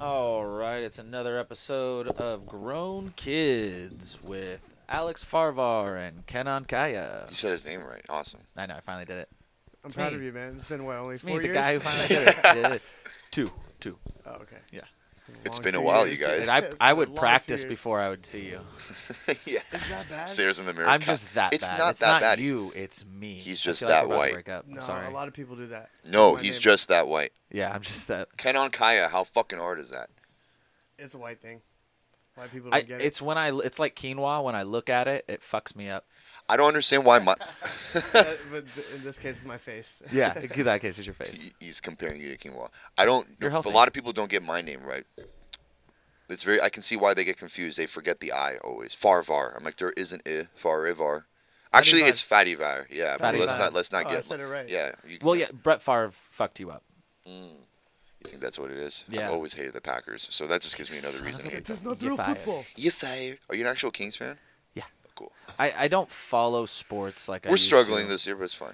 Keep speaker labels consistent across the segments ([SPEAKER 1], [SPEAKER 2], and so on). [SPEAKER 1] All right, it's another episode of Grown Kids with Alex Farvar and Kenan Kaya.
[SPEAKER 2] You said his name right. Awesome.
[SPEAKER 1] I know, I finally did it.
[SPEAKER 3] I'm
[SPEAKER 1] It's
[SPEAKER 3] proud
[SPEAKER 1] me.
[SPEAKER 3] of you, man. It's been what only
[SPEAKER 1] It's me,
[SPEAKER 3] four
[SPEAKER 1] the
[SPEAKER 3] years.
[SPEAKER 1] guy who finally did it. Did it. Two, two.
[SPEAKER 3] oh, okay.
[SPEAKER 1] Yeah.
[SPEAKER 2] It's
[SPEAKER 3] long
[SPEAKER 2] been a
[SPEAKER 3] two
[SPEAKER 2] while,
[SPEAKER 3] years.
[SPEAKER 2] you guys.
[SPEAKER 1] And I,
[SPEAKER 3] It's
[SPEAKER 1] I
[SPEAKER 3] been a
[SPEAKER 1] would
[SPEAKER 3] long two
[SPEAKER 1] practice
[SPEAKER 3] years.
[SPEAKER 1] before I would see you.
[SPEAKER 2] yeah.
[SPEAKER 3] Is that bad?
[SPEAKER 2] Stares in the mirror.
[SPEAKER 1] I'm
[SPEAKER 2] Ca-
[SPEAKER 1] just that
[SPEAKER 2] It's
[SPEAKER 1] bad.
[SPEAKER 2] not
[SPEAKER 1] it's
[SPEAKER 2] that
[SPEAKER 1] not
[SPEAKER 2] bad.
[SPEAKER 1] you, it's me.
[SPEAKER 2] He's
[SPEAKER 1] I
[SPEAKER 2] just
[SPEAKER 1] feel like
[SPEAKER 2] that
[SPEAKER 1] we're about to
[SPEAKER 2] white.
[SPEAKER 1] break up. I'm
[SPEAKER 3] No,
[SPEAKER 1] sorry.
[SPEAKER 3] a lot of people do that.
[SPEAKER 2] No,
[SPEAKER 3] My
[SPEAKER 2] he's
[SPEAKER 3] name-
[SPEAKER 2] just that white.
[SPEAKER 1] Yeah, I'm just that.
[SPEAKER 2] Ken on Kaya, how fucking hard is that?
[SPEAKER 3] It's a white thing. White people don't
[SPEAKER 1] I,
[SPEAKER 3] get
[SPEAKER 1] it's when I, it's like quinoa. When I look at it, it fucks me up.
[SPEAKER 2] I don't understand why my.
[SPEAKER 3] it. Uh, but th- in this case, it's my face.
[SPEAKER 1] Yeah, in that case, it's your face.
[SPEAKER 2] He- He's comparing you to King Wall. I don't.
[SPEAKER 1] You're
[SPEAKER 2] a
[SPEAKER 1] healthy.
[SPEAKER 2] lot of people don't get my name right. It's very. I can see why they get confused. They forget the I always. Farvar. I'm like there isn't i Farivar. Actually, it's Fativar. Yeah, but let's
[SPEAKER 1] Fativar.
[SPEAKER 2] not let's not
[SPEAKER 3] Oh, I
[SPEAKER 2] get.
[SPEAKER 3] said it right.
[SPEAKER 2] Yeah. You,
[SPEAKER 1] Well, yeah, Brett Favre fucked you up.
[SPEAKER 2] You think that's what it is?
[SPEAKER 1] Yeah.
[SPEAKER 2] I've always hated the Packers, so that just gives me another
[SPEAKER 1] Son
[SPEAKER 2] reason
[SPEAKER 1] of
[SPEAKER 2] to
[SPEAKER 1] a
[SPEAKER 2] hate
[SPEAKER 3] It
[SPEAKER 2] them.
[SPEAKER 3] does not
[SPEAKER 1] You're
[SPEAKER 3] do
[SPEAKER 1] fired.
[SPEAKER 3] football.
[SPEAKER 2] You fired. Are you an actual Kings fan?
[SPEAKER 1] Yeah.
[SPEAKER 2] Cool.
[SPEAKER 1] I, I don't follow sports like I
[SPEAKER 2] We're
[SPEAKER 1] used
[SPEAKER 2] struggling
[SPEAKER 1] to.
[SPEAKER 2] this year, but it's fine.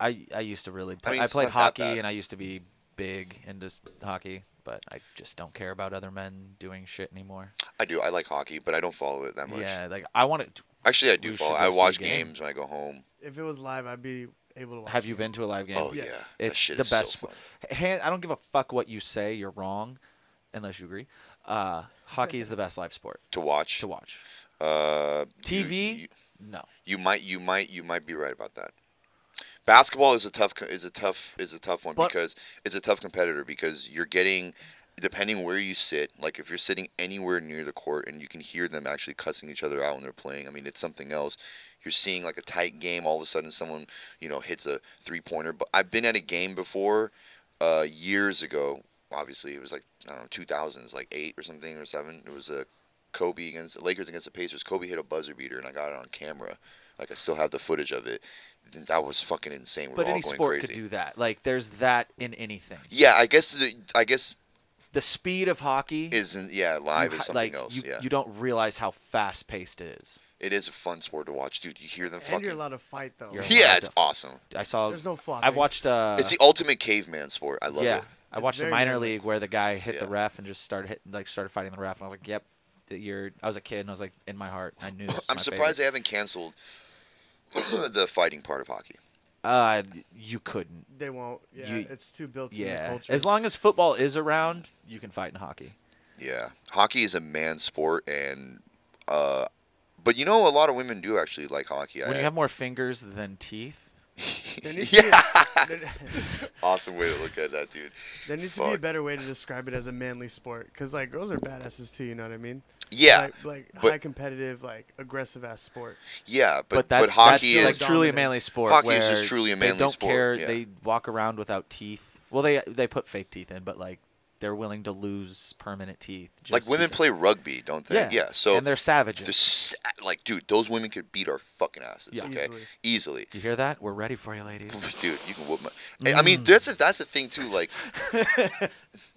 [SPEAKER 1] I I used to really. Play, I,
[SPEAKER 2] mean, it's
[SPEAKER 1] played
[SPEAKER 2] not that
[SPEAKER 1] hockey
[SPEAKER 2] bad.
[SPEAKER 1] and I used to be big into s- hockey, but I just don't care about other men doing shit anymore.
[SPEAKER 2] I do. I like hockey, but I don't follow it that much.
[SPEAKER 1] Yeah, like I want to.
[SPEAKER 2] Actually, I
[SPEAKER 1] We
[SPEAKER 2] do
[SPEAKER 1] should
[SPEAKER 2] follow.
[SPEAKER 1] go
[SPEAKER 2] I
[SPEAKER 1] see a
[SPEAKER 2] watch
[SPEAKER 1] game.
[SPEAKER 2] games when I go home.
[SPEAKER 3] If it was live, I'd be able to watch.
[SPEAKER 1] Have you been to a live game?
[SPEAKER 2] Oh
[SPEAKER 3] Yes.
[SPEAKER 2] yeah, that
[SPEAKER 1] it's
[SPEAKER 2] shit
[SPEAKER 1] the
[SPEAKER 2] is
[SPEAKER 1] best.
[SPEAKER 2] So fun.
[SPEAKER 1] hand, I don't give a fuck what you say. You're wrong, unless you agree. Uh, hockey is the best live sport
[SPEAKER 2] to watch.
[SPEAKER 1] to watch.
[SPEAKER 2] Uh, you-
[SPEAKER 1] TV,
[SPEAKER 2] you-
[SPEAKER 1] no.
[SPEAKER 2] You might, you might, you might be right about that. Basketball is a tough, co- is a tough, is a tough one
[SPEAKER 1] But-
[SPEAKER 2] because it's a tough competitor because you're getting, depending where you sit. Like if you're sitting anywhere near the court and you can hear them actually cussing each other out when they're playing. I mean, it's something else. You're seeing like a tight game. All of a sudden, someone you know hits a three pointer. But I've been at a game before, uh, years ago. Obviously, it was like I don't know, 2000s, like eight or something or seven. It was a Kobe against the Lakers against the Pacers. Kobe hit a buzzer beater, and I got it on camera. Like I still have the footage of it. Th- That was fucking insane. We're
[SPEAKER 1] But
[SPEAKER 2] all
[SPEAKER 1] any
[SPEAKER 2] going
[SPEAKER 1] sport
[SPEAKER 2] crazy.
[SPEAKER 1] could do that. Like there's that in anything.
[SPEAKER 2] yeah, I guess. the- I guess
[SPEAKER 1] The speed of hockey
[SPEAKER 2] isn't. Yeah, live
[SPEAKER 1] you
[SPEAKER 2] is
[SPEAKER 1] ha-
[SPEAKER 2] something
[SPEAKER 1] like
[SPEAKER 2] else.
[SPEAKER 1] you,
[SPEAKER 2] yeah,
[SPEAKER 1] you don't realize how fast paced it is.
[SPEAKER 2] it is a fun sport to watch, dude. You hear them
[SPEAKER 3] And
[SPEAKER 2] fucking.
[SPEAKER 3] you're allowed to fight though.
[SPEAKER 1] You're- allowed
[SPEAKER 2] yeah, it's
[SPEAKER 1] to-
[SPEAKER 2] awesome.
[SPEAKER 1] I saw.
[SPEAKER 3] There's no flopping.
[SPEAKER 1] I watched. Uh,
[SPEAKER 2] it's the ultimate caveman sport. I love
[SPEAKER 1] yeah,
[SPEAKER 2] it.
[SPEAKER 1] I
[SPEAKER 3] It's
[SPEAKER 1] watched the
[SPEAKER 3] very
[SPEAKER 1] minor
[SPEAKER 3] nervous.
[SPEAKER 1] league where the guy hit the
[SPEAKER 2] Yeah.
[SPEAKER 1] ref and just started hitting, like started fighting the ref, and I was like, "Yep, that you're." I was a kid and I was like, in my heart, I knew. This was
[SPEAKER 2] I'm
[SPEAKER 1] my
[SPEAKER 2] surprised
[SPEAKER 1] Favorite.
[SPEAKER 2] they haven't canceled the fighting part of hockey.
[SPEAKER 1] Uh, you couldn't.
[SPEAKER 3] They won't. Yeah,
[SPEAKER 1] You-
[SPEAKER 3] it's too built in the
[SPEAKER 1] Yeah,
[SPEAKER 3] culture.
[SPEAKER 1] as long as football is around, you can fight in hockey.
[SPEAKER 2] Yeah, hockey is a man's sport, and uh, but you know, a lot of women do actually like hockey. I
[SPEAKER 1] When you have more fingers than teeth,
[SPEAKER 3] there needs,
[SPEAKER 2] yeah,
[SPEAKER 3] to, be, there,
[SPEAKER 2] awesome way to look at that, dude.
[SPEAKER 3] there needs to be a
[SPEAKER 2] Fuck.
[SPEAKER 3] better way to describe it as a manly sport, because like girls are badasses too. You know what I mean?
[SPEAKER 2] Yeah,
[SPEAKER 3] Like, like
[SPEAKER 2] but-
[SPEAKER 3] high competitive, like aggressive ass sport.
[SPEAKER 2] yeah, but
[SPEAKER 1] but that's
[SPEAKER 2] hockey
[SPEAKER 1] that's
[SPEAKER 2] is
[SPEAKER 1] like truly a
[SPEAKER 3] Dominant.
[SPEAKER 1] manly sport.
[SPEAKER 2] Hockey is just
[SPEAKER 1] where
[SPEAKER 2] truly a
[SPEAKER 1] They
[SPEAKER 2] manly
[SPEAKER 1] don't
[SPEAKER 2] sport,
[SPEAKER 1] care.
[SPEAKER 2] yeah.
[SPEAKER 1] They walk around without teeth. Well, they they put fake teeth in, but like they're willing to lose permanent teeth.
[SPEAKER 2] like
[SPEAKER 1] just
[SPEAKER 2] women
[SPEAKER 1] because-
[SPEAKER 2] play rugby, don't they?
[SPEAKER 1] Yeah.
[SPEAKER 2] Yeah. so
[SPEAKER 1] and they're savages.
[SPEAKER 2] they're sa- like, dude, those women could beat our fucking asses.
[SPEAKER 1] Yeah.
[SPEAKER 2] Okay,
[SPEAKER 3] Easily.
[SPEAKER 2] easily.
[SPEAKER 1] You hear that? We're ready for you, ladies.
[SPEAKER 2] Dude, you can whoop my. I- I mean, that's a, that's the thing too. Like,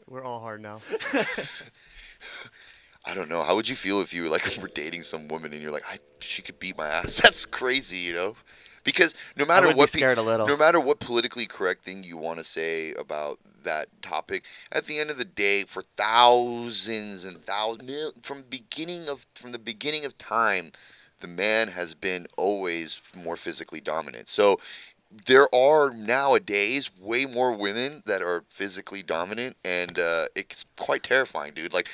[SPEAKER 3] We're all hard now.
[SPEAKER 2] I don't know. How would you feel if you like were dating some woman and you're like, I, she could beat my ass? That's crazy, you know? Because no matter
[SPEAKER 1] would be
[SPEAKER 2] what, pe-
[SPEAKER 1] scared a little.
[SPEAKER 2] no matter what politically correct thing you want to say about that topic, at the end of the day, for thousands and thousands from beginning of from the beginning of time, the man has been always more physically dominant. So there are nowadays way more women that are physically dominant, and uh, it's quite terrifying, dude. Like,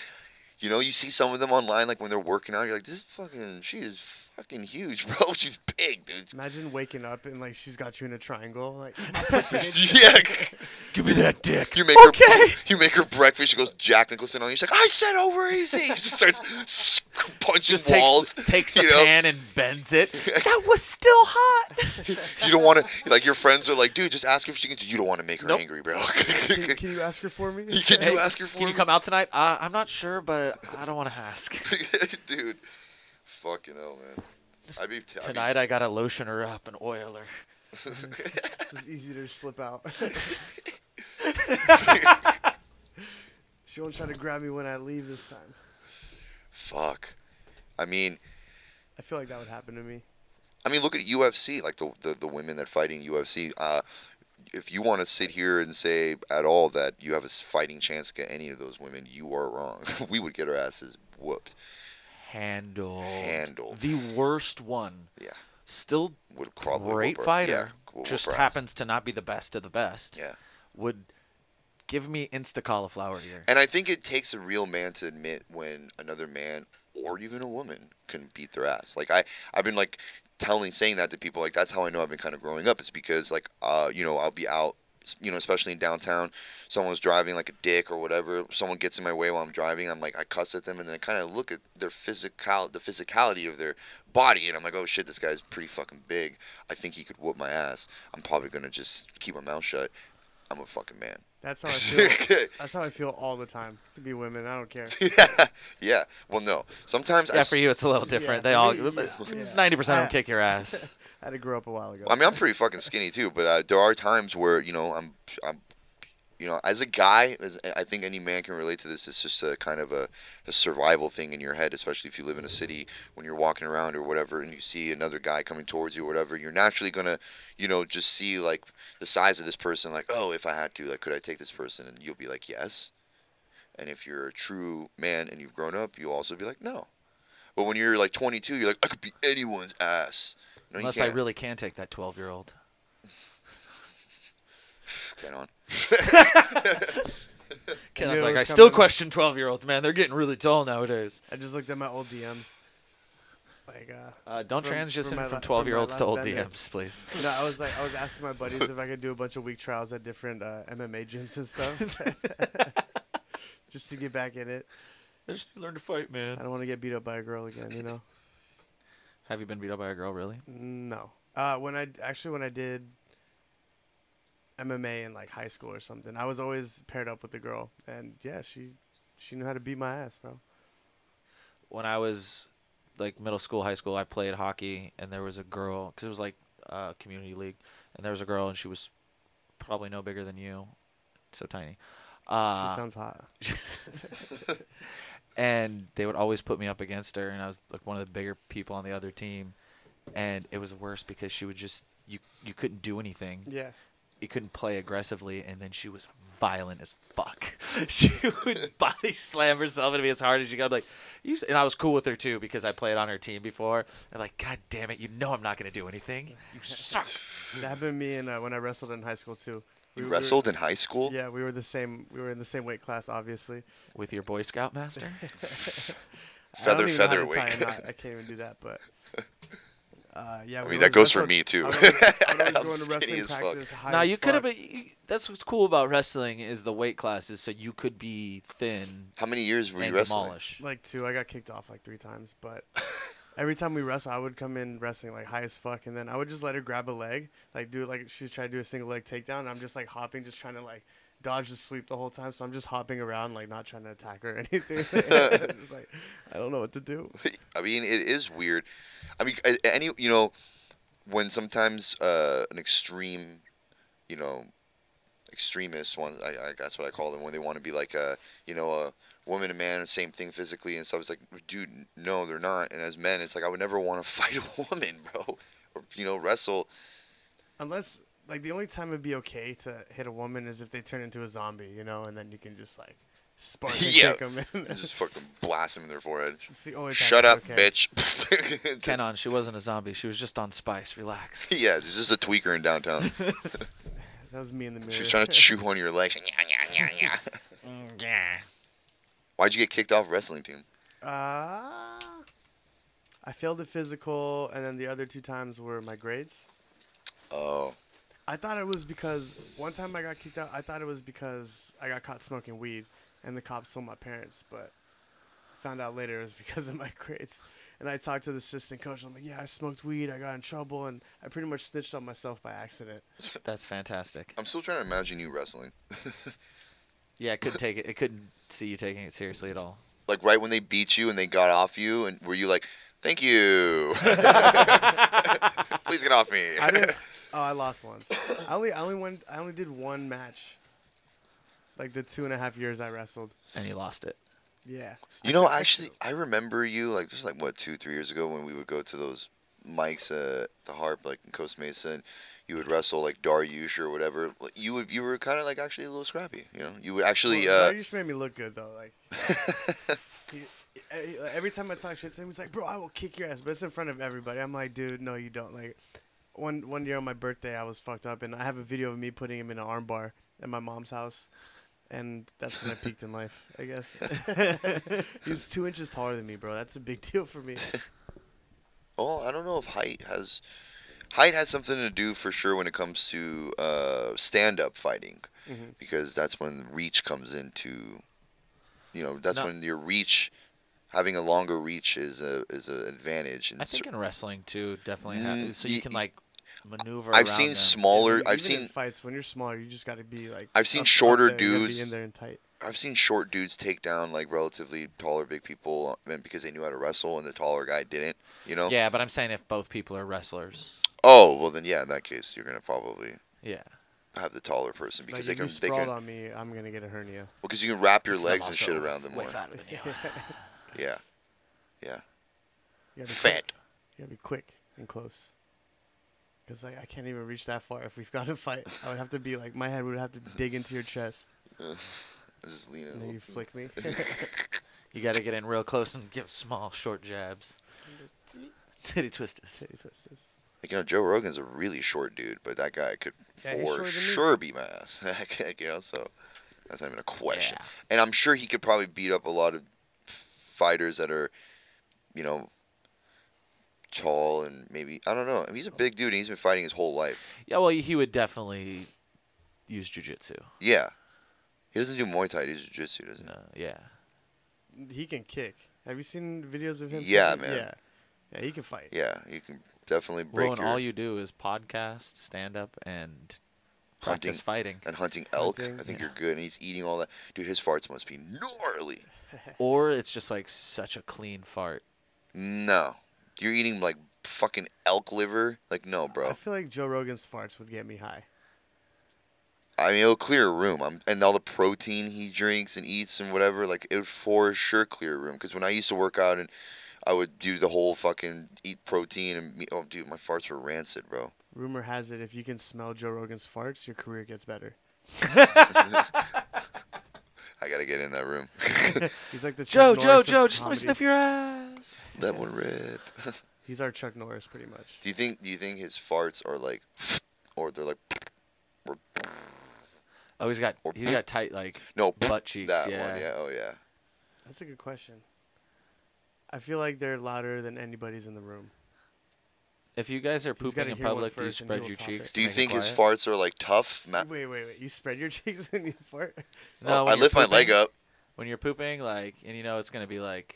[SPEAKER 2] you know, you see some of them online, like when they're working out, you're like, this fucking, she is fucking huge, bro. She's big, dude.
[SPEAKER 3] Imagine waking up and like she's got you in a triangle. Like "Eat my pussy, bitch."
[SPEAKER 2] yeah.
[SPEAKER 1] Give me that dick.
[SPEAKER 2] You make her,
[SPEAKER 1] Okay.
[SPEAKER 2] you make her breakfast. She goes Jack Nicholson on you. She's like, I said over easy. She just starts s- punching
[SPEAKER 1] Just
[SPEAKER 2] walls.
[SPEAKER 1] takes, takes the
[SPEAKER 2] you know?
[SPEAKER 1] pan and bends it. That was still hot.
[SPEAKER 2] You don't want to, like your friends are like, dude, just ask her if she can. You don't want to make her
[SPEAKER 1] Nope.
[SPEAKER 2] angry, bro.
[SPEAKER 3] Can, can you ask her for me?
[SPEAKER 2] can
[SPEAKER 1] Hey,
[SPEAKER 2] you ask her for
[SPEAKER 1] Can you
[SPEAKER 2] me?
[SPEAKER 1] come out tonight? Uh, I'm not sure, but I don't want to ask.
[SPEAKER 2] dude. Fucking hell, man. I'd be t- I'd be-
[SPEAKER 1] Tonight I gotta lotion her up and oil her.
[SPEAKER 3] It's easy to slip out. she won't try to grab me when I leave this time.
[SPEAKER 2] fuck. I mean,
[SPEAKER 3] I feel like that would happen to me.
[SPEAKER 2] I mean, look at UFC. Like the the, the women that fight in UFC. Uh, if you want to sit here and say at all that you have a s- fighting chance against any of those women, you are wrong. we would get our asses whooped.
[SPEAKER 1] Handled.
[SPEAKER 2] Handled.
[SPEAKER 1] The worst one.
[SPEAKER 2] Yeah.
[SPEAKER 1] Still
[SPEAKER 2] Would probably
[SPEAKER 1] great
[SPEAKER 2] whoop our- yeah,
[SPEAKER 1] fighter.
[SPEAKER 2] whoop
[SPEAKER 1] just
[SPEAKER 2] our ass.
[SPEAKER 1] happens to not be the best of the best.
[SPEAKER 2] Yeah.
[SPEAKER 1] Would give me insta cauliflower ear.
[SPEAKER 2] And I think it takes a real man to admit when another man or even a woman can beat their ass. Like I, I've been like telling, saying that to people. Like that's how I know I've been kind of growing up. Is because like, uh, you know, I'll be out, s- you know, especially in downtown. Someone's driving like a dick or whatever. Someone gets in my way while I'm driving. I'm like, I cuss at them, and then I kind of look at their physical, the physicality of their body, and I'm like, oh shit, this guy's pretty fucking big. I think he could whoop my ass. I'm probably gonna just keep my mouth shut. I'm a fucking man.
[SPEAKER 3] That's how Oh, I feel. that's how I feel all the time. Could be women. I don't care.
[SPEAKER 2] yeah, yeah. Well, no. Sometimes I
[SPEAKER 1] Yeah,
[SPEAKER 2] s-
[SPEAKER 1] for you it's a little different.
[SPEAKER 3] for
[SPEAKER 1] they all
[SPEAKER 3] me, yeah.
[SPEAKER 1] ninety percent of them kick your ass.
[SPEAKER 3] I had to grow up a while ago.
[SPEAKER 2] I mean, I'm pretty fucking skinny too, but uh, there are times where you know I'm, I'm, you know, as a guy, as, I think any man can relate to this. It's just a kind of a, a survival thing in your head, especially if you live in a city when you're walking around or whatever, and you see another guy coming towards you or whatever. You're naturally gonna, you know, just see like the size of this person. Like, oh, if I had to, like, could I take this person? And you'll be like, yes. And if you're a true man and you've grown up, you'll also be like, no. But when you're like 22, you're like, I could beat anyone's ass. No,
[SPEAKER 1] Unless
[SPEAKER 2] you
[SPEAKER 1] I
[SPEAKER 2] can't.
[SPEAKER 1] really can take that twelve year old.
[SPEAKER 2] Get on.
[SPEAKER 1] Ken,
[SPEAKER 3] knew
[SPEAKER 1] I was
[SPEAKER 3] it
[SPEAKER 1] like,
[SPEAKER 3] was
[SPEAKER 1] I still
[SPEAKER 3] coming.
[SPEAKER 1] question twelve year olds, man. They're getting really tall nowadays.
[SPEAKER 3] I just looked at my old DMs. Like, uh,
[SPEAKER 1] Uh, don't
[SPEAKER 3] From-
[SPEAKER 1] transition from,
[SPEAKER 3] from my la- from
[SPEAKER 1] twelve year olds
[SPEAKER 3] my
[SPEAKER 1] to
[SPEAKER 3] last
[SPEAKER 1] old
[SPEAKER 3] band, yeah.
[SPEAKER 1] DMs, please.
[SPEAKER 3] no, I was like, I was asking my buddies if I could do a bunch of week trials at different uh, MMA gyms and stuff, just to get back in it.
[SPEAKER 1] I just learn to fight,
[SPEAKER 3] I
[SPEAKER 1] man.
[SPEAKER 3] don't want to get beat up by a girl again, you know.
[SPEAKER 1] Have you been beat up by a girl, really?
[SPEAKER 3] No. Uh, when I actually when I did MMA in like high school or something, I was always paired up with a girl, and yeah, she she knew how to beat my ass, bro.
[SPEAKER 1] when I was like middle school, high school, I played hockey, and there was a girl because it was like uh, community league, and there was a girl, and she was probably no bigger than you, so tiny.
[SPEAKER 3] she
[SPEAKER 1] Uh,
[SPEAKER 3] sounds hot.
[SPEAKER 1] and they would always put me up against her, and I was like one of the bigger people on the other team, and it was worse because she would just you you couldn't do anything
[SPEAKER 3] Yeah.
[SPEAKER 1] you couldn't play aggressively, and then she was violent as fuck. She would body slam herself into me as hard as she could. I'm like, you, s-" and I was cool with her too because I played on her team before. I'm like, God damn it, you know I'm not gonna do anything. You suck.
[SPEAKER 3] That happened to me and uh, when I wrestled in high school too.
[SPEAKER 2] You
[SPEAKER 3] were-
[SPEAKER 2] wrestled in high school?
[SPEAKER 3] yeah, we were the same. We were in the same weight class, obviously.
[SPEAKER 1] With your Boy Scout master,
[SPEAKER 3] I don't
[SPEAKER 2] Feather-
[SPEAKER 3] even know how to
[SPEAKER 2] featherweight.
[SPEAKER 3] tie a knot. I can't even do that, but.
[SPEAKER 2] I
[SPEAKER 3] Uh, yeah, we
[SPEAKER 2] mean,
[SPEAKER 3] always
[SPEAKER 2] that goes for
[SPEAKER 3] wrestled-
[SPEAKER 2] me too.
[SPEAKER 3] I was always- I was
[SPEAKER 2] I'm
[SPEAKER 3] always going to
[SPEAKER 2] skinny
[SPEAKER 3] wrestling
[SPEAKER 2] as fuck.
[SPEAKER 3] practice high
[SPEAKER 1] now
[SPEAKER 3] as
[SPEAKER 1] you could have
[SPEAKER 3] fuck.
[SPEAKER 1] been. You, that's what's cool about wrestling is the weight classes, so you could be thin
[SPEAKER 2] How many years were you
[SPEAKER 1] and
[SPEAKER 2] wrestling?
[SPEAKER 1] demolish.
[SPEAKER 3] like two. I got kicked off like three times, but every time we wrestle, I would come in wrestling like high as fuck, and then I would just let her grab a leg, like do it like she tried to do a single leg takedown. And I'm just like hopping, just trying to like dodge the sweep the whole time. So I'm just hopping around, like not trying to attack her or anything. Just, like, I don't know what to do.
[SPEAKER 2] I mean, it is weird. I mean, a- any you know, when sometimes uh, an extreme, you know, extremist one, I, I that's what I call them when they want to be like a you know a woman and man, same thing physically and stuff. It's like, dude, no, they're not. And as men, it's like I would never want to fight a woman, bro, or you know, wrestle.
[SPEAKER 3] Unless like the only time it'd be okay to hit a woman is if they turn into a zombie, you know, and then you can just like spark and
[SPEAKER 2] Yeah.
[SPEAKER 3] kick 'em in.
[SPEAKER 2] and just fucking blast them in their forehead.
[SPEAKER 3] It's the only time
[SPEAKER 2] Shut
[SPEAKER 3] it's
[SPEAKER 2] up,
[SPEAKER 3] okay.
[SPEAKER 2] bitch. Just-
[SPEAKER 1] Ken on, she wasn't a zombie. She was just on spice. Relax.
[SPEAKER 2] Yeah, there's just a tweaker in downtown.
[SPEAKER 3] That was me in the mirror.
[SPEAKER 2] She's trying to chew on your leg.
[SPEAKER 1] yeah.
[SPEAKER 2] Why'd you get kicked off wrestling team?
[SPEAKER 3] Uh, I failed the physical, and then the other two times were my grades.
[SPEAKER 2] Oh,
[SPEAKER 3] I thought it was because one time I got kicked out. I thought it was because I got caught smoking weed, and the cops told my parents. But found out later it was because of my grades. And I talked to the assistant coach. I'm like, yeah, I smoked weed. I got in trouble, and I pretty much snitched on myself by accident.
[SPEAKER 1] That's fantastic.
[SPEAKER 2] I'm still trying to imagine you wrestling.
[SPEAKER 1] Yeah, I couldn't take it. I couldn't see you taking it seriously at all.
[SPEAKER 2] Like right when they beat you and they got off you, and were you like, "Thank you, please get off me."
[SPEAKER 3] I didn't. Oh, I lost once. I only, I only went. I only did one match. Like the two and a half years I wrestled.
[SPEAKER 1] And you lost it.
[SPEAKER 3] Yeah.
[SPEAKER 2] You know, actually, I remember you like this was like what two, three years ago when we would go to those mics uh, at the harp, like in Coast Mesa, and you would wrestle like Daryush or whatever. like, You would you were kind of like actually a little scrappy, you know. You would actually
[SPEAKER 3] Well,
[SPEAKER 2] uh,
[SPEAKER 3] Darius made me look good though. Like he- eh, like, every time I talk shit to him, he's like, "Bro, I will kick your ass," but it's in front of everybody. I'm like, "Dude, no, you don't." Like one one year on my birthday, I was fucked up, and I have a video of me putting him in an armbar at my mom's house. And that's when I peaked in life, I guess. He's two inches taller than me, bro. That's a big deal for me.
[SPEAKER 2] oh, I don't know if height has height has something to do for sure when it comes to uh, stand up fighting
[SPEAKER 1] Mm-hmm.
[SPEAKER 3] Mhm.
[SPEAKER 2] because that's when reach comes into, you know, that's
[SPEAKER 1] No.
[SPEAKER 2] when your reach. Having a longer reach is a is an advantage. in
[SPEAKER 1] I think
[SPEAKER 2] cer-
[SPEAKER 1] in wrestling too, definitely.
[SPEAKER 2] Mm,
[SPEAKER 1] happens. so you
[SPEAKER 2] y-
[SPEAKER 1] can
[SPEAKER 2] y-
[SPEAKER 1] like maneuver.
[SPEAKER 2] I've
[SPEAKER 1] around
[SPEAKER 2] seen
[SPEAKER 1] them. e
[SPEAKER 2] smaller.
[SPEAKER 3] Even
[SPEAKER 2] I've
[SPEAKER 3] in
[SPEAKER 2] seen
[SPEAKER 3] fights when you're smaller. You just got to be like.
[SPEAKER 2] I've seen
[SPEAKER 3] up- up
[SPEAKER 2] shorter
[SPEAKER 3] there. You gotta
[SPEAKER 2] dudes-
[SPEAKER 3] be in there and tight.
[SPEAKER 2] I've seen short dudes take down like relatively taller big people uh, and because they knew how to wrestle and the taller guy didn't, you know?
[SPEAKER 1] Yeah, but I'm saying if both people are wrestlers.
[SPEAKER 2] Oh, well then yeah, in that case you're going to probably
[SPEAKER 1] Yeah.
[SPEAKER 2] have the taller person
[SPEAKER 3] Like,
[SPEAKER 2] because
[SPEAKER 3] if
[SPEAKER 2] they
[SPEAKER 3] you
[SPEAKER 2] can they
[SPEAKER 3] sprawled
[SPEAKER 2] can
[SPEAKER 3] on me, I'm gonna get a hernia.
[SPEAKER 2] because you can wrap your
[SPEAKER 1] Because I'm
[SPEAKER 2] legs and shit
[SPEAKER 1] also
[SPEAKER 2] around them
[SPEAKER 1] way
[SPEAKER 2] more.
[SPEAKER 1] fatter than you.
[SPEAKER 2] Yeah.
[SPEAKER 3] You gotta be quick.
[SPEAKER 2] Fat.
[SPEAKER 3] You gotta be quick and close. Cause like I can't even reach that far if we've got to fight. I would have to be like my head would have to dig into your chest,
[SPEAKER 2] Just lean in a
[SPEAKER 3] and then
[SPEAKER 2] little-
[SPEAKER 3] you flick me.
[SPEAKER 1] You got to get in real close and give small, short jabs. Titty twisters.
[SPEAKER 3] Titty twisters.
[SPEAKER 2] Like, you know, Joe Rogan's a really short dude, but that guy could
[SPEAKER 3] Yeah, he's shorter
[SPEAKER 2] for
[SPEAKER 3] than me.
[SPEAKER 2] sure beat my ass. you know, so that's not even a question.
[SPEAKER 1] Yeah.
[SPEAKER 2] And I'm sure he could probably beat up a lot of fighters that are, you know, tall and maybe I don't know. I mean, he's a big dude and he's been fighting his whole life.
[SPEAKER 1] Yeah, well, he would definitely use jujitsu.
[SPEAKER 2] Yeah, he doesn't do Muay Thai. He does Jiu-Jitsu, doesn't he?
[SPEAKER 1] No, Uh, yeah.
[SPEAKER 3] He can kick. Have you seen videos of him?
[SPEAKER 2] Yeah,
[SPEAKER 3] kicking?
[SPEAKER 2] man.
[SPEAKER 3] Yeah, yeah, he can fight.
[SPEAKER 2] Yeah, you can definitely break
[SPEAKER 1] well, and
[SPEAKER 2] your
[SPEAKER 1] all you do is podcast, stand up, and
[SPEAKER 2] hunting
[SPEAKER 1] practice fighting.
[SPEAKER 2] and hunting elk.
[SPEAKER 3] Hunting,
[SPEAKER 2] I think
[SPEAKER 1] yeah.
[SPEAKER 2] you're good. And he's eating all that. Dude, his farts must be gnarly.
[SPEAKER 1] Or it's just like such a clean fart.
[SPEAKER 2] No, you're eating like fucking elk liver. Like no,
[SPEAKER 3] I
[SPEAKER 2] bro.
[SPEAKER 3] feel like Joe Rogan's farts would get me high.
[SPEAKER 2] I mean, it'll clear a room. I'm, and all the protein he drinks and eats and whatever, like, it would for sure clear a room. Because when I used to work out and I would do the whole fucking eat protein and me, oh, dude, my farts were rancid, bro.
[SPEAKER 3] Rumor has it if you can smell Joe Rogan's farts, your career gets better.
[SPEAKER 2] I gotta get in that room.
[SPEAKER 3] He's like the
[SPEAKER 1] Joe,
[SPEAKER 3] Chuck
[SPEAKER 1] Joe,
[SPEAKER 3] Norris of
[SPEAKER 1] Joe, just let me
[SPEAKER 3] comedy.
[SPEAKER 1] sniff your ass.
[SPEAKER 2] that one rip.
[SPEAKER 3] He's our Chuck Norris, pretty much.
[SPEAKER 2] Do you think? Do you think his farts are like, or they're like, or,
[SPEAKER 1] Oh, he's got
[SPEAKER 2] Or-
[SPEAKER 1] he's got tight like
[SPEAKER 2] no,
[SPEAKER 1] butt cheeks.
[SPEAKER 2] that
[SPEAKER 1] yeah.
[SPEAKER 2] one, yeah, oh yeah.
[SPEAKER 3] That's a good question. I feel like they're louder than anybody's in the room.
[SPEAKER 1] If you guys are
[SPEAKER 3] He's gotta
[SPEAKER 1] pooping in
[SPEAKER 3] hear one
[SPEAKER 1] public, do you
[SPEAKER 3] first and
[SPEAKER 1] spread
[SPEAKER 3] he
[SPEAKER 1] your
[SPEAKER 3] will talk
[SPEAKER 1] cheeks? to
[SPEAKER 3] it.
[SPEAKER 2] Do you
[SPEAKER 1] make it
[SPEAKER 2] think his
[SPEAKER 1] quiet?
[SPEAKER 2] farts are like tough? Ma-
[SPEAKER 3] wait, wait, wait. You spread your cheeks when you fart?
[SPEAKER 1] No,
[SPEAKER 2] oh,
[SPEAKER 1] when
[SPEAKER 2] I
[SPEAKER 1] you're
[SPEAKER 2] lift my leg
[SPEAKER 1] pooping-
[SPEAKER 2] up.
[SPEAKER 1] when you're pooping, like, and you know it's gonna be like,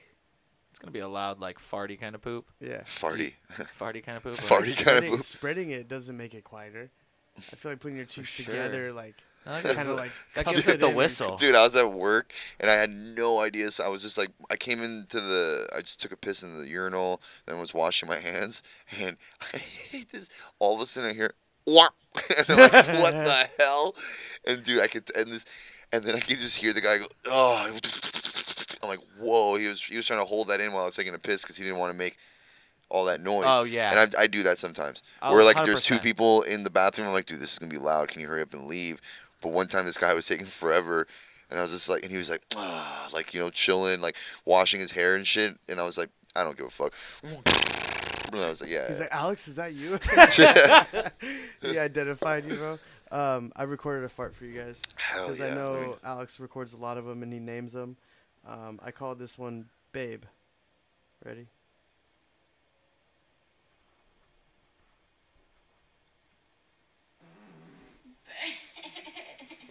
[SPEAKER 1] it's gonna be a loud, like, farty kind of poop,
[SPEAKER 3] Yeah.
[SPEAKER 2] Farty.
[SPEAKER 1] farty kind of poop.
[SPEAKER 2] Farty
[SPEAKER 1] like-
[SPEAKER 2] kind of
[SPEAKER 3] spreading,
[SPEAKER 2] poop.
[SPEAKER 3] spreading it doesn't make it quieter. I feel like putting your cheeks
[SPEAKER 1] sure.
[SPEAKER 3] together, like,
[SPEAKER 1] That gives
[SPEAKER 3] kind
[SPEAKER 1] it-
[SPEAKER 3] of like.
[SPEAKER 1] that
[SPEAKER 3] cups
[SPEAKER 1] gives it the
[SPEAKER 3] in.
[SPEAKER 1] whistle.
[SPEAKER 2] Dude, I was at work and I had no idea. So I was just like, I came into the, I just took a piss into the urinal, then was washing my hands, and I this. All of a sudden, I hear, "Whop!" and I'm like, "What the hell?" And dude, I could, and this, and then I could just hear the guy go, "Oh!" I'm like, "Whoa!" He was, he was trying to hold that in while I was taking a piss because he didn't want to make all that noise.
[SPEAKER 1] Oh yeah.
[SPEAKER 2] And I, I do that sometimes.
[SPEAKER 1] Oh,
[SPEAKER 2] Where like there's two
[SPEAKER 1] 100%.
[SPEAKER 2] people in the bathroom, I'm like, dude, this is gonna be loud. Can you hurry up and leave? But one time this guy was taking forever, and I was just like, and he was like, ah, like you know, chilling, like washing his hair and shit. And I was like, I don't give a fuck. And I was like, yeah.
[SPEAKER 3] He's like, Alex, is that you?
[SPEAKER 2] yeah.
[SPEAKER 3] he identified you, bro. Um, I recorded a fart for you guys.
[SPEAKER 2] Hell
[SPEAKER 3] Because
[SPEAKER 2] yeah,
[SPEAKER 3] I know
[SPEAKER 2] let me-
[SPEAKER 3] Alex records a lot of them and he names them. Um, I called this one Babe. Ready?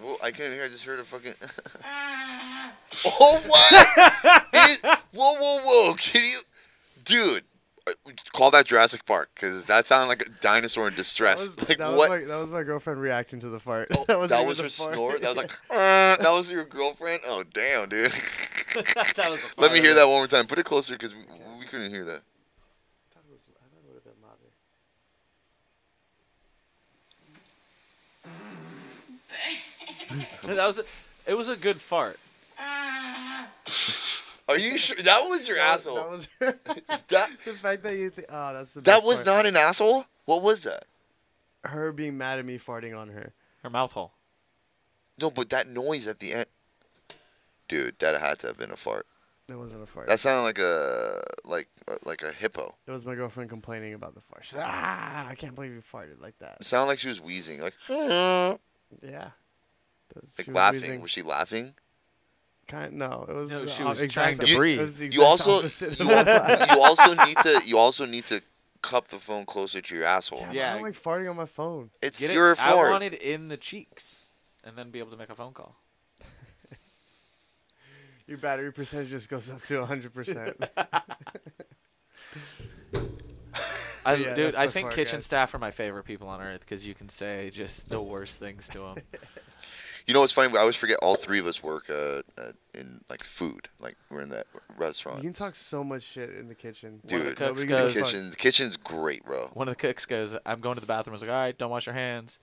[SPEAKER 2] Well, I can't hear. I just heard a fucking. oh what? It- whoa, whoa, whoa! Can you, dude? uh, Call that Jurassic Park because that sounded like a dinosaur in distress.
[SPEAKER 3] That was,
[SPEAKER 2] like
[SPEAKER 3] that
[SPEAKER 2] what?
[SPEAKER 3] Was my, that was my girlfriend reacting to the fart.
[SPEAKER 2] Oh, that was,
[SPEAKER 3] wasn't even the
[SPEAKER 2] your
[SPEAKER 3] fart.
[SPEAKER 2] snore. That was like "Uh," that was your girlfriend. Oh damn, dude.
[SPEAKER 1] that was a
[SPEAKER 2] Let
[SPEAKER 1] fart.
[SPEAKER 2] me hear that one more time. Put it closer because we, we couldn't hear that.
[SPEAKER 3] I thought it was. I thought it would have been louder.
[SPEAKER 1] that was. A, it was a good fart.
[SPEAKER 2] Are you sure that was your asshole?
[SPEAKER 3] That was the
[SPEAKER 2] That
[SPEAKER 3] fact that you think. Oh, that's the.
[SPEAKER 2] that
[SPEAKER 3] best
[SPEAKER 2] was
[SPEAKER 3] part.
[SPEAKER 2] not an asshole. What was that?
[SPEAKER 3] her being mad at me farting on her.
[SPEAKER 1] Her mouth hole.
[SPEAKER 2] No, but that noise at the end, dude, that had to have been a fart.
[SPEAKER 3] It wasn't a fart.
[SPEAKER 2] That sounded like a like uh, like a hippo.
[SPEAKER 3] it was my girlfriend complaining about the fart. She's like, ah, I can't believe you farted like that.
[SPEAKER 2] It sounded like she was wheezing, like like
[SPEAKER 3] Yeah. That- she was
[SPEAKER 2] laughing.
[SPEAKER 3] wheezing.
[SPEAKER 2] Was she laughing?
[SPEAKER 3] Kind no, it was.
[SPEAKER 1] No,
[SPEAKER 3] the
[SPEAKER 1] she
[SPEAKER 3] op-
[SPEAKER 1] was trying
[SPEAKER 3] exact-
[SPEAKER 1] to
[SPEAKER 3] it
[SPEAKER 1] breathe.
[SPEAKER 3] was the
[SPEAKER 2] You
[SPEAKER 3] exact
[SPEAKER 2] also-
[SPEAKER 3] opposite of
[SPEAKER 2] you
[SPEAKER 3] what I-
[SPEAKER 2] you also need to you also need to cup the phone closer to your asshole.
[SPEAKER 3] Damn,
[SPEAKER 1] Yeah.
[SPEAKER 3] I don't like farting on my phone.
[SPEAKER 2] It's
[SPEAKER 1] Get
[SPEAKER 2] your
[SPEAKER 1] it
[SPEAKER 2] fart.
[SPEAKER 1] wanted in the cheeks, and then be able to make a phone call.
[SPEAKER 3] Your battery percentage just goes up to 100%.
[SPEAKER 1] I,
[SPEAKER 3] Yeah,
[SPEAKER 1] dude,
[SPEAKER 3] that's
[SPEAKER 1] I
[SPEAKER 3] my
[SPEAKER 1] think
[SPEAKER 3] fart,
[SPEAKER 1] kitchen
[SPEAKER 3] guys.
[SPEAKER 1] staff are my favorite people on earth because you can say just the worst things to them.
[SPEAKER 2] You know what's funny? I always forget all three of us work uh, uh, in like food. Like we're in that restaurant.
[SPEAKER 3] you can talk so much shit in the kitchen.
[SPEAKER 2] Dude, One of
[SPEAKER 1] the cooks
[SPEAKER 3] Nobody
[SPEAKER 2] the
[SPEAKER 3] gives
[SPEAKER 1] goes-
[SPEAKER 3] a fuck.
[SPEAKER 2] kitchen, the kitchen's great, bro.
[SPEAKER 1] One of the cooks goes, "I'm going to the bathroom." I was like, "All right, don't wash your hands.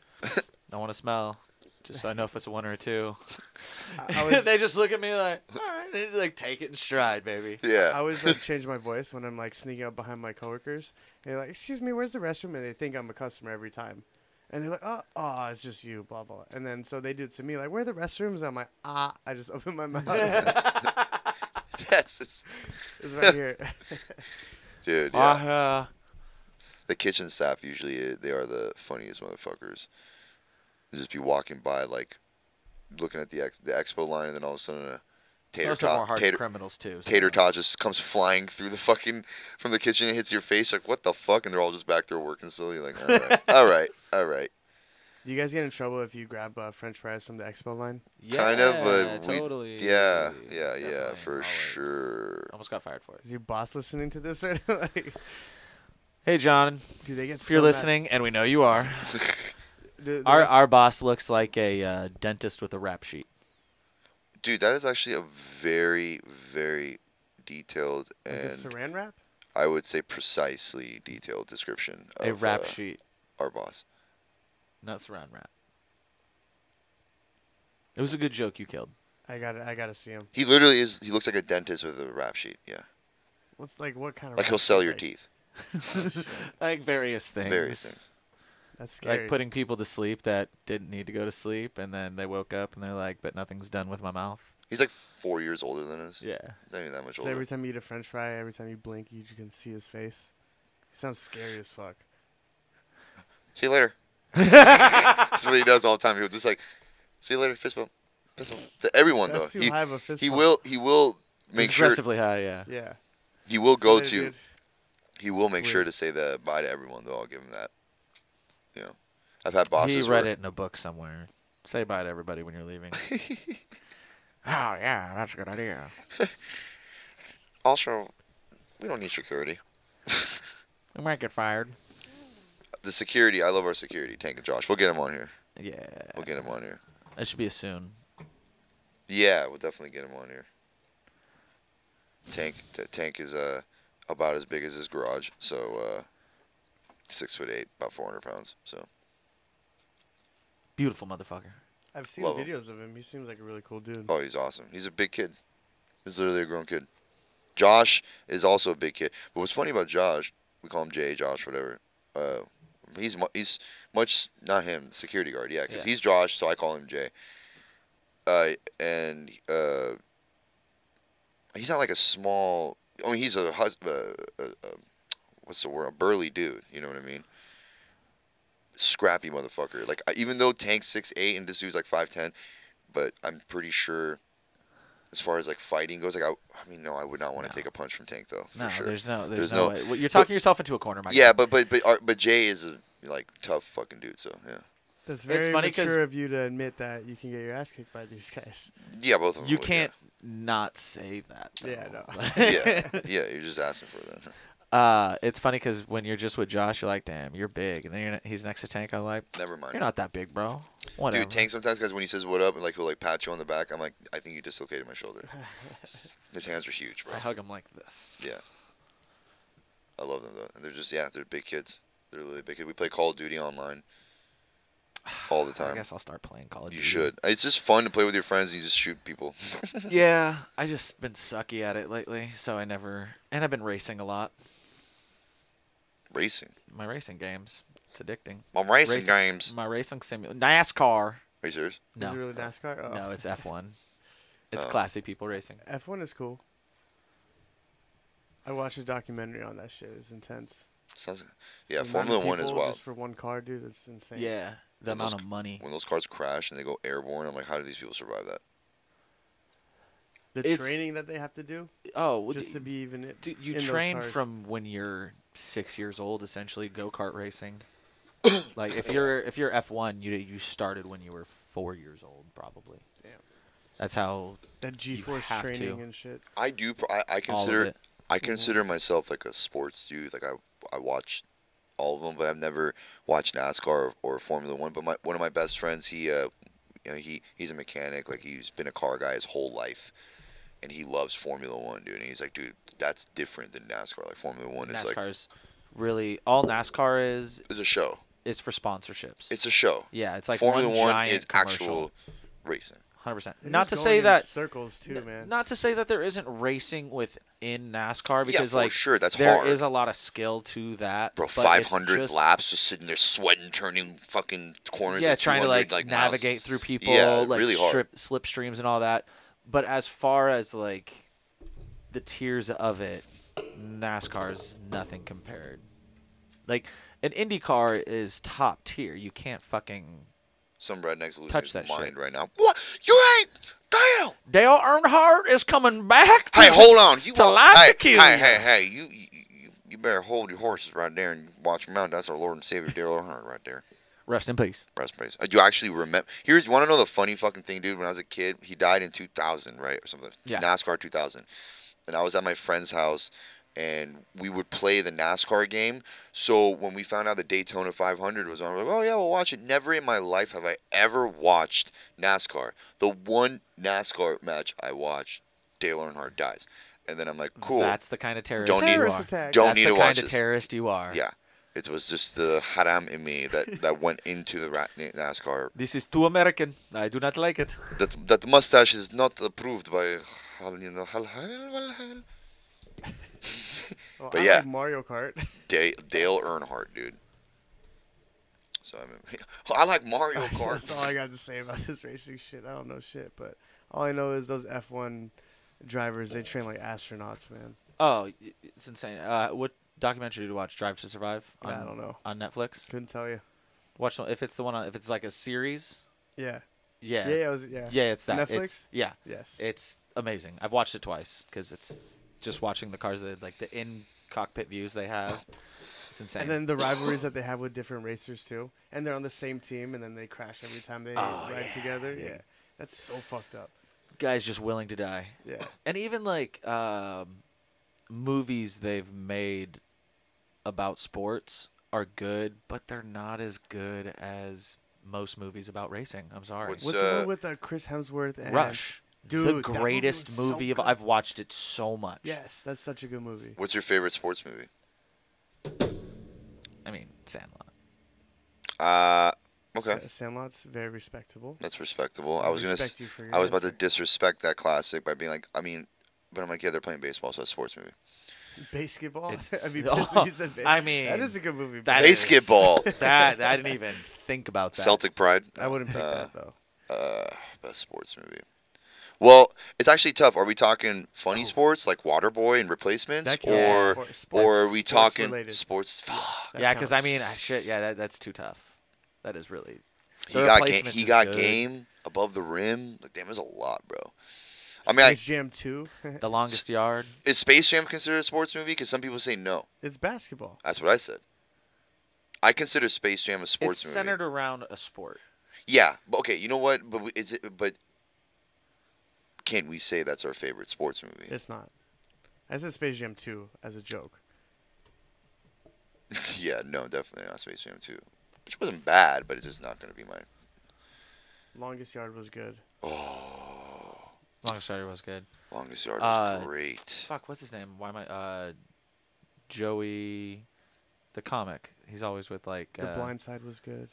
[SPEAKER 1] I want to smell, just so I know if it's a one or a two.
[SPEAKER 3] I, I was,
[SPEAKER 1] they just look at me like, "All right," they like take it in stride, baby.
[SPEAKER 2] Yeah.
[SPEAKER 3] I always like change my voice when I'm like sneaking up behind my coworkers. And they're like, "Excuse me, where's the restroom?" And they think I'm a customer every time. And they're like, "Oh, oh, it's just you, blah blah." And then so they do it to me, like, "Where are the restrooms?" And I'm like, "Ah," I just open my mouth.
[SPEAKER 2] That's just,
[SPEAKER 3] it's right here.
[SPEAKER 2] dude. Yeah.
[SPEAKER 1] Ah,
[SPEAKER 2] the kitchen staff usually uh, they are the funniest motherfuckers. They just be walking by like, looking at the ex- the expo line, and then all of a sudden a
[SPEAKER 1] uh,
[SPEAKER 2] tater
[SPEAKER 1] those are more
[SPEAKER 2] tot
[SPEAKER 1] hard
[SPEAKER 2] tater
[SPEAKER 1] criminals too. so-
[SPEAKER 2] tater tot just comes flying through the fucking from the kitchen and hits your face. Like what the fuck? And they're all just back there working still. You're like, all right, all right, all right.
[SPEAKER 3] do you guys get in trouble if you grab uh, French fries from the expo line?
[SPEAKER 2] Kind of,
[SPEAKER 1] Yeah,
[SPEAKER 2] but we-
[SPEAKER 1] totally.
[SPEAKER 2] Yeah, yeah, yeah,
[SPEAKER 1] Definitely,
[SPEAKER 2] for
[SPEAKER 1] always.
[SPEAKER 2] sure.
[SPEAKER 1] Almost got fired for it.
[SPEAKER 3] Is your boss listening to this right now? like,
[SPEAKER 1] Hey, John,
[SPEAKER 3] do they get?
[SPEAKER 1] if
[SPEAKER 3] so
[SPEAKER 1] you're
[SPEAKER 3] mad-
[SPEAKER 1] listening, and we know you are,
[SPEAKER 3] Do- the
[SPEAKER 1] our
[SPEAKER 3] rest-
[SPEAKER 1] our boss looks like a uh, dentist with a rap sheet.
[SPEAKER 2] Dude, that is actually a very, very detailed
[SPEAKER 3] like a
[SPEAKER 2] and
[SPEAKER 3] saran wrap.
[SPEAKER 2] I would say precisely detailed description of
[SPEAKER 1] a rap
[SPEAKER 2] uh,
[SPEAKER 1] sheet,
[SPEAKER 2] our boss.
[SPEAKER 1] not saran wrap. It was a good joke you killed.
[SPEAKER 3] I gotta, I gotta see him.
[SPEAKER 2] He literally is. He looks like a dentist with a rap sheet. Yeah,
[SPEAKER 3] What's like, what kind of?
[SPEAKER 2] like
[SPEAKER 3] wrap
[SPEAKER 2] he'll
[SPEAKER 3] is
[SPEAKER 2] sell
[SPEAKER 3] it,
[SPEAKER 2] your
[SPEAKER 3] like?
[SPEAKER 2] teeth.
[SPEAKER 1] Like various things.
[SPEAKER 2] Oh, Various things.
[SPEAKER 3] That's scary.
[SPEAKER 1] Like putting people to sleep that didn't need to go to sleep, and then they woke up and they're like, "But nothing's done with my mouth."
[SPEAKER 2] He's like four years older than us.
[SPEAKER 1] Yeah.
[SPEAKER 2] Not even that much
[SPEAKER 3] So
[SPEAKER 2] older.
[SPEAKER 3] every time you eat a French fry, every time you blink, you, you can see his face. He sounds scary as fuck.
[SPEAKER 2] See you later. That's what he does all the time. He'll just like, see you later, fist bump, fist bump to everyone
[SPEAKER 3] That's
[SPEAKER 2] though.
[SPEAKER 3] too
[SPEAKER 2] Oh, He,
[SPEAKER 3] high of a fist.
[SPEAKER 2] he
[SPEAKER 3] bump.
[SPEAKER 2] will. He will make sure.
[SPEAKER 1] Aggressively high, yeah.
[SPEAKER 3] Yeah.
[SPEAKER 2] He will go
[SPEAKER 3] Later,
[SPEAKER 2] to.
[SPEAKER 3] dude.
[SPEAKER 2] He will make
[SPEAKER 3] Weird.
[SPEAKER 2] sure to say the bye to everyone though. I'll give him that. You know, I've had bosses.
[SPEAKER 1] he read
[SPEAKER 2] where-
[SPEAKER 1] it in a book somewhere. Say bye to everybody when you're leaving. oh yeah, that's a good idea.
[SPEAKER 2] Also, we don't need security.
[SPEAKER 1] We might get fired.
[SPEAKER 2] The security. I love our security. Tank and Josh. We'll get him on here.
[SPEAKER 1] Yeah.
[SPEAKER 2] We'll get him on here.
[SPEAKER 1] That should be a soon.
[SPEAKER 2] Yeah, we'll definitely get him on here. Tank t- Tank is uh about as big as his garage, so uh six foot eight, about four hundred pounds. So
[SPEAKER 1] Beautiful motherfucker.
[SPEAKER 3] I've seen
[SPEAKER 2] Love him.
[SPEAKER 3] videos of him. He seems like a really cool dude.
[SPEAKER 2] oh, he's awesome. He's a big kid. He's literally a grown kid. Josh is also a big kid. But what's funny about Josh, we call him Jay, Josh, whatever. Uh, he's mu- he's much not him, security guard. Yeah, because
[SPEAKER 1] Yeah.
[SPEAKER 2] he's Josh, so I call him Jay. Uh, and uh, he's not like a small. I mean, he's a hus- uh, uh, uh, what's the word? A burly dude. You know what I mean? Scrappy motherfucker. Like I- even though Tank's six eight and this dude's like five ten, but I'm pretty sure. As far as like fighting goes, like I, I mean, no, I would not want to
[SPEAKER 1] No.
[SPEAKER 2] take a punch from Tank though. For
[SPEAKER 1] No,
[SPEAKER 2] sure.
[SPEAKER 1] there's no, there's,
[SPEAKER 2] There's
[SPEAKER 1] no.
[SPEAKER 2] no-
[SPEAKER 1] way. Well, You're talking yourself into a corner, Mike.
[SPEAKER 2] Yeah, but but but our, but Jay is a like tough fucking dude. So yeah,
[SPEAKER 3] That's very
[SPEAKER 1] funny 'cause-
[SPEAKER 3] mature of you to admit that you can get your ass kicked by these guys.
[SPEAKER 2] yeah, both of them.
[SPEAKER 1] You
[SPEAKER 2] would,
[SPEAKER 1] can't not say that.
[SPEAKER 3] Yeah,
[SPEAKER 1] though.
[SPEAKER 2] Yeah. yeah, yeah, you're just asking for that.
[SPEAKER 1] Uh, it's funny because when you're just with Josh, you're like, "Damn, you're big," and then you're, he's next to Tank. I'm like,
[SPEAKER 2] Never mind.
[SPEAKER 1] "You're not that big, bro." Whatever.
[SPEAKER 2] Dude, Tank sometimes, guys, when he says "what up" and like he'll like pat you on the back, I'm like, I think you dislocated my shoulder. His hands are huge, bro.
[SPEAKER 1] I hug him like this.
[SPEAKER 2] Yeah. I love them though, and they're just yeah, they're big kids. They're really big kids. We play Call of Duty online. all the
[SPEAKER 1] I
[SPEAKER 2] time.
[SPEAKER 1] guess I'll start playing Call of
[SPEAKER 2] You
[SPEAKER 1] Duty.
[SPEAKER 2] should. It's just fun to play with your friends. and You just shoot people.
[SPEAKER 1] Yeah, I just been sucky at it lately, so I never. And I've been racing a lot.
[SPEAKER 2] Racing.
[SPEAKER 1] My racing games, it's addicting.
[SPEAKER 2] I'm racing,
[SPEAKER 1] Racing.
[SPEAKER 2] games.
[SPEAKER 1] My racing sim, NASCAR.
[SPEAKER 2] Are you serious?
[SPEAKER 1] No,
[SPEAKER 3] Is it really NASCAR? Oh.
[SPEAKER 1] no, it's F1. It's
[SPEAKER 2] Oh.
[SPEAKER 1] classy people racing.
[SPEAKER 3] F1 is cool. I watched a documentary on that shit. It's intense.
[SPEAKER 2] Sounds. Yeah,
[SPEAKER 3] The amount of
[SPEAKER 2] Formula One is
[SPEAKER 3] people
[SPEAKER 2] wild.
[SPEAKER 3] Just for one car, dude, it's insane.
[SPEAKER 1] Yeah, the
[SPEAKER 2] And those
[SPEAKER 1] amount of money.
[SPEAKER 2] When those cars crash and they go airborne, I'm like, how do these people survive that?
[SPEAKER 3] The
[SPEAKER 1] It's-
[SPEAKER 3] training that they have to do
[SPEAKER 1] Oh, well,
[SPEAKER 3] just to be even. It,
[SPEAKER 1] Dude, you
[SPEAKER 3] in those
[SPEAKER 1] train
[SPEAKER 3] cars.
[SPEAKER 1] from when you're six years old, essentially go kart racing. like if you're if you're F one, you you started when you were four years old, probably.
[SPEAKER 3] Damn.
[SPEAKER 1] That's how
[SPEAKER 3] that G-force
[SPEAKER 1] have
[SPEAKER 3] training
[SPEAKER 1] to.
[SPEAKER 3] and shit.
[SPEAKER 2] I do. pr- I, I
[SPEAKER 1] all of
[SPEAKER 2] consider.
[SPEAKER 1] it.
[SPEAKER 2] I consider myself like a sports dude. Like I, I watch all of them, but I've never watched NASCAR or, or Formula One. But my one of my best friends, he, uh, you know, he he's a mechanic. Like he's been a car guy his whole life, and he loves Formula One, dude. And he's like, dude, that's different than NASCAR. Like Formula One is like,
[SPEAKER 1] NASCAR's really all NASCAR is
[SPEAKER 2] it's a show.
[SPEAKER 1] is for sponsorships.
[SPEAKER 2] It's a show.
[SPEAKER 1] yeah, it's like
[SPEAKER 2] Formula
[SPEAKER 1] one,
[SPEAKER 2] One
[SPEAKER 1] giant
[SPEAKER 2] is
[SPEAKER 1] commercial.
[SPEAKER 2] actual racing.
[SPEAKER 1] Hundred percent.
[SPEAKER 3] They're
[SPEAKER 1] Not
[SPEAKER 3] just
[SPEAKER 1] to
[SPEAKER 3] going
[SPEAKER 1] say
[SPEAKER 3] in
[SPEAKER 1] that.
[SPEAKER 3] circles too, man.
[SPEAKER 1] Not to say that there isn't racing within NASCAR because
[SPEAKER 2] yeah, for
[SPEAKER 1] like
[SPEAKER 2] sure. That's
[SPEAKER 1] there
[SPEAKER 2] hard.
[SPEAKER 1] is a lot of skill to that.
[SPEAKER 2] Bro,
[SPEAKER 1] but it's
[SPEAKER 2] 500
[SPEAKER 1] just-
[SPEAKER 2] laps, just sitting there sweating, turning fucking corners.
[SPEAKER 1] yeah
[SPEAKER 2] at
[SPEAKER 1] trying to
[SPEAKER 2] 200,
[SPEAKER 1] like,
[SPEAKER 2] like miles.
[SPEAKER 1] navigate through people like
[SPEAKER 2] really hard.
[SPEAKER 1] strip slip streams and all that but as far as like the tiers of it nascar's nothing compared like an indycar is top tier you can't fucking
[SPEAKER 2] Some redneck's losing
[SPEAKER 1] Touch
[SPEAKER 2] his
[SPEAKER 1] that
[SPEAKER 2] mind
[SPEAKER 1] shit.
[SPEAKER 2] right now. What? You ain't? Damn!
[SPEAKER 1] dale earnhardt is coming back
[SPEAKER 2] Hey, hold on. You
[SPEAKER 1] To
[SPEAKER 2] want-
[SPEAKER 1] life
[SPEAKER 2] hey,
[SPEAKER 1] to kill
[SPEAKER 2] hey,
[SPEAKER 1] you.
[SPEAKER 2] hey, hey, you, you, you- you better hold your horses right there and watch them out. That's our Lord and Savior, Daryl Earnhardt, right there.
[SPEAKER 1] rest in peace
[SPEAKER 2] Rest in peace. Uh, You actually remember? Here's you want to know the funny fucking thing, dude. When I was a kid, he died in 2000, right, or something.
[SPEAKER 1] Yeah.
[SPEAKER 2] NASCAR 2000, and I was at my friend's house, and we would play the NASCAR game. So when we found out the Daytona 500 was on, we're like, oh yeah, we'll watch it. Never in my life have I ever watched NASCAR. The one NASCAR match I watched, Dale Earnhardt dies, and then I'm like, cool.
[SPEAKER 1] that's the kind of terrorist
[SPEAKER 2] Don't need-
[SPEAKER 1] you
[SPEAKER 3] Terrorist
[SPEAKER 1] are.
[SPEAKER 3] attack.
[SPEAKER 2] Don't
[SPEAKER 1] that's
[SPEAKER 2] need
[SPEAKER 1] the
[SPEAKER 2] to
[SPEAKER 1] kind
[SPEAKER 2] watch
[SPEAKER 1] of
[SPEAKER 2] this.
[SPEAKER 1] terrorist you are
[SPEAKER 2] yeah, it was just the haram in me that that went into the ra- NASCAR
[SPEAKER 1] this is too american i do not like it
[SPEAKER 2] That that mustache is not approved by Hal- you know, Hal- Hal- Hal- Hal-
[SPEAKER 3] Well,
[SPEAKER 2] but
[SPEAKER 3] I
[SPEAKER 2] yeah.
[SPEAKER 3] like Mario Kart.
[SPEAKER 2] Da- Dale Earnhardt, dude. So I mean, I like Mario
[SPEAKER 3] That's all I
[SPEAKER 2] Kart.
[SPEAKER 3] got to say about this racing shit. I don't know shit, but all I know is those F1 drivers they train like astronauts, man.
[SPEAKER 1] oh y- it's insane uh, what documentary did you watch drive to survive on,
[SPEAKER 3] I don't know.
[SPEAKER 1] on netflix
[SPEAKER 3] Couldn't tell you.
[SPEAKER 1] Watch the- if it's the one on, if it's like a series. Yeah.
[SPEAKER 3] Yeah. Yeah.
[SPEAKER 1] Yeah,
[SPEAKER 3] yeah, it was, yeah.
[SPEAKER 1] it's that. It's
[SPEAKER 3] Netflix?
[SPEAKER 1] yeah.
[SPEAKER 3] Yes.
[SPEAKER 1] It's amazing. I've watched it twice cuz it's just watching the cars that like the in cockpit views they have. It's insane.
[SPEAKER 3] and then the rivalries that they have with different racers too, and they're on the same team, and then they crash every time they
[SPEAKER 1] Oh,
[SPEAKER 3] ride
[SPEAKER 1] yeah,
[SPEAKER 3] together.
[SPEAKER 1] dude.
[SPEAKER 3] Yeah, that's so fucked up.
[SPEAKER 1] guys just willing to die.
[SPEAKER 3] Yeah,
[SPEAKER 1] And even like um movies they've made about sports are good, but they're not as good as most movies about racing. I'm sorry.
[SPEAKER 2] What's-
[SPEAKER 3] what's the
[SPEAKER 2] uh,
[SPEAKER 3] one with uh, Chris Hemsworth and
[SPEAKER 1] Rush. the
[SPEAKER 3] Dude, that movie
[SPEAKER 1] greatest
[SPEAKER 3] was so
[SPEAKER 1] movie of
[SPEAKER 3] good.
[SPEAKER 1] I've watched it so much.
[SPEAKER 3] Yes, that's such a good movie.
[SPEAKER 2] What's your favorite sports movie?
[SPEAKER 1] I mean, Sandlot.
[SPEAKER 2] Uh, okay,
[SPEAKER 3] Sa- Sandlot's very respectable.
[SPEAKER 2] that's respectable. I was gonna, s-
[SPEAKER 3] respect you for your
[SPEAKER 2] I was about to
[SPEAKER 3] answer.
[SPEAKER 2] disrespect that classic by being like, I mean, but I'm like, yeah, they're playing baseball, so it's a sports movie.
[SPEAKER 3] basketball.
[SPEAKER 1] It's-
[SPEAKER 3] I'd be
[SPEAKER 1] oh,
[SPEAKER 3] pissed if you said ba-
[SPEAKER 1] I mean,
[SPEAKER 3] that is a good movie.
[SPEAKER 1] that
[SPEAKER 3] but
[SPEAKER 1] is-
[SPEAKER 2] Basketball,
[SPEAKER 1] That I didn't even think about that.
[SPEAKER 2] Celtic Pride.
[SPEAKER 3] I wouldn't pick
[SPEAKER 2] Uh,
[SPEAKER 3] that though.
[SPEAKER 2] Uh, best sports movie. Well, it's actually tough. Are we talking funny sports like Waterboy and replacements,
[SPEAKER 3] Oh. That counts.
[SPEAKER 2] or
[SPEAKER 3] Sport- sports-
[SPEAKER 2] or are we
[SPEAKER 3] sports
[SPEAKER 2] talking
[SPEAKER 3] related.
[SPEAKER 2] sports? Fuck.
[SPEAKER 3] That
[SPEAKER 1] yeah, because I
[SPEAKER 3] counts.
[SPEAKER 1] mean, I, shit. Yeah, that, that's too tough. That is really.
[SPEAKER 2] He
[SPEAKER 1] The
[SPEAKER 2] got game.
[SPEAKER 1] Replacements
[SPEAKER 2] He
[SPEAKER 1] is
[SPEAKER 2] got
[SPEAKER 1] good.
[SPEAKER 2] game above the rim. Like damn, there's a lot, bro. I mean, I,
[SPEAKER 3] Space Jam Two.
[SPEAKER 1] The longest yard.
[SPEAKER 2] is Space Jam considered a sports movie? Because some people say no.
[SPEAKER 3] it's basketball.
[SPEAKER 2] That's what I said. I consider Space Jam a sports
[SPEAKER 1] it's
[SPEAKER 2] movie.
[SPEAKER 1] centered around a sport.
[SPEAKER 2] Yeah. But okay. You know what? But we- is it? But can we say that's our favorite sports movie?
[SPEAKER 3] It's not. I said Space Jam Two as a joke.
[SPEAKER 2] yeah. No, definitely not Space Jam Two, which wasn't bad, but it's just not going to be my
[SPEAKER 3] Longest Yard was good.
[SPEAKER 2] Oh,
[SPEAKER 1] Longest yard was good.
[SPEAKER 2] longest yard was
[SPEAKER 1] Uh,
[SPEAKER 2] great.
[SPEAKER 1] Fuck, what's his name? Why am I? Uh, Joey, the comic. He's always with like.
[SPEAKER 3] The
[SPEAKER 1] uh,
[SPEAKER 3] Blind Side was good.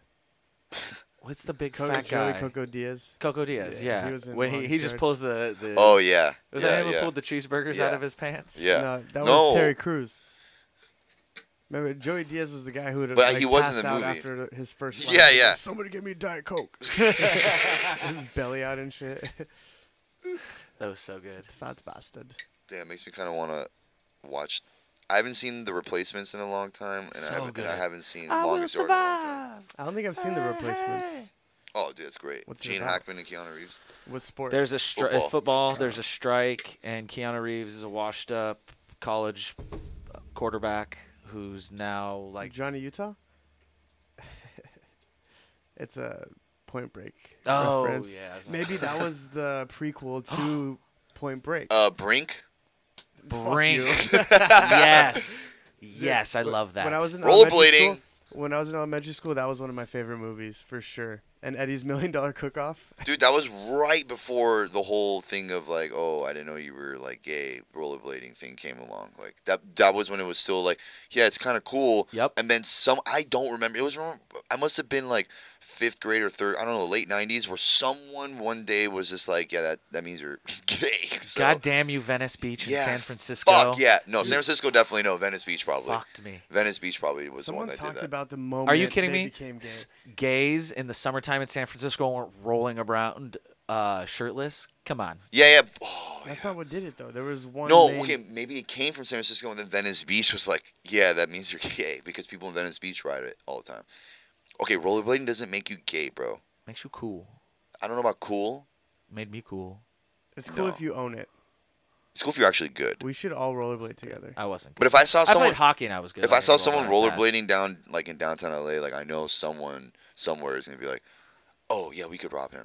[SPEAKER 1] what's the big
[SPEAKER 3] Coco,
[SPEAKER 1] fat
[SPEAKER 3] Joey
[SPEAKER 1] guy?
[SPEAKER 3] Coco Diaz.
[SPEAKER 1] Coco Diaz,
[SPEAKER 3] Yeah,
[SPEAKER 1] yeah.
[SPEAKER 3] he was in
[SPEAKER 1] when he,
[SPEAKER 3] Long's
[SPEAKER 1] he just
[SPEAKER 3] Yard.
[SPEAKER 1] pulls the, the
[SPEAKER 2] Oh yeah.
[SPEAKER 1] was
[SPEAKER 2] yeah,
[SPEAKER 1] that him
[SPEAKER 2] yeah.
[SPEAKER 1] who pulled the cheeseburgers out
[SPEAKER 2] Yeah.
[SPEAKER 1] of his pants?
[SPEAKER 2] Yeah.
[SPEAKER 3] No, that
[SPEAKER 2] No.
[SPEAKER 3] was Terry Crews. Remember, Joey Diaz was the guy who would
[SPEAKER 2] But
[SPEAKER 3] like,
[SPEAKER 2] he was in
[SPEAKER 3] passed
[SPEAKER 2] the
[SPEAKER 3] out
[SPEAKER 2] movie.
[SPEAKER 3] after his first.
[SPEAKER 2] Yeah,
[SPEAKER 3] line. He's
[SPEAKER 2] yeah.
[SPEAKER 3] like, Somebody give me a diet coke. his belly out and shit.
[SPEAKER 1] That was so good.
[SPEAKER 3] Fat bastard.
[SPEAKER 2] Damn, it makes me kind of want to watch. I haven't seen the replacements in a long time, and
[SPEAKER 1] So
[SPEAKER 2] I haven't, and I
[SPEAKER 1] good.
[SPEAKER 2] haven't seen
[SPEAKER 1] I will
[SPEAKER 2] longest yard. in a long time.
[SPEAKER 1] survive.
[SPEAKER 3] I don't think I've seen the replacements.
[SPEAKER 2] Oh, dude, that's great.
[SPEAKER 3] What's it
[SPEAKER 2] Gene
[SPEAKER 3] about?
[SPEAKER 2] Hackman and Keanu Reeves.
[SPEAKER 3] What sport?
[SPEAKER 1] There's a stri-
[SPEAKER 2] Football.
[SPEAKER 1] football. There's a strike, and Keanu Reeves is a washed-up college quarterback who's now like.
[SPEAKER 3] Johnny Utah. it's a Point Break.
[SPEAKER 1] Oh
[SPEAKER 3] reference.
[SPEAKER 1] yeah. that's not-
[SPEAKER 3] Maybe that was the prequel to Point Break.
[SPEAKER 2] Uh, Brink.
[SPEAKER 3] Fuck
[SPEAKER 1] Brink.
[SPEAKER 3] you.
[SPEAKER 1] yes. Yes, I
[SPEAKER 3] Wh-
[SPEAKER 1] love that.
[SPEAKER 3] When I was in
[SPEAKER 2] Rollerblading.
[SPEAKER 3] elementary school- When I was in elementary school, that was one of my favorite movies for sure. And Eddie's Million Dollar Cook Off.
[SPEAKER 2] Dude, that was right before the whole thing of like, oh, I didn't know you were like gay rollerblading thing came along. Like that that was when it was still like, yeah, it's kind of cool.
[SPEAKER 1] Yep.
[SPEAKER 2] And then some I don't remember. It was I must have been like 5th grade or 3rd, I don't know, late 90s where someone one day was just like, yeah, that that means you're gay. So,
[SPEAKER 1] God damn you, Venice Beach in
[SPEAKER 2] yeah,
[SPEAKER 1] San Francisco.
[SPEAKER 2] Fuck yeah. No, San Francisco definitely no, Venice Beach probably.
[SPEAKER 1] Fucked me.
[SPEAKER 2] Venice Beach probably was
[SPEAKER 3] Someone
[SPEAKER 2] the one that
[SPEAKER 3] talked
[SPEAKER 2] did that.
[SPEAKER 3] about the moment.
[SPEAKER 1] Are you kidding
[SPEAKER 3] they
[SPEAKER 1] me?
[SPEAKER 3] Became gay.
[SPEAKER 1] S- Gays in the summertime in San Francisco weren't rolling around uh, shirtless. Come on.
[SPEAKER 2] yeah, yeah. Oh,
[SPEAKER 3] That's
[SPEAKER 2] yeah.
[SPEAKER 3] not what did it though. There was one.
[SPEAKER 2] No,
[SPEAKER 3] main-
[SPEAKER 2] okay, maybe it came from San Francisco, and then Venice Beach was like, yeah, that means you're gay because people in Venice Beach ride it all the time. Okay, rollerblading doesn't make you gay, bro.
[SPEAKER 1] Makes you cool.
[SPEAKER 2] I don't know about cool.
[SPEAKER 1] Made me cool.
[SPEAKER 3] It's cool
[SPEAKER 2] no.
[SPEAKER 3] if you own it.
[SPEAKER 2] It's cool if you're actually good.
[SPEAKER 3] We should all rollerblade together.
[SPEAKER 1] I wasn't. Good.
[SPEAKER 2] But if I saw
[SPEAKER 1] I
[SPEAKER 2] someone,
[SPEAKER 1] played hockey and I was good.
[SPEAKER 2] if
[SPEAKER 1] I'm
[SPEAKER 2] I
[SPEAKER 1] not
[SPEAKER 2] saw
[SPEAKER 1] gonna
[SPEAKER 2] someone
[SPEAKER 1] lie about that.
[SPEAKER 2] rollerblading down like in downtown LA, like I know someone somewhere is gonna be like, oh yeah, we could rob him.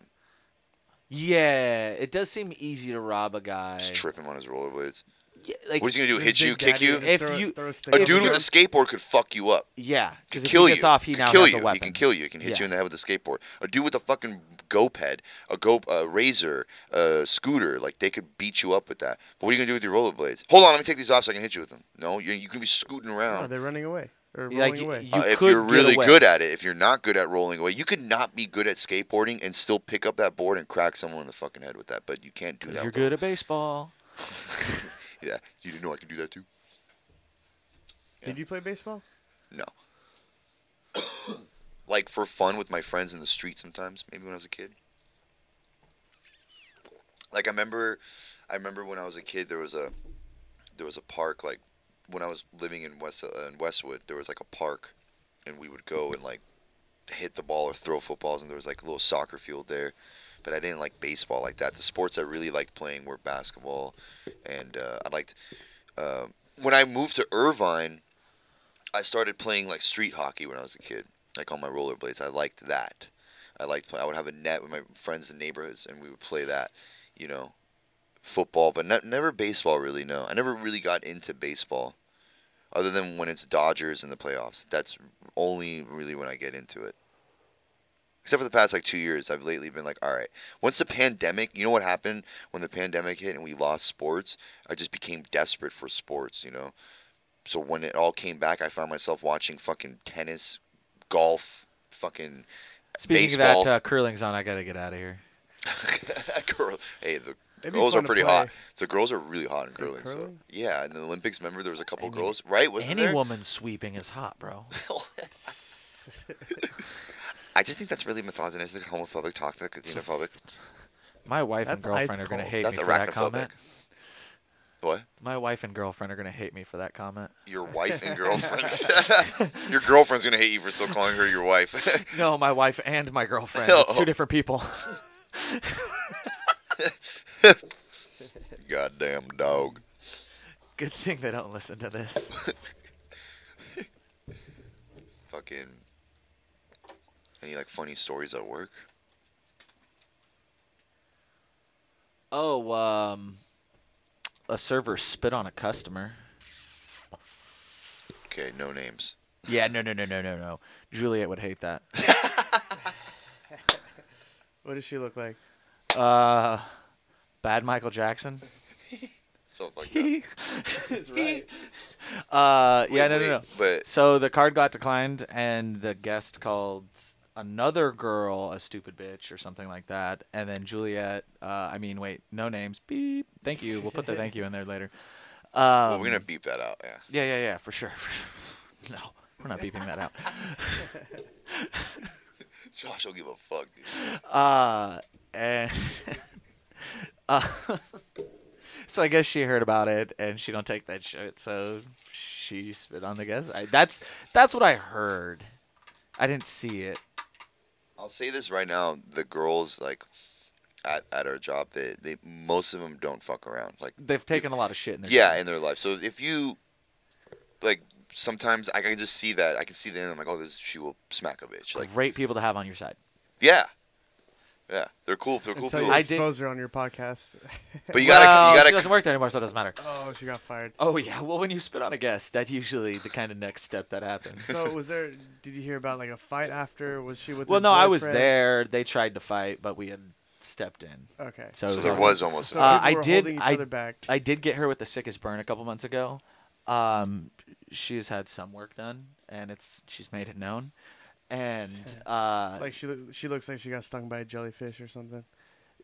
[SPEAKER 1] Yeah, it does seem easy to rob a guy.
[SPEAKER 2] Just trip him on his rollerblades.
[SPEAKER 1] Yeah, like
[SPEAKER 2] What is he gonna do?
[SPEAKER 3] His
[SPEAKER 2] Hit you?
[SPEAKER 3] Big
[SPEAKER 2] Kick
[SPEAKER 3] Daddy
[SPEAKER 2] you?
[SPEAKER 3] would
[SPEAKER 1] If
[SPEAKER 3] throw-
[SPEAKER 1] you-
[SPEAKER 3] throw
[SPEAKER 2] A
[SPEAKER 3] steak
[SPEAKER 1] if
[SPEAKER 2] dude
[SPEAKER 1] you-
[SPEAKER 2] with a skateboard could fuck you up.
[SPEAKER 1] yeah, because if
[SPEAKER 2] kill
[SPEAKER 1] he gets
[SPEAKER 2] you.
[SPEAKER 1] off, he
[SPEAKER 2] Could
[SPEAKER 1] now
[SPEAKER 2] kill
[SPEAKER 1] has
[SPEAKER 2] you.
[SPEAKER 1] a weapon.
[SPEAKER 2] He can kill you. He can hit
[SPEAKER 1] Yeah.
[SPEAKER 2] you in the head with a skateboard. A dude with a fucking gope head, a gope, a razor, a scooter, like they could beat you up with that. But what are you gonna do with your rollerblades? Hold on, let me take these off so I can hit you with them. No, you you can be scooting
[SPEAKER 3] No,
[SPEAKER 2] around.
[SPEAKER 3] they're running away or rolling
[SPEAKER 1] Yeah, like,
[SPEAKER 3] away.
[SPEAKER 1] you
[SPEAKER 2] Uh, if
[SPEAKER 1] could
[SPEAKER 2] you're
[SPEAKER 1] get
[SPEAKER 2] really
[SPEAKER 1] away.
[SPEAKER 2] good at it, if you're not good at rolling away, you could not be good at skateboarding and still pick up that board and crack someone in the fucking head with that. But you can't do
[SPEAKER 1] 'Cause
[SPEAKER 2] that.
[SPEAKER 1] You're
[SPEAKER 2] with
[SPEAKER 1] good at baseball.
[SPEAKER 2] a- Yeah, you didn't know I could do that too.
[SPEAKER 3] Did you play baseball?
[SPEAKER 2] No. like for fun with my friends in the street sometimes, maybe when I was a kid. Like I remember I remember when I was a kid there was a there was a park like when I was living in West uh, in Westwood, there was like a park and we would go and like hit the ball or throw footballs and there was like a little soccer field there. But I didn't like baseball like that. The sports I really liked playing were basketball and uh, I liked uh, when I moved to Irvine I started playing like street hockey when I was a kid, like on my rollerblades. I liked that. I liked play. I would have a net with my friends in neighborhoods, and we would play that. You know, football, but not, never baseball. Really, no. I never really got into baseball, other than when it's Dodgers in the playoffs. That's only really when I get into it. Except for the past like two years, I've lately been like, all right. Once the pandemic, you know what happened when the pandemic hit and we lost sports? I just became desperate for sports. You know, so when it all came back, I found myself watching fucking tennis, golf, fucking
[SPEAKER 1] Speaking
[SPEAKER 2] Baseball.
[SPEAKER 1] of that, uh, curling's on. I gotta get out of here.
[SPEAKER 2] girl. Hey, the
[SPEAKER 3] It'd be
[SPEAKER 2] girls are
[SPEAKER 3] fun to
[SPEAKER 2] pretty
[SPEAKER 3] play.
[SPEAKER 2] hot. So girls are really hot in curling. So
[SPEAKER 3] curling?
[SPEAKER 2] yeah, in the Olympics, remember there was a couple
[SPEAKER 1] I mean,
[SPEAKER 2] girls, right? Wasn't
[SPEAKER 1] Any
[SPEAKER 2] there?
[SPEAKER 1] woman sweeping is hot, bro.
[SPEAKER 2] I just think that's really misogynistic, homophobic, toxic, xenophobic.
[SPEAKER 1] My wife and
[SPEAKER 3] That's ice
[SPEAKER 1] girlfriend are gonna
[SPEAKER 3] cold.
[SPEAKER 1] hate
[SPEAKER 2] That's
[SPEAKER 1] me for that comment.
[SPEAKER 2] What?
[SPEAKER 1] My wife and girlfriend are gonna hate me for that comment.
[SPEAKER 2] Your wife and girlfriend. your girlfriend's gonna hate you for still calling her your wife.
[SPEAKER 1] No, my wife and my girlfriend. It's
[SPEAKER 2] Oh.
[SPEAKER 1] two different people.
[SPEAKER 2] Goddamn dog.
[SPEAKER 1] Good thing they don't listen to this.
[SPEAKER 2] Fucking. Any like funny stories at work?
[SPEAKER 1] Oh, um, a server spit on a customer.
[SPEAKER 2] Okay, no names.
[SPEAKER 1] Yeah, no, no, no, no, no, no. Juliet would hate that.
[SPEAKER 3] What does she look like?
[SPEAKER 1] Uh, bad Michael Jackson. Uh,
[SPEAKER 2] Stuff like that.
[SPEAKER 1] That's right. Uh, yeah,
[SPEAKER 2] Wait,
[SPEAKER 1] no, no, no.
[SPEAKER 2] wait, But
[SPEAKER 1] So the card got declined, and the guest called another girl a stupid bitch or something like that. And then Juliet, uh, I mean, wait, no names. Beep. Thank you. We'll put the thank you in there later. Um,
[SPEAKER 2] well, we're gonna beep that out. Yeah.
[SPEAKER 1] Yeah, yeah, yeah, for sure. For sure. No, we're not beeping that out.
[SPEAKER 2] Josh don't give a fuck. Dude.
[SPEAKER 1] Uh, and uh, so I guess she heard about it and she don't take that shit, so she spit on the guest. I, that's that's what I heard. I didn't see it.
[SPEAKER 2] I'll say this right now: the girls like at, at our job, they, they most of them don't fuck around. Like
[SPEAKER 1] They've taken a lot of shit in their
[SPEAKER 2] yeah, in their life. So if you like, sometimes I can just see that. I can see them. I'm like, oh, this she will smack a bitch. Like,
[SPEAKER 1] great people to have on your side.
[SPEAKER 2] yeah, yeah, they're cool. They're cool
[SPEAKER 3] Until
[SPEAKER 2] people.
[SPEAKER 3] you
[SPEAKER 1] I did-
[SPEAKER 3] expose her on your podcast.
[SPEAKER 2] But you gotta,
[SPEAKER 1] Well, she
[SPEAKER 2] you
[SPEAKER 1] doesn't
[SPEAKER 2] gotta.
[SPEAKER 1] work there anymore, so it doesn't matter.
[SPEAKER 3] oh, she got fired.
[SPEAKER 1] Oh yeah, well when you spit on a guest, that's usually the kind of next step that happens.
[SPEAKER 3] So was there? Did you hear about like a fight after? Was she with?
[SPEAKER 1] well,
[SPEAKER 3] her
[SPEAKER 1] no, I was
[SPEAKER 3] boyfriend?
[SPEAKER 1] there. They tried to fight, but we had stepped in.
[SPEAKER 3] Okay.
[SPEAKER 1] So, it
[SPEAKER 2] So there
[SPEAKER 1] all-
[SPEAKER 2] was almost.
[SPEAKER 3] So
[SPEAKER 1] Uh,
[SPEAKER 3] people
[SPEAKER 1] I
[SPEAKER 3] were
[SPEAKER 1] did-
[SPEAKER 3] Holding each
[SPEAKER 1] I-
[SPEAKER 3] other back.
[SPEAKER 1] I did get her with the sickest burn a couple months ago. Um, she's had some work done, and it's she's made it known. And uh,
[SPEAKER 3] like she loo- she looks like she got stung by a jellyfish or something.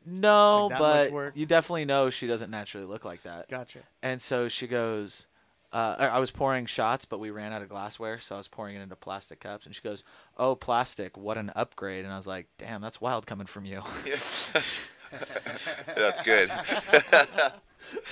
[SPEAKER 1] no,
[SPEAKER 3] like that much work?
[SPEAKER 1] but you definitely know she doesn't naturally look like that.
[SPEAKER 3] Gotcha.
[SPEAKER 1] And so she goes, uh, I I was pouring shots, but we ran out of glassware, so I was pouring it into plastic cups. And she goes, "Oh, plastic! What an upgrade!" And I was like, "Damn, that's wild coming from you."
[SPEAKER 2] That's good.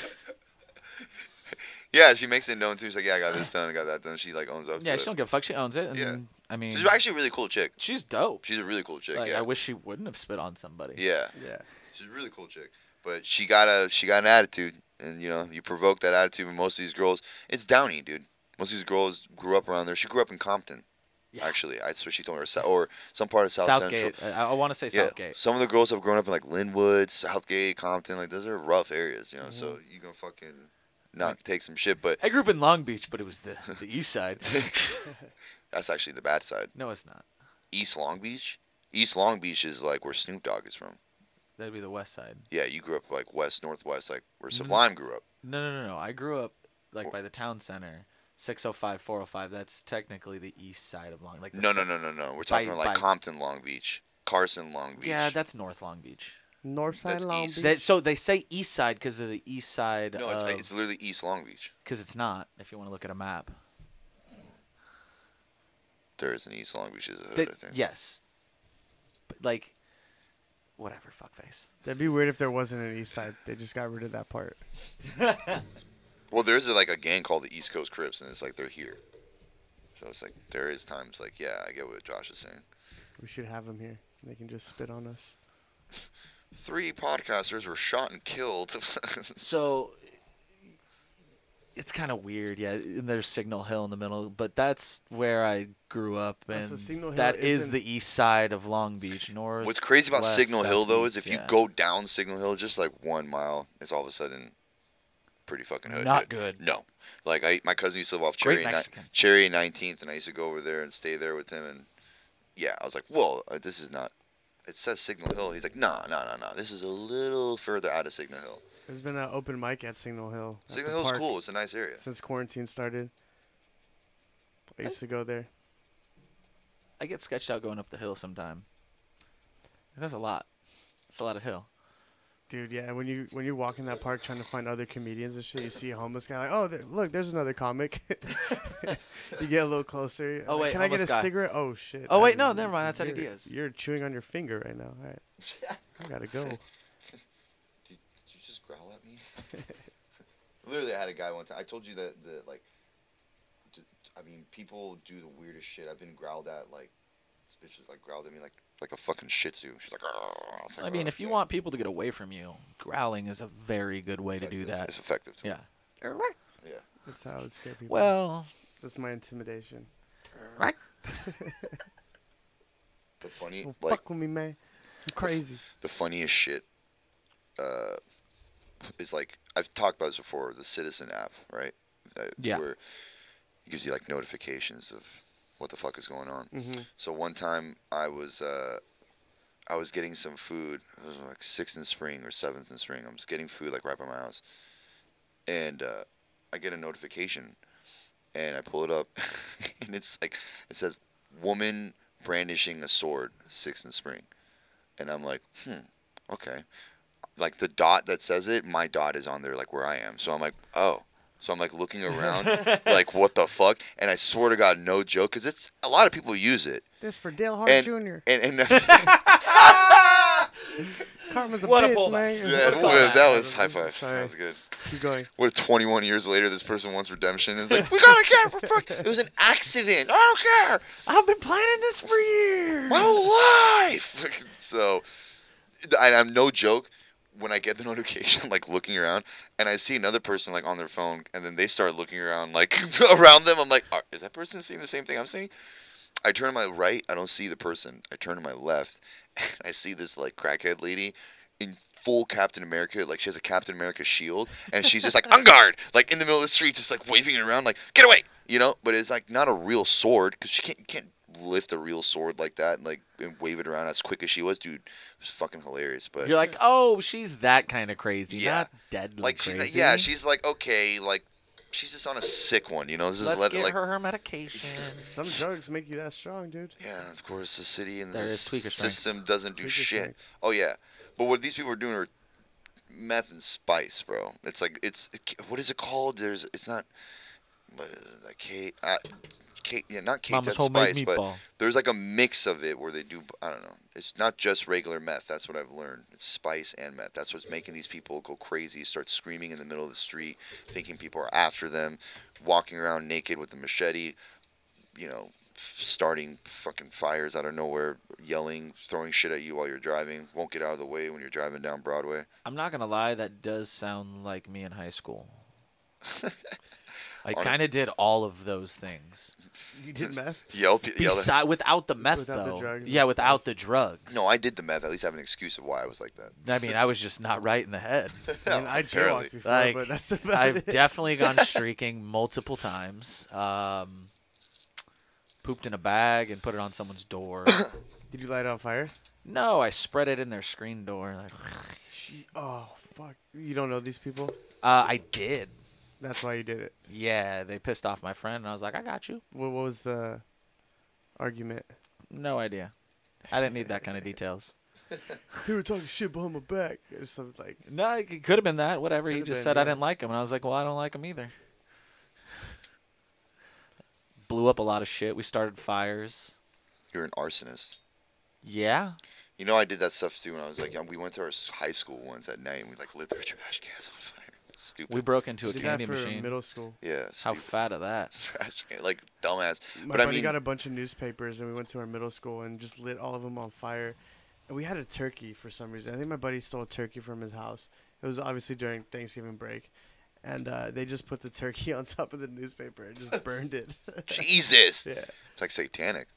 [SPEAKER 2] yeah, she makes it known too. She's like, yeah, I got this done, I got that done. She like owns up
[SPEAKER 1] yeah,
[SPEAKER 2] to
[SPEAKER 1] she
[SPEAKER 2] it.
[SPEAKER 1] don't give a fuck. She owns it. And
[SPEAKER 2] Yeah.
[SPEAKER 1] I mean,
[SPEAKER 2] She's actually a really cool chick.
[SPEAKER 1] she's dope.
[SPEAKER 2] She's a really cool chick.
[SPEAKER 1] Like,
[SPEAKER 2] yeah.
[SPEAKER 1] I wish she wouldn't have spit on somebody.
[SPEAKER 2] yeah.
[SPEAKER 3] Yeah.
[SPEAKER 2] She's a really cool chick. But she got a she got an attitude, and you know you provoke that attitude. And most of these girls, it's Downey, dude. Most of these girls grew up around there. She grew up in Compton,
[SPEAKER 1] Yeah.
[SPEAKER 2] actually. That's what she told her, Sou- or some part of South Central.
[SPEAKER 1] Southgate. I, I want to say
[SPEAKER 2] Yeah,
[SPEAKER 1] Southgate.
[SPEAKER 2] some of the girls have grown up in like Linwood, Southgate, Compton. Like those are rough areas, you know. So
[SPEAKER 1] Mm-hmm.
[SPEAKER 2] you gonna fucking not take some shit, but
[SPEAKER 1] I grew up in Long Beach, but it was the the East Side.
[SPEAKER 2] that's actually the bad side.
[SPEAKER 1] no, it's not.
[SPEAKER 2] East Long Beach, East Long Beach is like where Snoop Dogg is from.
[SPEAKER 1] That'd be the West Side.
[SPEAKER 2] Yeah, you grew up like west, northwest, like where
[SPEAKER 1] No, no.
[SPEAKER 2] Sublime grew up.
[SPEAKER 1] No, no, no, no. I grew up like by the town center, 605, 405. That's technically the East Side of Long. Like the
[SPEAKER 2] No, no,
[SPEAKER 1] cen-
[SPEAKER 2] no, no, no. We're talking like
[SPEAKER 1] by-
[SPEAKER 2] Compton, Long Beach, Carson, Long Beach.
[SPEAKER 1] Yeah, that's North Long Beach.
[SPEAKER 3] North side
[SPEAKER 2] That's
[SPEAKER 3] Long
[SPEAKER 2] east.
[SPEAKER 3] Beach.
[SPEAKER 1] They, so they say East Side because of the East Side.
[SPEAKER 2] no, it's, it's literally East Long Beach.
[SPEAKER 1] because it's not. If you want to look at a map.
[SPEAKER 2] There is an East Long Beach. Is a hood,
[SPEAKER 1] That-
[SPEAKER 2] I think.
[SPEAKER 1] yes. But like, whatever. Fuckface.
[SPEAKER 3] That'd be weird if there wasn't an east side. They just got rid of that part.
[SPEAKER 2] Well, there is like a gang called the East Coast Crips, and it's like they're here. So it's like there is times like yeah, I get what Josh is saying.
[SPEAKER 3] We should have them here. They can just spit on us.
[SPEAKER 2] Three podcasters were shot and killed.
[SPEAKER 1] So it's kind of weird, yeah. And there's Signal Hill in the middle, but that's where I grew up,
[SPEAKER 3] Oh,
[SPEAKER 1] and
[SPEAKER 3] so Signal Hill
[SPEAKER 1] that is
[SPEAKER 3] isn't-
[SPEAKER 1] the east side of Long Beach, north.
[SPEAKER 2] What's crazy about
[SPEAKER 1] west,
[SPEAKER 2] Signal Hill though is if
[SPEAKER 1] southeast,
[SPEAKER 2] you
[SPEAKER 1] yeah.
[SPEAKER 2] go down Signal Hill just like one mile, it's all of a sudden pretty fucking hood.
[SPEAKER 1] Not
[SPEAKER 2] dude.
[SPEAKER 1] good.
[SPEAKER 2] No. Like I, my cousin used to live off
[SPEAKER 1] Great
[SPEAKER 2] Cherry, and
[SPEAKER 1] Mexican.
[SPEAKER 2] Cherry 19th, and I used to go over there and stay there with him. And yeah, I was like, "Whoa, uh, this is not." It says Signal Hill. He's like, "Nah, nah, nah, nah. This is a little further out of Signal Hill.
[SPEAKER 3] There's been an open mic at Signal Hill. at
[SPEAKER 2] Signal
[SPEAKER 3] the
[SPEAKER 2] Hill's
[SPEAKER 3] park
[SPEAKER 2] cool. It's a nice area.
[SPEAKER 3] Since quarantine started, I used to go there.
[SPEAKER 1] I get sketched out going up the hill sometime. And That's a lot. It's a lot of hill.
[SPEAKER 3] Dude, yeah, and when you when you walk in that park trying to find other comedians and shit, you see a homeless guy like, oh, there, look, there's another comic. you get a little closer.
[SPEAKER 1] Oh,
[SPEAKER 3] like,
[SPEAKER 1] wait,
[SPEAKER 3] can I get a
[SPEAKER 1] homeless guy.
[SPEAKER 3] cigarette? Oh shit.
[SPEAKER 1] Oh, wait,
[SPEAKER 3] I-
[SPEAKER 1] no, never mind, that's
[SPEAKER 3] you're-
[SPEAKER 1] ideas.
[SPEAKER 3] You're chewing on your finger right now. All right, I gotta go.
[SPEAKER 2] Did, did you just growl at me? Literally, I had a guy one time. I told you that the like, d- I mean, people do the weirdest shit. I've been growled at like, this bitch was like growled at me like like a fucking Shih Tzu. She's like, "Arr." was like,
[SPEAKER 1] I mean,
[SPEAKER 2] "Arr."
[SPEAKER 1] if you
[SPEAKER 2] Yeah.
[SPEAKER 1] want people to get away from you, growling is a very good way to do
[SPEAKER 2] Effective.
[SPEAKER 1] that.
[SPEAKER 2] it's effective. too.
[SPEAKER 1] Yeah.
[SPEAKER 3] That's how I would scare people.
[SPEAKER 1] Well,
[SPEAKER 3] that's my intimidation.
[SPEAKER 2] The funny,
[SPEAKER 3] Don't
[SPEAKER 2] like
[SPEAKER 3] fuck with me, man. I'm crazy.
[SPEAKER 2] the funniest shit, uh, is like I've talked about this before. The Citizen app, right? Uh,
[SPEAKER 1] Yeah.
[SPEAKER 2] Where it gives you like notifications of what the fuck is going on.
[SPEAKER 3] Mm-hmm.
[SPEAKER 2] So one time I was uh, I was getting some food. It was like sixth and spring or seventh and spring. I'm just getting food like right by my house, and uh, I get a notification, and I pull it up, and it's like it says woman brandishing a sword, six and spring. And I'm like, hmm, okay. Like the dot that says it, my dot is on there, like where I am. So I'm like, oh. So I'm like looking around, like what the fuck? And I swear to God, no joke, because it's a lot of people use it.
[SPEAKER 3] This for Dale Hart
[SPEAKER 2] and,
[SPEAKER 3] Jr.
[SPEAKER 2] And and
[SPEAKER 3] Karma's a
[SPEAKER 1] What a
[SPEAKER 3] bitch,
[SPEAKER 1] pullback.
[SPEAKER 3] man.
[SPEAKER 2] Yeah,
[SPEAKER 1] What a
[SPEAKER 2] that,
[SPEAKER 1] callback.
[SPEAKER 2] was high five.
[SPEAKER 3] Sorry.
[SPEAKER 2] That was good.
[SPEAKER 3] Keep going.
[SPEAKER 2] What if 21 years later this person wants redemption? And it's like, we got a cat for fuck. It was an accident. I don't care.
[SPEAKER 1] I've been planning this for years.
[SPEAKER 2] my whole life. so, I, I'm no joke. When I get the notification, I'm like looking around, and I see another person like on their phone, and then they start looking around like around them. I'm like, "Are- is that person seeing the same thing I'm seeing? I turn to my right, I don't see the person. I turn to my left, and I see this like crackhead lady in full Captain America, like she has a Captain America shield, and she's just like on guard, like in the middle of the street, just like waving it around, like get away, you know. But it's like not a real sword because she can't you can't lift a real sword like that and like and wave it around as quick as she was, dude. It's fucking hilarious. But
[SPEAKER 1] You're like, oh, she's that kind of crazy,
[SPEAKER 2] Yeah.
[SPEAKER 1] not deadly
[SPEAKER 2] like she's
[SPEAKER 1] crazy.
[SPEAKER 2] like- yeah, she's like okay, like she's just on a sick one, you know. This is
[SPEAKER 1] Let's
[SPEAKER 2] let
[SPEAKER 1] get
[SPEAKER 2] like
[SPEAKER 1] her her medication.
[SPEAKER 3] Some drugs make you that strong, dude.
[SPEAKER 2] yeah, of course the city and
[SPEAKER 1] There
[SPEAKER 2] the
[SPEAKER 1] is tweaker strength.
[SPEAKER 2] system doesn't do
[SPEAKER 3] Tweaker
[SPEAKER 2] shit.
[SPEAKER 3] strength.
[SPEAKER 2] Oh yeah, but what these people are doing are meth and spice, bro. It's like it's what is it called? There's it's not. But uh, K, uh, K, yeah, not K.
[SPEAKER 1] Mama's
[SPEAKER 2] That's
[SPEAKER 1] homemade
[SPEAKER 2] spice, but
[SPEAKER 1] meatball.
[SPEAKER 2] there's like a mix of it where they do i don't know it's not just regular meth that's what i've learned it's spice and meth that's what's making these people go crazy start screaming in the middle of the street thinking people are after them walking around naked with a machete you know f- starting fucking fires out of nowhere yelling throwing shit at you while you're driving won't get out of the way when you're driving down broadway
[SPEAKER 1] I'm not gonna lie, that does sound like me in high school. I
[SPEAKER 2] On-
[SPEAKER 1] kind of did all of those things.
[SPEAKER 3] You did meth.
[SPEAKER 2] yell, pe- yell at-
[SPEAKER 1] Beside, without the meth,
[SPEAKER 3] Without the
[SPEAKER 1] though.
[SPEAKER 3] drugs
[SPEAKER 1] yeah,
[SPEAKER 3] and
[SPEAKER 1] without
[SPEAKER 3] spice.
[SPEAKER 1] the drugs.
[SPEAKER 2] no i did the meth at least i have an excuse of why i was like that
[SPEAKER 1] I mean, I was just not right in the head.
[SPEAKER 3] I mean, I
[SPEAKER 2] Apparently.
[SPEAKER 3] jaywalked before,
[SPEAKER 1] Like,
[SPEAKER 3] but that's about
[SPEAKER 1] I've
[SPEAKER 3] it.
[SPEAKER 1] definitely gone streaking multiple times. Um, pooped in a bag and put it on someone's door.
[SPEAKER 3] did you light on fire?
[SPEAKER 1] no, I spread it in their screen door. Like,
[SPEAKER 3] Oh fuck! You don't know these people.
[SPEAKER 1] uh, I did.
[SPEAKER 3] That's why you did it.
[SPEAKER 1] Yeah, they pissed off my friend, and I was like, I got you.
[SPEAKER 3] What, what was the argument?
[SPEAKER 1] No idea. I didn't need that kind of details.
[SPEAKER 3] They were talking shit behind my back. Or something like.
[SPEAKER 1] No, it could have been that. Whatever. he
[SPEAKER 3] Coulda
[SPEAKER 1] just
[SPEAKER 3] been,
[SPEAKER 1] said I
[SPEAKER 3] yeah.
[SPEAKER 1] didn't like him, and I was like, well, I don't like him either. Blew up a lot of shit. We started fires.
[SPEAKER 2] you're an arsonist
[SPEAKER 1] Yeah.
[SPEAKER 2] You know, I did that stuff too when I was like, young. we went to our s- high school once at night and we like lit their trash cans on fire. Stupid.
[SPEAKER 1] We broke into a
[SPEAKER 3] did
[SPEAKER 1] candy
[SPEAKER 3] that for
[SPEAKER 1] machine.
[SPEAKER 3] middle school.
[SPEAKER 2] yeah,
[SPEAKER 1] How
[SPEAKER 2] stupid.
[SPEAKER 1] fat of that?
[SPEAKER 2] trash can, like dumbass.
[SPEAKER 3] My
[SPEAKER 2] but I
[SPEAKER 3] buddy
[SPEAKER 2] mean,
[SPEAKER 3] got a bunch of newspapers, and we went to our middle school and just lit all of them on fire. And we had a turkey for some reason. I think my buddy stole a turkey from his house. It was obviously during Thanksgiving break, and uh, they just put the turkey on top of the newspaper and just burned it.
[SPEAKER 2] Jesus,
[SPEAKER 3] yeah,
[SPEAKER 2] it's like satanic.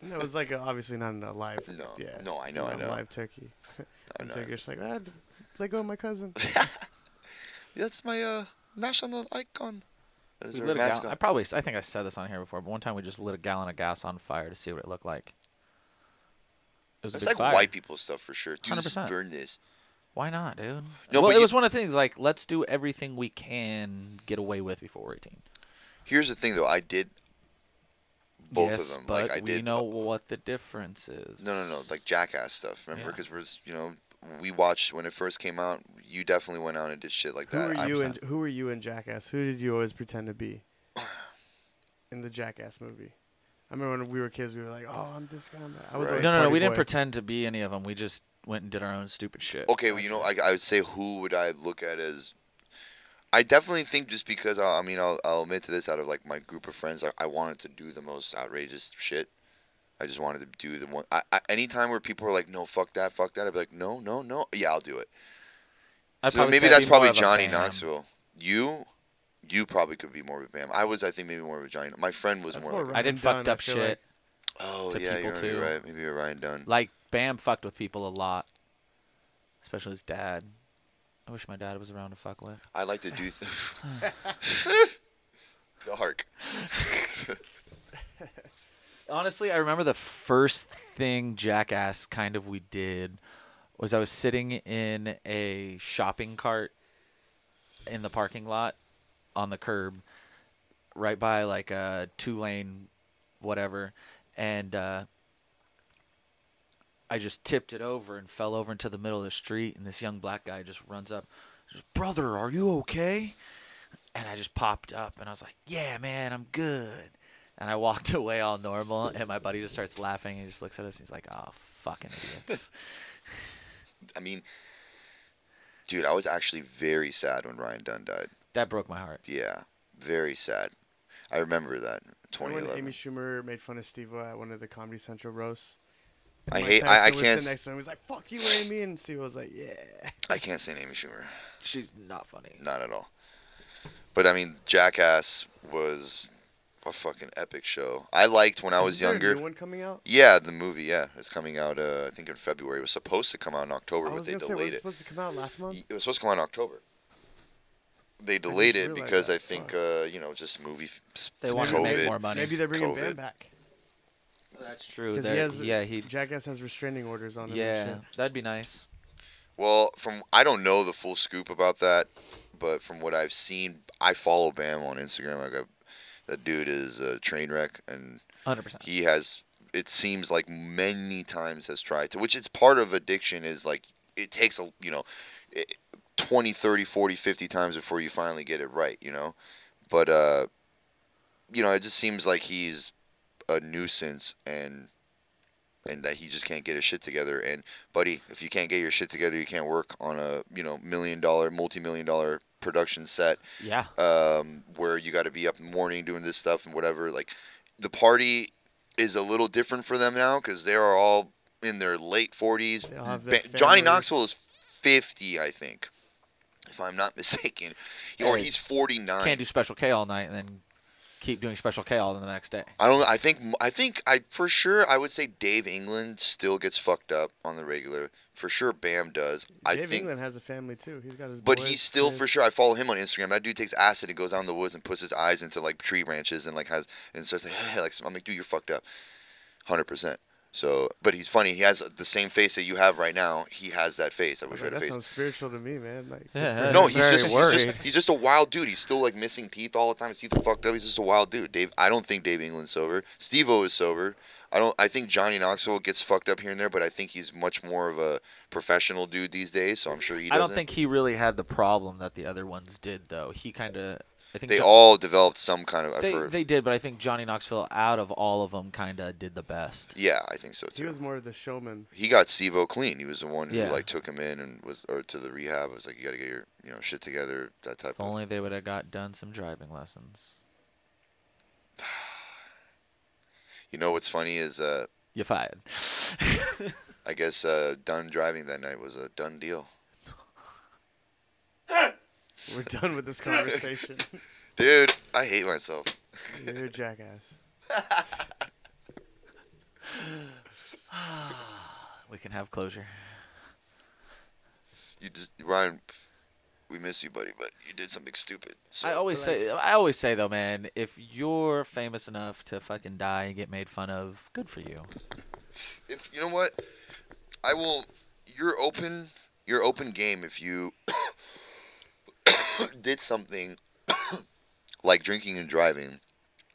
[SPEAKER 3] no, it was like a, obviously not in a live.
[SPEAKER 2] No,
[SPEAKER 3] yeah,
[SPEAKER 2] no, I know, I
[SPEAKER 3] not a
[SPEAKER 2] know.
[SPEAKER 3] Live turkey.
[SPEAKER 2] I
[SPEAKER 3] And
[SPEAKER 2] know.
[SPEAKER 3] so you're just like, ah, let go of my cousin.
[SPEAKER 2] That's my uh, national icon. That is
[SPEAKER 1] We
[SPEAKER 2] our
[SPEAKER 1] lit a gal- I
[SPEAKER 2] mascot.
[SPEAKER 1] probably, I think I said this on here before, but one time we just lit a gallon of gas on fire to see what it looked like. It was a
[SPEAKER 2] That's
[SPEAKER 1] big
[SPEAKER 2] like
[SPEAKER 1] fire.
[SPEAKER 2] white people stuff for sure. Dude, just
[SPEAKER 1] 100%.
[SPEAKER 2] burn this.
[SPEAKER 1] Why not, dude?
[SPEAKER 2] No,
[SPEAKER 1] well,
[SPEAKER 2] but
[SPEAKER 1] it
[SPEAKER 2] you-
[SPEAKER 1] was one of the things like let's do everything we can get away with before we're 18.
[SPEAKER 2] Here's the thing though, I did both
[SPEAKER 1] yes,
[SPEAKER 2] of them.
[SPEAKER 1] but
[SPEAKER 2] like I
[SPEAKER 1] we
[SPEAKER 2] did
[SPEAKER 1] know what the difference is.
[SPEAKER 2] No, no, no, like jackass stuff. Remember,
[SPEAKER 1] Yeah.
[SPEAKER 2] because we're s- you know we watched when it first came out. You definitely went out and did shit like
[SPEAKER 3] Who
[SPEAKER 2] that.
[SPEAKER 3] were
[SPEAKER 2] I-
[SPEAKER 3] you and Who were you in Jackass? Who did you always pretend to be in the Jackass movie? I remember when we were kids, we were like, "Oh, I'm this guy." I'm that. I was
[SPEAKER 2] Right.
[SPEAKER 3] always
[SPEAKER 1] no, no, no.
[SPEAKER 3] party
[SPEAKER 1] We didn't
[SPEAKER 3] boy.
[SPEAKER 1] pretend to be any of them. We just went and did our own stupid shit.
[SPEAKER 2] Okay, well, you know, I, I would say who would I look at as? I definitely think just because I, I mean I'll, I'll admit to this out of like my group of friends, I, I wanted to do the most outrageous shit. I just wanted to do the one. I, I, anytime where people are like, "No, fuck that, fuck that," I'd be like, "No, no, no, yeah, I'll do it."
[SPEAKER 1] I'd
[SPEAKER 2] So
[SPEAKER 1] probably
[SPEAKER 2] maybe
[SPEAKER 1] say I'd
[SPEAKER 2] that's
[SPEAKER 1] be more
[SPEAKER 2] probably
[SPEAKER 1] of a
[SPEAKER 2] Johnny
[SPEAKER 1] Bam.
[SPEAKER 2] Knoxville. You, you probably could be more of a Bam. I was, I think, maybe more of a Johnny. My friend was
[SPEAKER 3] That's
[SPEAKER 2] more.
[SPEAKER 3] more
[SPEAKER 2] like,
[SPEAKER 3] right.
[SPEAKER 1] I did
[SPEAKER 3] Ryan Dunn,
[SPEAKER 1] fucked
[SPEAKER 3] I
[SPEAKER 1] up
[SPEAKER 3] feel
[SPEAKER 1] shit.
[SPEAKER 3] like-
[SPEAKER 2] oh
[SPEAKER 1] to
[SPEAKER 2] yeah, you're,
[SPEAKER 1] people,
[SPEAKER 2] you're
[SPEAKER 1] too.
[SPEAKER 2] right. Maybe you're Ryan Dunn.
[SPEAKER 1] Like Bam fucked with people a lot, especially his dad. I wish my dad was around to fuck with.
[SPEAKER 2] I like to do. Th- Dark.
[SPEAKER 1] Honestly, I remember the first thing Jackass kind of we did was I was sitting in a shopping cart in the parking lot on the curb right by like a two lane whatever and uh I just tipped it over and fell over into the middle of the street. And this young black guy just runs up, just, brother, are you okay? And I just popped up and I was like, yeah, man, I'm good. And I walked away all normal. And my buddy just starts laughing. He just looks at us. And he's like, oh, fucking idiots.
[SPEAKER 2] I mean, dude, I was actually very sad when Ryan Dunn died.
[SPEAKER 1] that broke my heart.
[SPEAKER 2] Yeah, very sad. I remember that
[SPEAKER 3] Remember when
[SPEAKER 2] 2011.
[SPEAKER 3] Amy Schumer made fun of Steve at one of the Comedy Central roasts?
[SPEAKER 2] I
[SPEAKER 3] Mike
[SPEAKER 2] hate. I, I
[SPEAKER 3] Tyson was sitting
[SPEAKER 2] can't.
[SPEAKER 3] Next
[SPEAKER 2] s-
[SPEAKER 3] to him, he was like, "Fuck you, Amy," and Steve was like, "Yeah."
[SPEAKER 2] I can't stand Amy Schumer.
[SPEAKER 1] She's not funny.
[SPEAKER 2] Not at all. But I mean, Jackass was a fucking epic show. I liked when I was
[SPEAKER 3] Is there a
[SPEAKER 2] younger.
[SPEAKER 3] new one coming out.
[SPEAKER 2] Yeah, the movie. Yeah, it's coming out. Uh, I think in February. It was supposed to come out in October,
[SPEAKER 3] I
[SPEAKER 2] but
[SPEAKER 3] was
[SPEAKER 2] they
[SPEAKER 3] gonna say, was
[SPEAKER 2] delayed
[SPEAKER 3] it
[SPEAKER 2] it.
[SPEAKER 3] supposed to come out last month?
[SPEAKER 2] Y- It was supposed to come out in October. They delayed it
[SPEAKER 3] realized
[SPEAKER 2] because
[SPEAKER 3] that.
[SPEAKER 2] I think, uh, you know, just movie. f- s-
[SPEAKER 1] They wanted to make
[SPEAKER 2] COVID.
[SPEAKER 1] more money.
[SPEAKER 3] Maybe they're bringing Van
[SPEAKER 2] COVID.
[SPEAKER 3] back.
[SPEAKER 1] That's true.
[SPEAKER 3] 'Cause he
[SPEAKER 1] They're-
[SPEAKER 3] has-
[SPEAKER 1] yeah, he.
[SPEAKER 3] Jackass has restraining orders on him. and
[SPEAKER 1] Yeah,
[SPEAKER 3] shit.
[SPEAKER 1] that'd be nice.
[SPEAKER 2] Well, from I don't know the full scoop about that, but from what I've seen, I follow Bam on Instagram. Like, I, that dude is a train wreck, and
[SPEAKER 1] Hundred percent.
[SPEAKER 2] he has. It seems like many times has tried to, which is part of addiction. Is like it takes a you know, it, 20, 30, 40, 50 times before you finally get it right. You know, but uh, you know, it just seems like he's a nuisance and. And that he just can't get his shit together. And buddy, if you can't get your shit together, you can't work on a you know million dollar, multi million dollar production set
[SPEAKER 1] Yeah.
[SPEAKER 2] um, where you got to be up in the morning doing this stuff and whatever. Like the party is a little different for them now because they are all in their late 40s.
[SPEAKER 3] They all have
[SPEAKER 2] Ba-
[SPEAKER 3] their
[SPEAKER 2] Johnny
[SPEAKER 3] families.
[SPEAKER 2] Knoxville is 50, I think, if I'm not mistaken, or
[SPEAKER 1] Hey,
[SPEAKER 2] he's 49.
[SPEAKER 1] Can't do special K all night and then keep doing special K all the next day.
[SPEAKER 2] I don't. I think. I think. I for sure. I would say Dave England still gets fucked up on the regular. For sure, Bam does. I
[SPEAKER 3] Dave
[SPEAKER 2] think.
[SPEAKER 3] England has a family too. He's got his.
[SPEAKER 2] But
[SPEAKER 3] boys,
[SPEAKER 2] he's still
[SPEAKER 3] kids.
[SPEAKER 2] for sure. I follow him on Instagram. That dude takes acid and goes out in the woods and puts his eyes into like tree branches and like has and starts like, like I'm like, dude, you're fucked up, hundred percent. So, but he's funny. He has the same face that you have right now. He has that face. I
[SPEAKER 3] I was
[SPEAKER 2] wish I had
[SPEAKER 3] like,
[SPEAKER 2] a
[SPEAKER 3] that
[SPEAKER 2] face.
[SPEAKER 3] sounds spiritual to me, man. Like,
[SPEAKER 1] Yeah,
[SPEAKER 3] good for
[SPEAKER 2] No,
[SPEAKER 3] him.
[SPEAKER 1] I'm
[SPEAKER 2] he's
[SPEAKER 1] very
[SPEAKER 2] just, he's just
[SPEAKER 1] worried.
[SPEAKER 2] he's just a wild dude. He's still like missing teeth all the time. His teeth are fucked up. He's just a wild dude. Dave, I don't think Dave England's sober. Steve O is sober. I don't. I think Johnny Knoxville gets fucked up here and there, but I think he's much more of a professional dude these days. So I'm sure he.
[SPEAKER 1] I
[SPEAKER 2] Doesn't.
[SPEAKER 1] don't think he really had the problem that the other ones did, though. He kind of. I think
[SPEAKER 2] they
[SPEAKER 1] Jo-
[SPEAKER 2] all developed some kind of. I've
[SPEAKER 1] They,
[SPEAKER 2] heard.
[SPEAKER 1] they did, but I think Johnny Knoxville, out of all of them, kind of did the best.
[SPEAKER 2] Yeah, I think so too.
[SPEAKER 3] He was more of the showman.
[SPEAKER 2] he got Sivo clean. He was the one who
[SPEAKER 1] Yeah.
[SPEAKER 2] like took him in and was or to the rehab. It was like you got to get your you know shit together. That type
[SPEAKER 1] If only they would have got done some driving lessons.
[SPEAKER 2] of. You know what's funny is uh
[SPEAKER 1] You fired.
[SPEAKER 2] I guess uh done driving that night was a done deal.
[SPEAKER 3] We're done with this conversation.
[SPEAKER 2] Dude, I hate myself.
[SPEAKER 3] You're a jackass.
[SPEAKER 1] we can have closure.
[SPEAKER 2] You just Ryan, we miss you, buddy, but you did something stupid. So
[SPEAKER 1] I always say, I always say though, man, if you're famous enough to fucking die and get made fun of, good for you.
[SPEAKER 2] if you know what, I will. You're open. You're open game. If you did something like drinking and driving,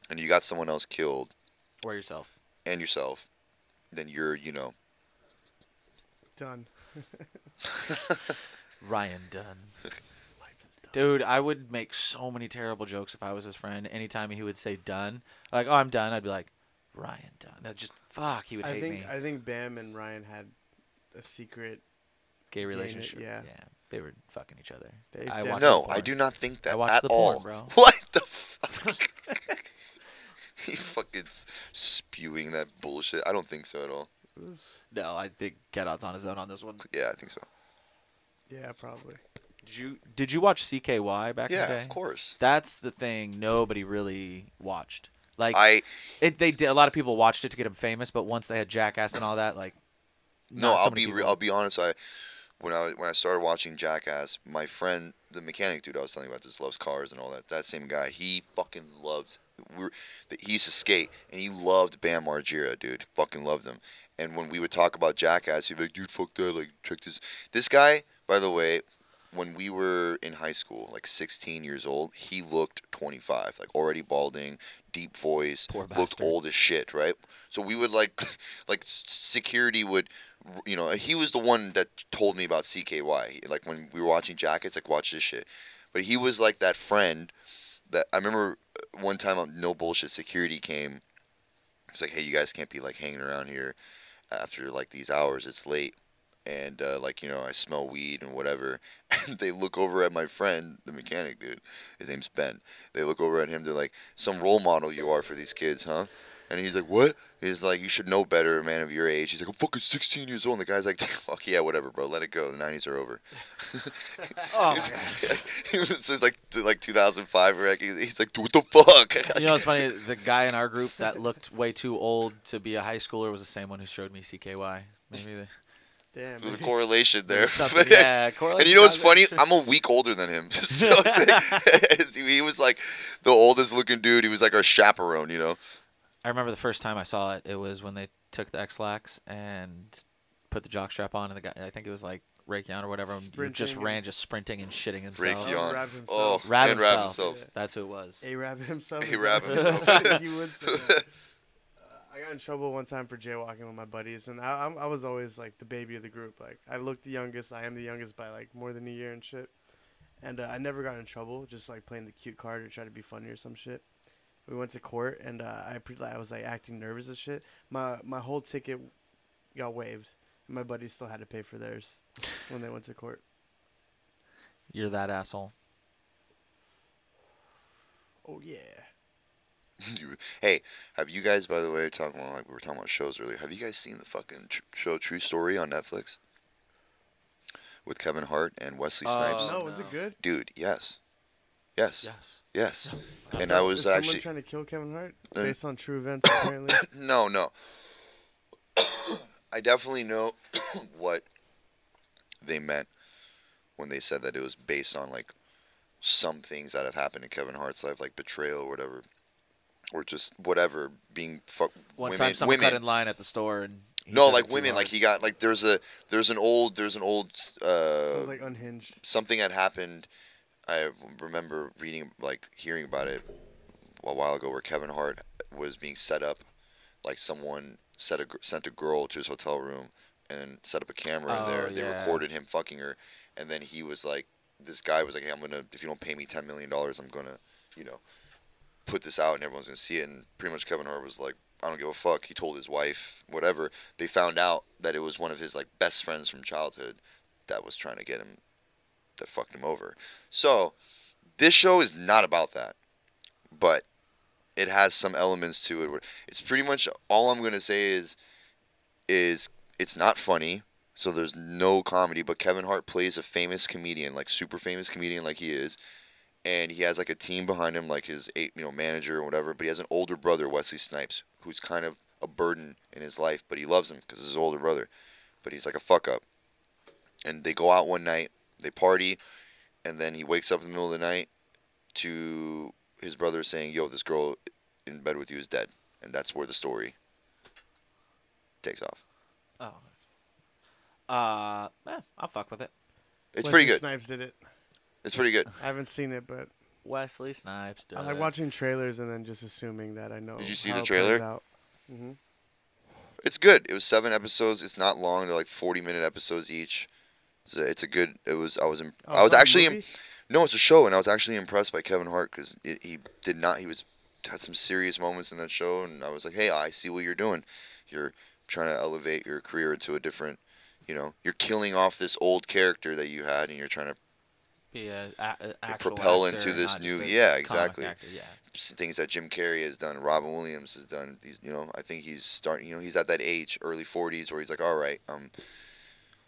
[SPEAKER 2] and you got someone else killed.
[SPEAKER 1] Or yourself.
[SPEAKER 2] and yourself, then you're, you know,
[SPEAKER 3] Done.
[SPEAKER 1] Ryan Dunn. Dude, I would make so many terrible jokes if I was his friend. Anytime he would say done, like, oh, I'm done, I'd be like, Ryan Dunn. That just, fuck, he would
[SPEAKER 3] I
[SPEAKER 1] hate
[SPEAKER 3] think
[SPEAKER 1] me.
[SPEAKER 3] I think Bam and Ryan had a secret.
[SPEAKER 1] Gay relationship.
[SPEAKER 3] yeah.
[SPEAKER 1] They were fucking each other.
[SPEAKER 3] They
[SPEAKER 1] I
[SPEAKER 3] did.
[SPEAKER 1] watched
[SPEAKER 2] no,
[SPEAKER 1] the
[SPEAKER 2] I
[SPEAKER 1] porn.
[SPEAKER 2] do not think that
[SPEAKER 1] I watched
[SPEAKER 2] at
[SPEAKER 1] the
[SPEAKER 2] all.
[SPEAKER 1] porn, bro.
[SPEAKER 2] What the fuck? he fucking s- spewing that bullshit. I don't think so at all.
[SPEAKER 3] It was,
[SPEAKER 1] No, I think Get Out's on his own on this one.
[SPEAKER 2] Yeah, I think so.
[SPEAKER 3] yeah, probably.
[SPEAKER 1] Did you did you watch CKY back in the
[SPEAKER 2] Yeah,
[SPEAKER 1] day?
[SPEAKER 2] of course.
[SPEAKER 1] That's the thing nobody really watched. Like
[SPEAKER 2] I
[SPEAKER 1] it, they did. A lot of people watched it to get him famous, but once they had Jackass and all that, like
[SPEAKER 2] no,
[SPEAKER 1] not so
[SPEAKER 2] I'll
[SPEAKER 1] many
[SPEAKER 2] be re-
[SPEAKER 1] people-
[SPEAKER 2] I'll be honest. I when I when I started watching Jackass, my friend, the mechanic dude I was telling you about, just loves cars and all that. That same guy, he fucking loves. We were, th- he used to skate and he loved Bam Margera, dude. Fucking loved him. And when we would talk about Jackass, he'd be like, "Dude, fuck that! Like, check this." This guy, by the way, when we were in high school, like 16 years old, he looked 25, like already balding, deep voice,
[SPEAKER 1] Poor
[SPEAKER 2] looked
[SPEAKER 1] bastard.
[SPEAKER 2] old as shit, right? So we would like, like s- security would, you know, he was the one that told me about CKY. Like when we were watching Jackets, like watch this shit. But he was like that friend that I remember uh, one time on no bullshit security came. It's like, hey, you guys can't be like hanging around here after like these hours. It's late, and uh, like you know, I smell weed and whatever. And they look over at my friend, the mechanic dude. His name's Ben. They look over at him. They're like, some role model you are for these kids, huh? And he's like, what? He's like, you should know better, a man of your age. He's like, I'm fucking 16 years old. And the guy's like, fuck yeah, whatever, bro. Let it go. The 90s are over.
[SPEAKER 1] Oh, my
[SPEAKER 2] It's-
[SPEAKER 1] God.
[SPEAKER 2] it was just like like 2005 or like, he's like what the fuck
[SPEAKER 1] You know, it's funny. The guy in our group that looked way too old to be a high schooler was the same one who showed me CKY. Maybe the,
[SPEAKER 3] Damn.
[SPEAKER 2] there's a
[SPEAKER 3] maybe-
[SPEAKER 2] correlation there
[SPEAKER 1] something- yeah.
[SPEAKER 2] and you know what's funny i'm a week older than him so it's like- he was like the oldest looking dude he was like our chaperone you know
[SPEAKER 1] I remember the first time I saw it. It was when they took the X-Lax and put the jockstrap on, and the guy. I think it was like Raekwon or whatever. and you Just
[SPEAKER 3] Sprinting.
[SPEAKER 1] ran, just sprinting and shitting himself.
[SPEAKER 2] Rake Yon.
[SPEAKER 3] Rab
[SPEAKER 2] oh
[SPEAKER 3] himself.
[SPEAKER 1] Rab
[SPEAKER 2] and Rab
[SPEAKER 1] himself.
[SPEAKER 2] himself
[SPEAKER 1] That's who it was.
[SPEAKER 3] A-Rab himself. is
[SPEAKER 2] A-Rab
[SPEAKER 3] that-
[SPEAKER 2] himself.
[SPEAKER 3] you would say that. Uh, I got in trouble one time for jaywalking with my buddies, and I, I'm, I was always like the baby of the group. Like I looked the youngest. I am the youngest by like more than a year and shit. And uh, I never got in trouble, just like playing the cute card or trying to be funny or some shit. We went to court, and uh, I pre- like, I was like acting nervous as shit. My my whole ticket got waived, and my buddies still had to pay for theirs when they went to court.
[SPEAKER 1] You're that asshole.
[SPEAKER 3] Oh yeah.
[SPEAKER 2] You- hey have you guys by the way talking about like we were talking about shows earlier have you guys seen the fucking tr- show true story on netflix with kevin hart and wesley
[SPEAKER 1] Oh.
[SPEAKER 2] snipes
[SPEAKER 3] Uh, no, was it
[SPEAKER 1] no.
[SPEAKER 3] good?
[SPEAKER 2] dude yes yes
[SPEAKER 1] Yes.
[SPEAKER 2] yes and
[SPEAKER 3] So,
[SPEAKER 2] i was
[SPEAKER 3] is someone
[SPEAKER 2] actually
[SPEAKER 3] trying to kill Kevin Hart
[SPEAKER 2] Uh,
[SPEAKER 3] based on true events. Apparently,
[SPEAKER 2] No, no. I definitely know what they meant when they said that it was based on like some things that have happened in Kevin Hart's life, like betrayal or whatever, or just whatever being fuck
[SPEAKER 1] One
[SPEAKER 2] women.
[SPEAKER 1] time, someone
[SPEAKER 2] women.
[SPEAKER 1] cut in line at the store, and he
[SPEAKER 2] no,
[SPEAKER 1] took
[SPEAKER 2] like
[SPEAKER 1] it too
[SPEAKER 2] women. Like
[SPEAKER 1] hard.
[SPEAKER 2] he got like there's a there's an old there's an old uh
[SPEAKER 3] sounds like unhinged.
[SPEAKER 2] something had happened. I remember reading, like hearing about it a while ago, where Kevin Hart was being set up, like someone set a, gr- sent a girl to his hotel room and set up a camera in
[SPEAKER 1] Oh,
[SPEAKER 2] there. They
[SPEAKER 1] yeah.
[SPEAKER 2] recorded him fucking her, and then he was like, this guy was like, hey, I'm gonna if you don't pay me ten million dollars, I'm gonna, you know, put this out and everyone's gonna see it. And pretty much Kevin Hart was like, I don't give a fuck. He told his wife whatever. They found out that it was one of his like best friends from childhood that was trying to get him that fucked him over. So this show is not about that, but it has some elements to it. Where it's pretty much all I'm gonna say is is it's not funny. So there's no comedy, but Kevin Hart plays a famous comedian, like super famous comedian, like he is, and he has like a team behind him, like his eight, you know manager or whatever. But he has an older brother, Wesley Snipes, who's kind of a burden in his life, but he loves him because he's his older brother. But he's like a fuck up, and they go out one night, they party, and then he wakes up in the middle of the night to his brother saying, "Yo, this girl in bed with you is dead," and that's where the story takes off.
[SPEAKER 1] Oh. Uh, eh, I'll fuck with it.
[SPEAKER 2] It's
[SPEAKER 3] Wesley
[SPEAKER 2] pretty good.
[SPEAKER 3] Snipes did it.
[SPEAKER 2] It's pretty good.
[SPEAKER 3] I haven't seen it, but
[SPEAKER 1] Wesley Snipes.
[SPEAKER 3] I
[SPEAKER 1] duh.
[SPEAKER 3] like watching trailers and then just assuming that I know.
[SPEAKER 2] Did you see
[SPEAKER 3] how
[SPEAKER 2] the
[SPEAKER 3] it plays
[SPEAKER 2] trailer?
[SPEAKER 3] out. Mhm.
[SPEAKER 2] It's good. It was seven episodes. It's not long. They're like forty minute episodes each. So it's a good. It was. I was. Imp-
[SPEAKER 3] Oh,
[SPEAKER 2] I was
[SPEAKER 3] is that a
[SPEAKER 2] actually. Im-
[SPEAKER 3] movie?
[SPEAKER 2] no, it's a show, and I was actually impressed by Kevin Hart because he did not. He was had some serious moments in that show, and I was like, hey, I see what you're doing. You're trying to elevate your career into a different. You know, you're killing off this old character that you had, and you're trying to
[SPEAKER 1] Be a, a, a actual
[SPEAKER 2] propel
[SPEAKER 1] actor
[SPEAKER 2] into
[SPEAKER 1] and
[SPEAKER 2] this
[SPEAKER 1] not
[SPEAKER 2] new-
[SPEAKER 1] just a
[SPEAKER 2] yeah,
[SPEAKER 1] comic
[SPEAKER 2] exactly.
[SPEAKER 1] actor, Yeah.
[SPEAKER 2] things that Jim Carrey has done, Robin Williams has done. These, you know, I think he's starting. You know, he's at that age, early forties, where he's like, all right, um,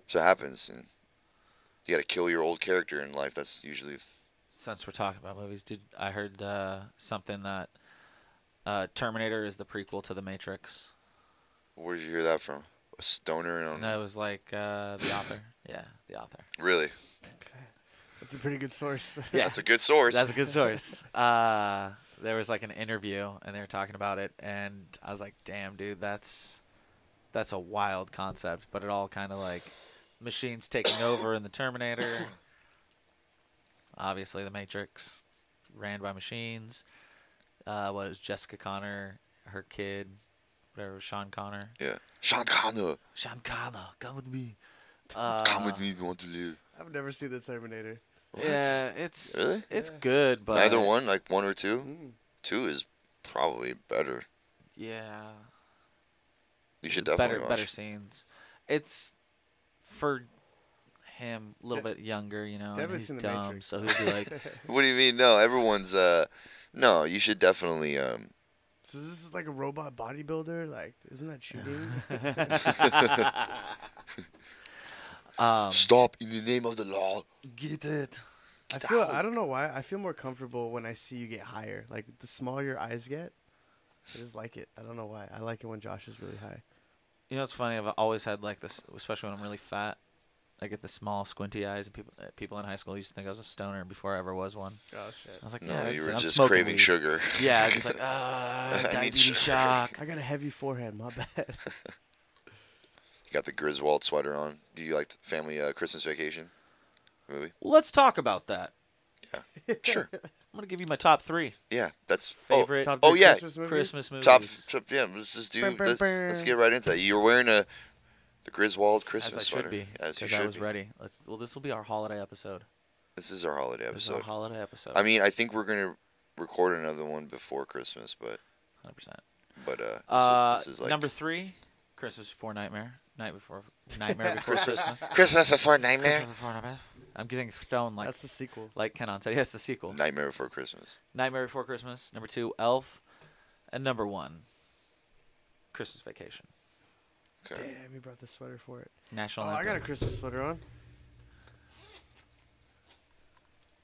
[SPEAKER 2] so it happens, and you got to kill your old character in life. That's usually
[SPEAKER 1] Since we're talking about movies, did I heard uh, something that uh, Terminator is the prequel to The Matrix?
[SPEAKER 2] where did you hear that from? A stoner? I don't
[SPEAKER 1] And
[SPEAKER 2] know.
[SPEAKER 1] that was like uh, the author. Yeah, the author.
[SPEAKER 2] Really,
[SPEAKER 3] That's a pretty good source.
[SPEAKER 1] Yeah,
[SPEAKER 2] that's a good source.
[SPEAKER 1] That's a good source. Uh, there was like an interview, and they were talking about it, and I was like, "Damn, dude, that's that's a wild concept." But it all kind of like machines taking over in the Terminator. obviously The Matrix, ran by machines. Uh, what is Jessica Connor, her kid, whatever Sean Connor,
[SPEAKER 2] Yeah. Sean Connor,
[SPEAKER 1] Sean Connor, come with me. Uh,
[SPEAKER 2] come with me if you want to live.
[SPEAKER 3] I've never seen the Terminator.
[SPEAKER 2] What?
[SPEAKER 1] Yeah, it's
[SPEAKER 2] Really?
[SPEAKER 1] it's
[SPEAKER 3] Yeah.
[SPEAKER 1] good, but
[SPEAKER 2] Neither one, like one or two.
[SPEAKER 3] Mm.
[SPEAKER 2] Two is probably better.
[SPEAKER 1] Yeah,
[SPEAKER 2] You should definitely
[SPEAKER 1] better
[SPEAKER 2] watch.
[SPEAKER 1] better scenes. It's for him a little
[SPEAKER 3] Yeah.
[SPEAKER 1] bit younger, you know. And
[SPEAKER 3] Definitely
[SPEAKER 1] he's
[SPEAKER 3] seen The
[SPEAKER 1] dumb,
[SPEAKER 3] Matrix.
[SPEAKER 1] so he'll be like,
[SPEAKER 2] What do you mean? No, everyone's. uh No, you should definitely. um
[SPEAKER 3] So this is like a robot bodybuilder. Like, isn't that shooting?
[SPEAKER 1] um,
[SPEAKER 2] Stop in the name of the law.
[SPEAKER 1] get it.
[SPEAKER 3] I
[SPEAKER 2] Get
[SPEAKER 3] feel.
[SPEAKER 2] out.
[SPEAKER 3] I don't know why. I feel more comfortable when I see you get higher. Like the smaller your eyes get, I just like it. I don't know why. I like it when Josh is really high.
[SPEAKER 1] You know, it's funny. I've always had like this, especially when I'm really fat. I get the small, squinty eyes, and people uh, people in high school used to think I was a stoner before I ever was one.
[SPEAKER 3] Oh shit!
[SPEAKER 1] I was like,
[SPEAKER 2] No,
[SPEAKER 1] yeah,
[SPEAKER 2] you
[SPEAKER 1] it's-
[SPEAKER 2] were
[SPEAKER 1] I'm
[SPEAKER 2] just
[SPEAKER 1] smoking
[SPEAKER 2] craving
[SPEAKER 1] weed.
[SPEAKER 2] sugar.
[SPEAKER 1] Yeah, just like, ah,
[SPEAKER 2] need
[SPEAKER 1] diabetes
[SPEAKER 2] sugar.
[SPEAKER 1] shock.
[SPEAKER 3] I got a heavy forehead. My bad.
[SPEAKER 2] You got the Griswold sweater on. Do you like Family uh, Christmas Vacation movie?
[SPEAKER 1] Let's talk about that.
[SPEAKER 2] Sure.
[SPEAKER 1] I'm gonna give you my top three
[SPEAKER 2] Yeah, that's oh,
[SPEAKER 1] favorite
[SPEAKER 3] Top
[SPEAKER 2] oh,
[SPEAKER 3] three
[SPEAKER 2] yeah.
[SPEAKER 3] Christmas movies?
[SPEAKER 1] Christmas movies.
[SPEAKER 2] top, top. Yeah, let's just do.
[SPEAKER 3] Brr, brr,
[SPEAKER 2] Let's,
[SPEAKER 3] brr.
[SPEAKER 2] let's get right into that. You're wearing a the Griswold
[SPEAKER 1] as
[SPEAKER 2] Christmas
[SPEAKER 1] I
[SPEAKER 2] sweater.
[SPEAKER 1] should be,
[SPEAKER 2] as you
[SPEAKER 1] I
[SPEAKER 2] should
[SPEAKER 1] was
[SPEAKER 2] be.
[SPEAKER 1] ready. Let's. Well, this will be our holiday episode.
[SPEAKER 2] This is our holiday
[SPEAKER 1] This is our
[SPEAKER 2] episode.
[SPEAKER 1] holiday episode.
[SPEAKER 2] I mean, I think we're gonna record another one before Christmas, but
[SPEAKER 1] 100. percent
[SPEAKER 2] but uh, so
[SPEAKER 1] Uh,
[SPEAKER 2] this is like
[SPEAKER 1] number three, Christmas before Nightmare, Night Before Nightmare Before
[SPEAKER 2] Christmas.
[SPEAKER 1] Christmas.
[SPEAKER 2] Christmas before nightmare.
[SPEAKER 1] Christmas before Nightmare. I'm getting thrown like
[SPEAKER 3] That's the sequel.
[SPEAKER 1] like Kenon said. Yes, the sequel.
[SPEAKER 2] Nightmare before Christmas.
[SPEAKER 1] Nightmare Before Christmas. Number two, Elf, and number one, Christmas Vacation.
[SPEAKER 2] Okay.
[SPEAKER 3] Damn, you brought the sweater for it. Oh,
[SPEAKER 1] National.
[SPEAKER 3] I
[SPEAKER 1] Lampoon.
[SPEAKER 3] got a Christmas sweater on.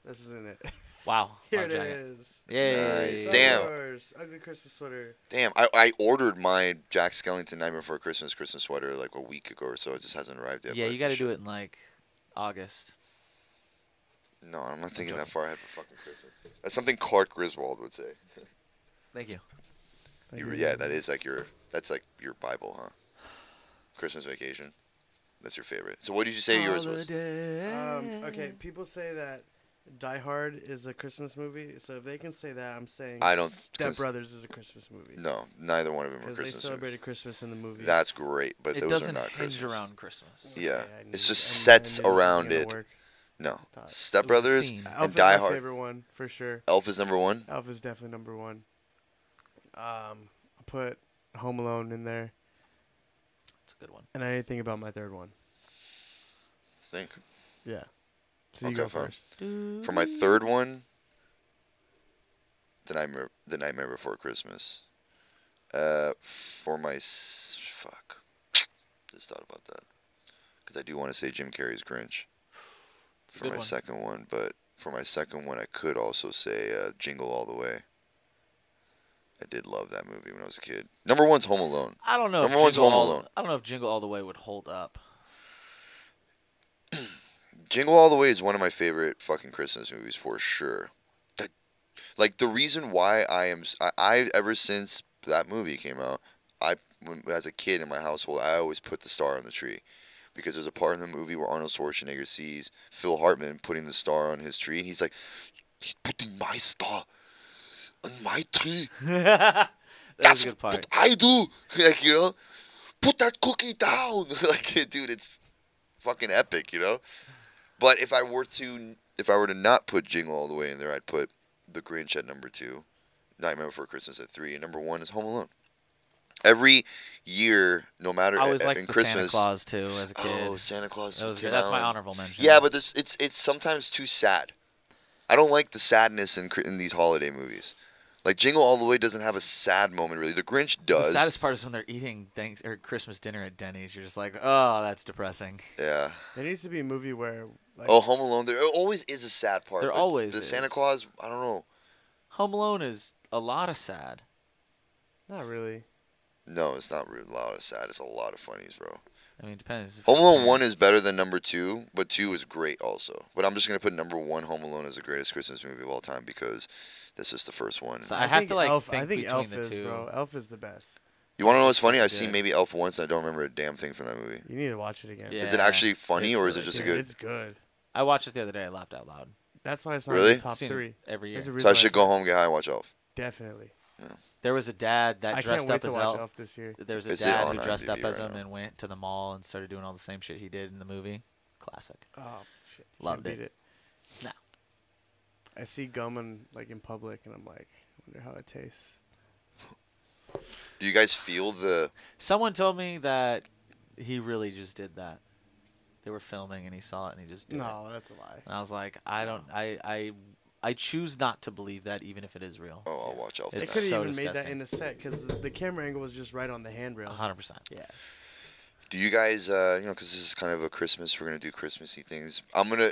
[SPEAKER 3] This isn't it.
[SPEAKER 1] Wow.
[SPEAKER 3] Here
[SPEAKER 1] Wow,
[SPEAKER 3] it
[SPEAKER 1] giant.
[SPEAKER 3] is.
[SPEAKER 1] Yay.
[SPEAKER 2] Nice. Damn.
[SPEAKER 3] Wars, ugly Christmas sweater.
[SPEAKER 2] Damn, I, I ordered my Jack Skellington Nightmare Before Christmas Christmas sweater like a week ago or so. It just hasn't arrived yet.
[SPEAKER 1] Yeah,
[SPEAKER 2] but
[SPEAKER 1] you got to
[SPEAKER 2] shit.
[SPEAKER 1] do it in like August.
[SPEAKER 2] No, I'm not thinking that far ahead for fucking Christmas. That's something Clark Griswold would say.
[SPEAKER 1] Thank you.
[SPEAKER 3] Thank
[SPEAKER 2] You-
[SPEAKER 3] you.
[SPEAKER 2] yeah, that is like your that's like your Bible, huh? Christmas Vacation. That's your favorite. So what did you say yours was?
[SPEAKER 3] Um, okay, people say that Die Hard is a Christmas movie, so if they can say that, I'm saying
[SPEAKER 2] I don't-
[SPEAKER 3] Step
[SPEAKER 2] 'cause-
[SPEAKER 3] Brothers is a Christmas movie.
[SPEAKER 2] No, neither one of them are
[SPEAKER 3] Because they
[SPEAKER 2] Christmas.
[SPEAKER 3] celebrated
[SPEAKER 2] movies.
[SPEAKER 3] Christmas in the movie.
[SPEAKER 2] That's great, but
[SPEAKER 1] It
[SPEAKER 2] those
[SPEAKER 1] doesn't
[SPEAKER 2] are not
[SPEAKER 1] hinge
[SPEAKER 2] Christmas.
[SPEAKER 1] around Christmas.
[SPEAKER 2] Yeah,
[SPEAKER 3] I
[SPEAKER 2] it's
[SPEAKER 3] knew-
[SPEAKER 2] just
[SPEAKER 3] I knew-
[SPEAKER 2] sets
[SPEAKER 3] I knew this was
[SPEAKER 2] around
[SPEAKER 3] gonna
[SPEAKER 2] it.
[SPEAKER 3] work.
[SPEAKER 2] No,
[SPEAKER 3] Thought-
[SPEAKER 1] It was
[SPEAKER 2] Step
[SPEAKER 1] a
[SPEAKER 2] Brothers,
[SPEAKER 1] scene.
[SPEAKER 3] Elf is
[SPEAKER 2] Die
[SPEAKER 3] my
[SPEAKER 2] Hard.
[SPEAKER 3] favorite one for sure.
[SPEAKER 2] Elf is number one.
[SPEAKER 3] Elf is definitely number one. Um, I put Home Alone in there,
[SPEAKER 1] It's a good one.
[SPEAKER 3] and I didn't think about my third one.
[SPEAKER 2] I think.
[SPEAKER 3] Yeah. So you
[SPEAKER 2] Okay,
[SPEAKER 3] go
[SPEAKER 2] fine.
[SPEAKER 3] first.
[SPEAKER 2] For my third one, the nightmare, the nightmare before Christmas. Uh, for my s- fuck, just thought about that because I do want to say Jim Carrey's Grinch
[SPEAKER 1] It's a
[SPEAKER 2] for
[SPEAKER 1] good
[SPEAKER 2] my
[SPEAKER 1] one.
[SPEAKER 2] second one, but for my second one, I could also say uh, Jingle All the Way. I did love that movie when I was a kid. Number one's Home Alone.
[SPEAKER 1] I don't know. If
[SPEAKER 2] Number one's
[SPEAKER 1] Jingle
[SPEAKER 2] Home
[SPEAKER 1] all,
[SPEAKER 2] Alone.
[SPEAKER 1] I don't know if Jingle All the Way would hold up.
[SPEAKER 2] Jingle All the Way is one of my favorite fucking Christmas movies for sure. That, like the reason why I am s- I, I- ever since that movie came out, I when, as a kid in my household, I always put the star on the tree because there's a part in the movie where Arnold Schwarzenegger sees Phil Hartman putting the star on his tree, and he's like, "He's putting my star on my tree.
[SPEAKER 1] that was
[SPEAKER 2] That's
[SPEAKER 1] a good part.
[SPEAKER 2] what I do. like you know, put that cookie down. like dude, it's fucking epic. You know. But if I were to, if I were to not put Jingle All the Way in there, I'd put The Grinch at number two, Nightmare Before Christmas at three, and number one is Home Alone. Every year, no matter uh,
[SPEAKER 1] I always
[SPEAKER 2] in
[SPEAKER 1] liked the
[SPEAKER 2] Christmas.
[SPEAKER 1] Santa Claus too as a kid.
[SPEAKER 2] oh, Santa Claus.
[SPEAKER 1] that was
[SPEAKER 2] Tim
[SPEAKER 1] good. That's my
[SPEAKER 2] Allen.
[SPEAKER 1] honorable mention.
[SPEAKER 2] Yeah, but there's, it's it's sometimes too sad. I don't like the sadness in cr- in these holiday movies. Like Jingle All the Way doesn't have a sad moment really. The Grinch does.
[SPEAKER 1] The saddest part is when they're eating thanks or Christmas dinner at Denny's. You're just like, oh, that's depressing.
[SPEAKER 2] yeah.
[SPEAKER 3] There needs to be a movie where like
[SPEAKER 2] Oh, Home Alone. There always is a sad part.
[SPEAKER 1] There
[SPEAKER 2] but
[SPEAKER 1] always
[SPEAKER 2] the Santa
[SPEAKER 1] is.
[SPEAKER 2] Claus. I don't know.
[SPEAKER 1] Home Alone is a lot of sad.
[SPEAKER 3] not really.
[SPEAKER 2] No, it's not re- a lot of sad. It's a lot of funnies, bro.
[SPEAKER 1] I mean, it depends. if
[SPEAKER 2] Home
[SPEAKER 1] you're-
[SPEAKER 2] Alone one is better than number two, but two is great also. But I'm just gonna put number one Home Alone as the greatest Christmas movie of all time because this is the first one.
[SPEAKER 1] So I have
[SPEAKER 3] think
[SPEAKER 1] to, like,
[SPEAKER 3] Elf,
[SPEAKER 1] think
[SPEAKER 3] I think
[SPEAKER 1] between
[SPEAKER 3] Elf
[SPEAKER 1] the
[SPEAKER 3] is,
[SPEAKER 1] two.
[SPEAKER 3] bro. Elf is the best.
[SPEAKER 2] You want to know what's funny? I've
[SPEAKER 1] Yeah.
[SPEAKER 2] seen maybe Elf once. and I don't remember a damn thing from that movie.
[SPEAKER 3] You need to watch it again.
[SPEAKER 1] Yeah.
[SPEAKER 2] Is it actually funny
[SPEAKER 1] It's
[SPEAKER 2] or is it
[SPEAKER 1] really
[SPEAKER 2] just a
[SPEAKER 3] Dude,
[SPEAKER 2] good?
[SPEAKER 3] It's good.
[SPEAKER 1] I watched it the other day. I laughed out loud.
[SPEAKER 3] That's why it's not
[SPEAKER 2] Really?
[SPEAKER 3] in the top
[SPEAKER 1] Seen
[SPEAKER 3] three.
[SPEAKER 1] every year.
[SPEAKER 3] There's a
[SPEAKER 2] So I
[SPEAKER 3] reason why
[SPEAKER 2] should
[SPEAKER 3] it's-
[SPEAKER 2] go home, get high, watch off.
[SPEAKER 3] Definitely.
[SPEAKER 1] There was a dad that
[SPEAKER 3] I can't
[SPEAKER 1] dressed
[SPEAKER 3] wait
[SPEAKER 1] up
[SPEAKER 3] to
[SPEAKER 1] as
[SPEAKER 3] watch
[SPEAKER 1] Elf.
[SPEAKER 3] Elf this year.
[SPEAKER 1] There was a
[SPEAKER 2] Is it
[SPEAKER 1] dad
[SPEAKER 2] on
[SPEAKER 1] who dressed up
[SPEAKER 2] IMDb
[SPEAKER 1] as
[SPEAKER 2] right
[SPEAKER 1] him
[SPEAKER 2] now?
[SPEAKER 1] and went to the mall and started doing all the same shit he did in the movie. Classic.
[SPEAKER 3] Oh shit! can't
[SPEAKER 1] Loved it.
[SPEAKER 3] beat
[SPEAKER 1] No.
[SPEAKER 3] I see gum in, like in public, and I'm like, I wonder how it tastes.
[SPEAKER 2] Do you guys feel the?
[SPEAKER 1] Someone told me that he really just did that. They were filming and he saw it and he just did it.
[SPEAKER 3] No, that's a lie.
[SPEAKER 1] And I was like, I don't, I, I, I choose not to believe that, even if it is real.
[SPEAKER 2] Oh, I'll watch Elf.
[SPEAKER 1] It's
[SPEAKER 3] They
[SPEAKER 2] tonight.
[SPEAKER 3] could have
[SPEAKER 1] so
[SPEAKER 3] even made that
[SPEAKER 1] disgusting.
[SPEAKER 3] in a set because the, the camera angle was just right on the handrail.
[SPEAKER 1] hundred percent.
[SPEAKER 3] Yeah.
[SPEAKER 2] Do you guys, uh, you know, because this is kind of a Christmas, we're gonna do Christmassy things. I'm gonna,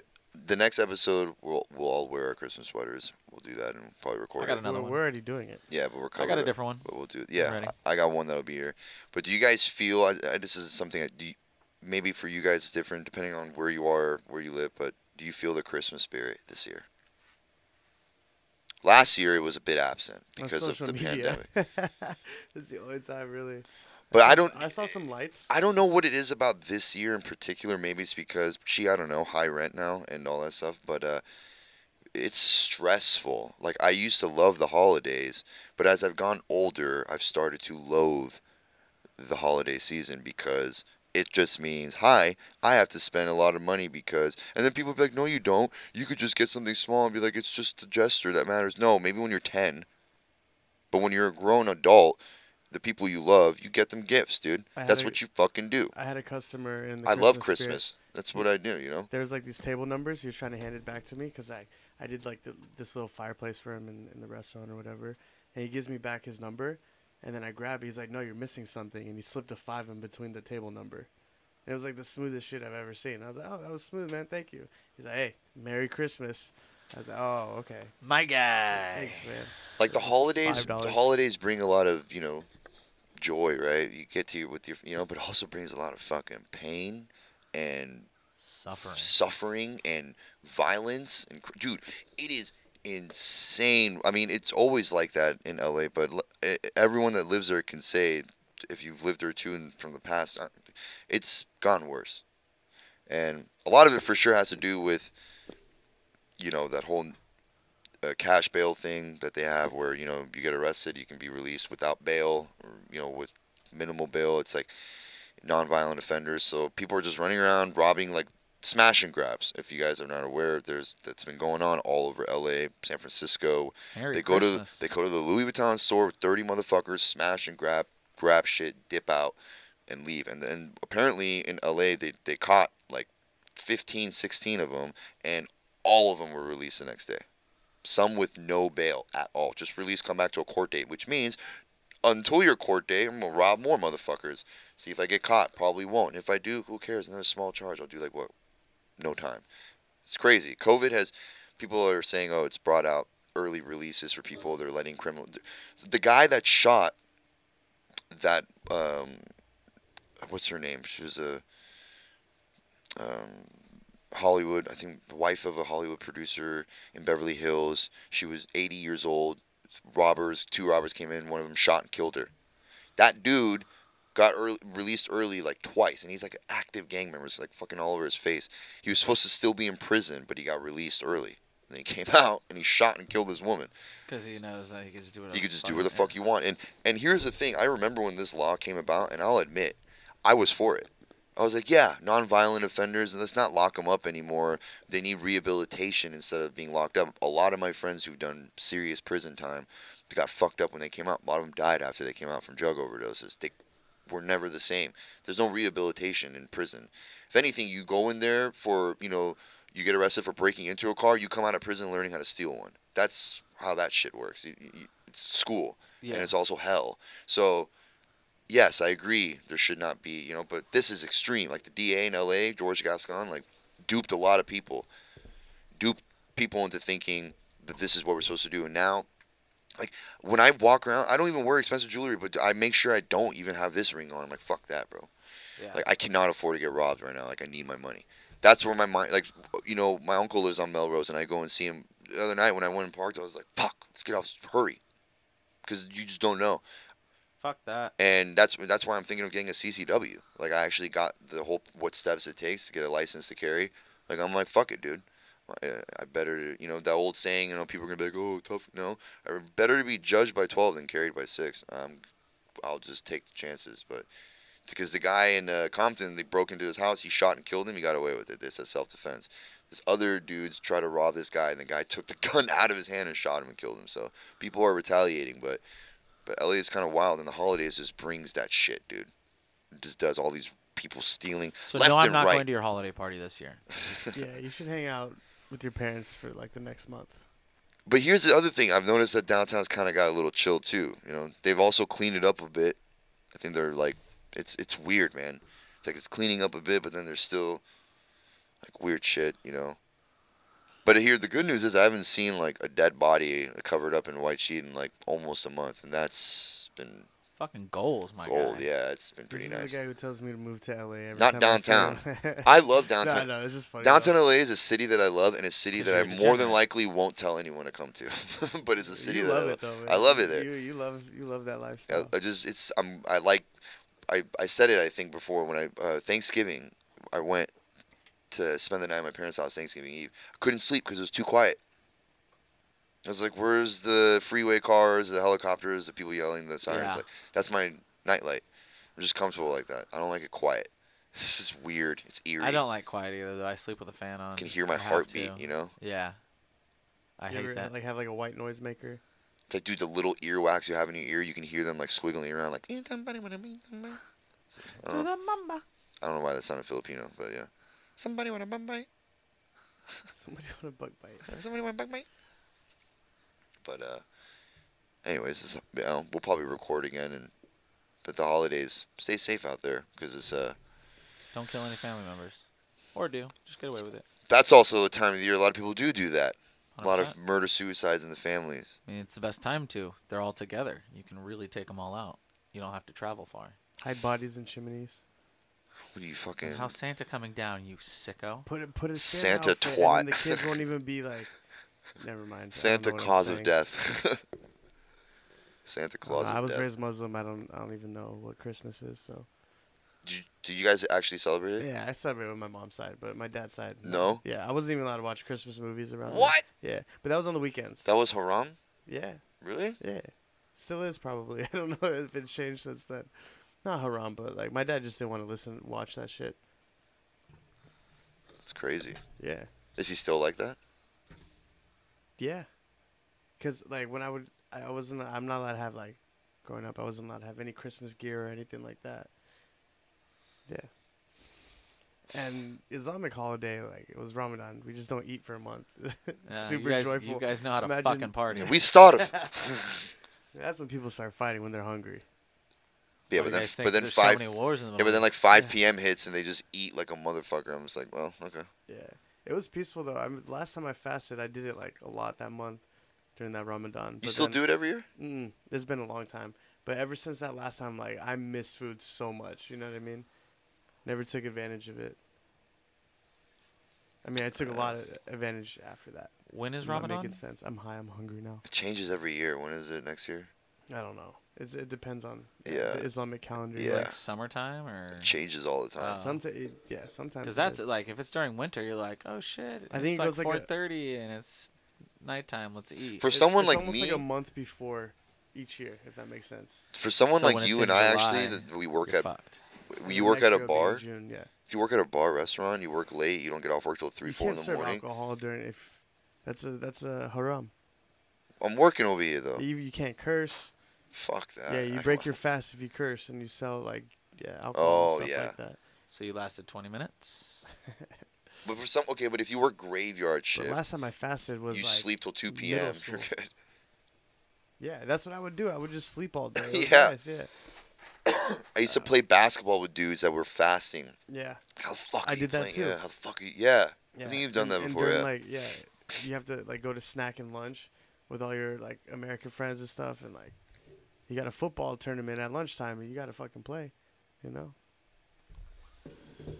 [SPEAKER 2] the next episode, we'll we'll all wear our Christmas sweaters. We'll do that and probably record
[SPEAKER 1] I got
[SPEAKER 2] it.
[SPEAKER 1] another
[SPEAKER 3] we're,
[SPEAKER 1] one.
[SPEAKER 3] we're already doing it.
[SPEAKER 2] Yeah, but we're
[SPEAKER 1] I
[SPEAKER 2] covered.
[SPEAKER 1] got a
[SPEAKER 2] up,
[SPEAKER 1] different one.
[SPEAKER 2] But we'll do it. Yeah,
[SPEAKER 1] ready.
[SPEAKER 2] I, I got one that'll be here. But do you guys feel? I, I, this is something that do you, maybe for you guys it's different depending on where you are, where you live. But do you feel the Christmas spirit this year? Last year it was a bit absent
[SPEAKER 3] On
[SPEAKER 2] because of
[SPEAKER 3] social
[SPEAKER 2] the
[SPEAKER 3] media.
[SPEAKER 2] pandemic.
[SPEAKER 3] that's the only time, really.
[SPEAKER 2] But I don't.
[SPEAKER 3] I saw some lights.
[SPEAKER 2] I don't know what it is about this year in particular. Maybe it's because she, I don't know, high rent now and all that stuff. But uh, it's stressful. Like I used to love the holidays, but as I've gone older, I've started to loathe the holiday season because it just means, hi, I have to spend a lot of money because, and then people be like, no, you don't. You could just get something small and be like, it's just a gesture that matters. No, maybe when you're ten, but when you're a grown adult. The people you love, you get them gifts, dude.
[SPEAKER 3] I had
[SPEAKER 2] That's
[SPEAKER 3] a-
[SPEAKER 2] what you fucking do.
[SPEAKER 3] I had a customer in the.
[SPEAKER 2] I love
[SPEAKER 3] spirit.
[SPEAKER 2] Christmas. That's what I do, you know?
[SPEAKER 3] There was like these table numbers. He was trying to hand it back to me because I, I did like the, this little fireplace for him in, in the restaurant or whatever. And he gives me back his number. And then I grab it. He's like, no, you're missing something. And he slipped a five in between the table number. And it was like the smoothest shit I've ever seen. I was like, oh, that was smooth, man. Thank you. He's like, hey, Merry Christmas. I was like, oh, okay.
[SPEAKER 1] My guy.
[SPEAKER 3] Thanks, man.
[SPEAKER 2] Like the holidays,
[SPEAKER 3] $5.
[SPEAKER 2] the holidays bring a lot of, you know, joy, right? You get to with your, you know, but also brings a lot of fucking pain and
[SPEAKER 1] Suffering.
[SPEAKER 2] suffering and violence and cr- dude, it is insane. I mean, it's always like that in LA, but l- e- everyone that lives there can say if you've lived there too and from the past, uh, it's gone worse. And a lot of it for sure has to do with you know that whole uh, cash bail thing that they have where you know you get arrested you can be released without bail or you know with minimal bail it's like non-violent offenders so people are just running around robbing like smash and grabs if you guys are not aware there's that's been going on all over LA San Francisco
[SPEAKER 1] Merry
[SPEAKER 2] they go
[SPEAKER 1] Christmas.
[SPEAKER 2] to they go to the Louis Vuitton store with 30 motherfuckers smash and grab grab shit dip out and leave and then apparently in LA they, they caught like 15 16 of them and all of them were released the next day some with no bail at all just release come back to a court date which means until your court date I'm gonna rob more motherfuckers see if I get caught probably won't if I do who cares another small charge I'll do like what no time it's crazy covid has people are saying oh it's brought out early releases for people. They're letting criminal. The guy that shot that um, what's her name? She was a um, Hollywood. I think the wife of a Hollywood producer in Beverly Hills. She was 80 years old. Robbers, two robbers came in. One of them shot and killed her. That dude got early, released early like twice, and he's like an active gang member. It's like fucking all over his face. He was supposed to still be in prison, but he got released early. And then he came out and he shot and killed this woman.
[SPEAKER 1] Because he knows that he can just do it.
[SPEAKER 2] You could just do where the fuck you want. And and here's the thing, I remember when this law came about, and I'll admit, I was for it. I was like, yeah, nonviolent offenders, and let's not lock them up anymore. They need rehabilitation instead of being locked up. A lot of my friends who've done serious prison time they got fucked up when they came out. A lot of them died after they came out from drug overdoses. They were never the same. There's no rehabilitation in prison. If anything, you go in there for, you know, you get arrested for breaking into a car, you come out of prison learning how to steal one. That's how that shit works. You- you- it's school
[SPEAKER 1] Yeah.
[SPEAKER 2] and it's also hell. So, yes, I agree. There should not be, you know, but this is extreme. Like the DA in LA, George Gascon, like duped a lot of people, duped people into thinking that this is what we're supposed to do. And now, like when I walk around, I don't even wear expensive jewelry, but I make sure I don't even have this ring on. Like fuck that, bro.
[SPEAKER 1] Yeah.
[SPEAKER 2] Like I cannot afford to get robbed right now. Like I need my money. That's where my mind, like you know, my uncle lives on Melrose, and I go and see him the other night when I went and parked. I was like, fuck, let's get off, hurry, because you just don't know
[SPEAKER 1] Fuck that.
[SPEAKER 2] and that's that's why I'm thinking of getting a CCW. Like I actually got the whole what steps it takes to get a license to carry. Like I'm like fuck it, dude. I, I better, you know, that old saying, you know, people are going to be like, oh, tough. No, I better to be judged by 12 than carried by 6. Um, I'll just take the chances. But because the guy in uh, Compton, they broke into his house, he shot and killed him, he got away with it. They said self defense. This other dude's tried to rob this guy, and the guy took the gun out of his hand and shot him and killed him. So people are retaliating, but but LA is kind of wild, and the holidays just brings that shit, dude. It just does all these people stealing
[SPEAKER 1] So
[SPEAKER 2] left
[SPEAKER 1] no, I'm
[SPEAKER 2] and
[SPEAKER 1] not
[SPEAKER 2] right.
[SPEAKER 1] going to your holiday party this year.
[SPEAKER 3] yeah, you should hang out with your parents for like the next month.
[SPEAKER 2] But here's the other thing. I've noticed that downtown's kind of got a little chill too. You know, they've also cleaned it up a bit. I think they're like, it's it's weird, man. It's like it's cleaning up a bit, but then there's still like weird shit, you know. But here, the good news is I haven't seen like a dead body covered up in white sheet in like almost a month, and that's been
[SPEAKER 1] Fucking goals, my
[SPEAKER 2] gold.
[SPEAKER 1] guy.
[SPEAKER 2] Yeah, it's been pretty
[SPEAKER 3] this is
[SPEAKER 2] nice.
[SPEAKER 3] the guy who tells me to move to LA. Every
[SPEAKER 2] Not
[SPEAKER 3] time I see
[SPEAKER 2] downtown.
[SPEAKER 3] him.
[SPEAKER 2] I love
[SPEAKER 3] no,
[SPEAKER 2] downtown.
[SPEAKER 3] no, it's
[SPEAKER 1] Oh,
[SPEAKER 3] just funny. though.
[SPEAKER 2] Downtown LA is a city that I love and a city
[SPEAKER 1] Cause
[SPEAKER 2] that
[SPEAKER 1] you're
[SPEAKER 2] I
[SPEAKER 1] a
[SPEAKER 2] more than
[SPEAKER 1] degenerate.
[SPEAKER 2] likely won't tell anyone to come to. but it's a city
[SPEAKER 3] you
[SPEAKER 2] that
[SPEAKER 3] love
[SPEAKER 2] I
[SPEAKER 3] it though. Man.
[SPEAKER 2] I love it there.
[SPEAKER 3] You, you love you love that
[SPEAKER 2] I,
[SPEAKER 3] lifestyle.
[SPEAKER 2] I just it's I'm I like I I said it I think before when I uh, Thanksgiving I went to spend the night at my parents' house Thanksgiving Eve. I couldn't sleep because it was too quiet. I was like, "Where's the freeway cars, the helicopters, the people yelling, the sirens?"
[SPEAKER 1] Yeah.
[SPEAKER 2] Like that's my nightlight. I'm just comfortable like that. I don't like it quiet. This is weird. It's eerie.
[SPEAKER 1] I don't like quiet either. though. I sleep with a fan on.
[SPEAKER 2] I can hear
[SPEAKER 1] I
[SPEAKER 2] my
[SPEAKER 1] have
[SPEAKER 2] heartbeat.
[SPEAKER 1] to.
[SPEAKER 2] You know,
[SPEAKER 1] Yeah. I
[SPEAKER 3] you
[SPEAKER 1] hate
[SPEAKER 3] ever
[SPEAKER 1] that.
[SPEAKER 3] like have like a white noise maker?
[SPEAKER 2] it's like dude, the little earwax you have in your ear, you can hear them like squiggling around, like. "Eh, somebody wanna be somebody." It's like, I don't know. I don't know why that sounded Filipino, but yeah. Somebody want a bug bite?
[SPEAKER 3] Somebody on a bug bite.
[SPEAKER 2] Somebody want a bug bite? But uh, anyways, this, you know, we'll probably record again, and but the holidays, stay safe out there, because it's uh,
[SPEAKER 1] Don't kill any family members. Or do. Just get away with it.
[SPEAKER 2] that's also the time of the year a lot of people do do that. A lot
[SPEAKER 1] 100%.
[SPEAKER 2] of murder suicides in the families.
[SPEAKER 1] I mean, it's the best time to. They're all together. You can really take them all out. You don't have to travel far.
[SPEAKER 3] Hide bodies in chimneys.
[SPEAKER 2] What do you fucking?
[SPEAKER 1] How's Santa coming down, you sicko?
[SPEAKER 3] Put it put a
[SPEAKER 2] Santa
[SPEAKER 3] Santa, outfit, and
[SPEAKER 2] twat.
[SPEAKER 3] then the kids won't even be like. Never mind. I don't
[SPEAKER 2] Santa
[SPEAKER 3] know what I'm
[SPEAKER 2] cause of
[SPEAKER 3] saying.
[SPEAKER 2] death. Santa
[SPEAKER 3] I don't
[SPEAKER 2] Claus
[SPEAKER 3] know, I
[SPEAKER 2] of
[SPEAKER 3] was
[SPEAKER 2] death.
[SPEAKER 3] raised Muslim. I don't. I don't even know what Christmas is. So
[SPEAKER 2] Do, you, do you guys actually celebrate it?
[SPEAKER 3] yeah, I celebrate with my mom's side, but my dad's side.
[SPEAKER 2] Eh. No.
[SPEAKER 3] Yeah, I wasn't even allowed to watch Christmas movies around. then.
[SPEAKER 2] What?
[SPEAKER 3] Yeah, but that was on the weekends.
[SPEAKER 2] That was haram?
[SPEAKER 3] yeah,
[SPEAKER 2] Really?
[SPEAKER 3] yeah, still is probably. I don't know. It's been changed since then. Not haram, but like my dad just didn't want to listen, watch that shit.
[SPEAKER 2] That's crazy.
[SPEAKER 3] Yeah.
[SPEAKER 2] Is he still like that?
[SPEAKER 3] Yeah, cause like when I would, I I wasn't. I'm not allowed to have like, growing up, I wasn't allowed to have any Christmas gear or anything like that. Yeah. And Islamic holiday, like it was Ramadan, we just don't eat for a month.
[SPEAKER 1] Yeah,
[SPEAKER 3] Super
[SPEAKER 1] Uh, you guys,
[SPEAKER 3] joyful.
[SPEAKER 1] You guys know how to
[SPEAKER 3] Imagine-
[SPEAKER 1] fucking party.
[SPEAKER 2] Yeah, we started.
[SPEAKER 3] That's when people start fighting when they're hungry.
[SPEAKER 2] Yeah,
[SPEAKER 1] What do
[SPEAKER 2] but
[SPEAKER 1] you
[SPEAKER 2] then,
[SPEAKER 1] guys think?
[SPEAKER 2] but then
[SPEAKER 1] There's
[SPEAKER 2] five.
[SPEAKER 1] So many wars in the
[SPEAKER 2] yeah, but
[SPEAKER 1] world.
[SPEAKER 2] then like five
[SPEAKER 3] Yeah.
[SPEAKER 2] p.m. hits and they just eat like a motherfucker. I'm just like, well, okay.
[SPEAKER 3] Yeah, it was peaceful though. I mean, last time I fasted, I did it like a lot that month during that Ramadan.
[SPEAKER 2] You still do it every year?
[SPEAKER 3] Mm, it's been a long time, but ever since that last time, like I miss food so much. You know what I mean? Never took advantage of it. I mean, I took a lot of advantage after that.
[SPEAKER 1] when is
[SPEAKER 3] I'm not
[SPEAKER 1] Ramadan?
[SPEAKER 3] making sense? I'm high. I'm hungry now.
[SPEAKER 2] It changes every year. When is it next year?
[SPEAKER 3] I don't know. It's, it depends on
[SPEAKER 2] Yeah.
[SPEAKER 3] the Islamic calendar.
[SPEAKER 2] Yeah.
[SPEAKER 1] Like summertime or?
[SPEAKER 2] It changes all the time.
[SPEAKER 1] Oh.
[SPEAKER 3] Sometimes, yeah, sometimes.
[SPEAKER 1] Because
[SPEAKER 3] it
[SPEAKER 1] that's
[SPEAKER 3] is.
[SPEAKER 1] like if it's during winter, you're like, oh shit,
[SPEAKER 3] I
[SPEAKER 1] it's
[SPEAKER 3] think it
[SPEAKER 1] like
[SPEAKER 3] goes like a-
[SPEAKER 1] 4:30 and it's nighttime. Let's eat.
[SPEAKER 2] For
[SPEAKER 3] It's-
[SPEAKER 2] someone
[SPEAKER 3] it's
[SPEAKER 2] like
[SPEAKER 3] almost
[SPEAKER 2] me,
[SPEAKER 3] like a month before each year, if that makes sense.
[SPEAKER 2] for someone
[SPEAKER 1] So when
[SPEAKER 2] like
[SPEAKER 1] it's
[SPEAKER 2] you
[SPEAKER 1] in
[SPEAKER 2] and I
[SPEAKER 1] July,
[SPEAKER 2] actually, that we work
[SPEAKER 1] You're
[SPEAKER 2] at.
[SPEAKER 1] fucked.
[SPEAKER 2] You work at a
[SPEAKER 3] Next year will be in
[SPEAKER 2] bar.
[SPEAKER 3] June, yeah.
[SPEAKER 2] If you work at a bar restaurant, you work late. You don't get off work till three,
[SPEAKER 3] you
[SPEAKER 2] four
[SPEAKER 3] can't
[SPEAKER 2] in the
[SPEAKER 3] serve
[SPEAKER 2] morning.
[SPEAKER 3] alcohol during if that's a that's a haram.
[SPEAKER 2] I'm working over here though.
[SPEAKER 3] You, you can't curse.
[SPEAKER 2] Fuck that.
[SPEAKER 3] Yeah, you
[SPEAKER 2] Oh. Uh, I-
[SPEAKER 3] break your fast if you curse and you sell like yeah
[SPEAKER 2] Oh,
[SPEAKER 3] alcohol and stuff
[SPEAKER 2] yeah.
[SPEAKER 3] like that.
[SPEAKER 1] So you lasted 20 minutes.
[SPEAKER 2] But for some, okay, but if you work graveyard
[SPEAKER 3] But
[SPEAKER 2] shift,
[SPEAKER 3] last time I fasted
[SPEAKER 2] you
[SPEAKER 3] was like
[SPEAKER 2] sleep till two
[SPEAKER 3] middle
[SPEAKER 2] p.m. You're
[SPEAKER 3] school.
[SPEAKER 2] good.
[SPEAKER 3] yeah, that's what I would do. I would just sleep all day. It was
[SPEAKER 2] Yeah.
[SPEAKER 3] nice, yeah,
[SPEAKER 2] I used to
[SPEAKER 3] Uh,
[SPEAKER 2] play basketball with dudes that were fasting.
[SPEAKER 3] yeah,
[SPEAKER 2] How the fuck?
[SPEAKER 3] I
[SPEAKER 2] are you
[SPEAKER 3] did that
[SPEAKER 2] playing?
[SPEAKER 3] too.
[SPEAKER 2] Yeah, how the fuck? Are you, yeah.
[SPEAKER 3] yeah.
[SPEAKER 2] I think you've done
[SPEAKER 3] And-
[SPEAKER 2] that
[SPEAKER 3] and
[SPEAKER 2] before.
[SPEAKER 3] during,
[SPEAKER 2] yeah.
[SPEAKER 3] Like yeah, you have to like go to snack and lunch with all your like American friends and stuff, and like you got a football tournament at lunchtime and you got to fucking play, you know.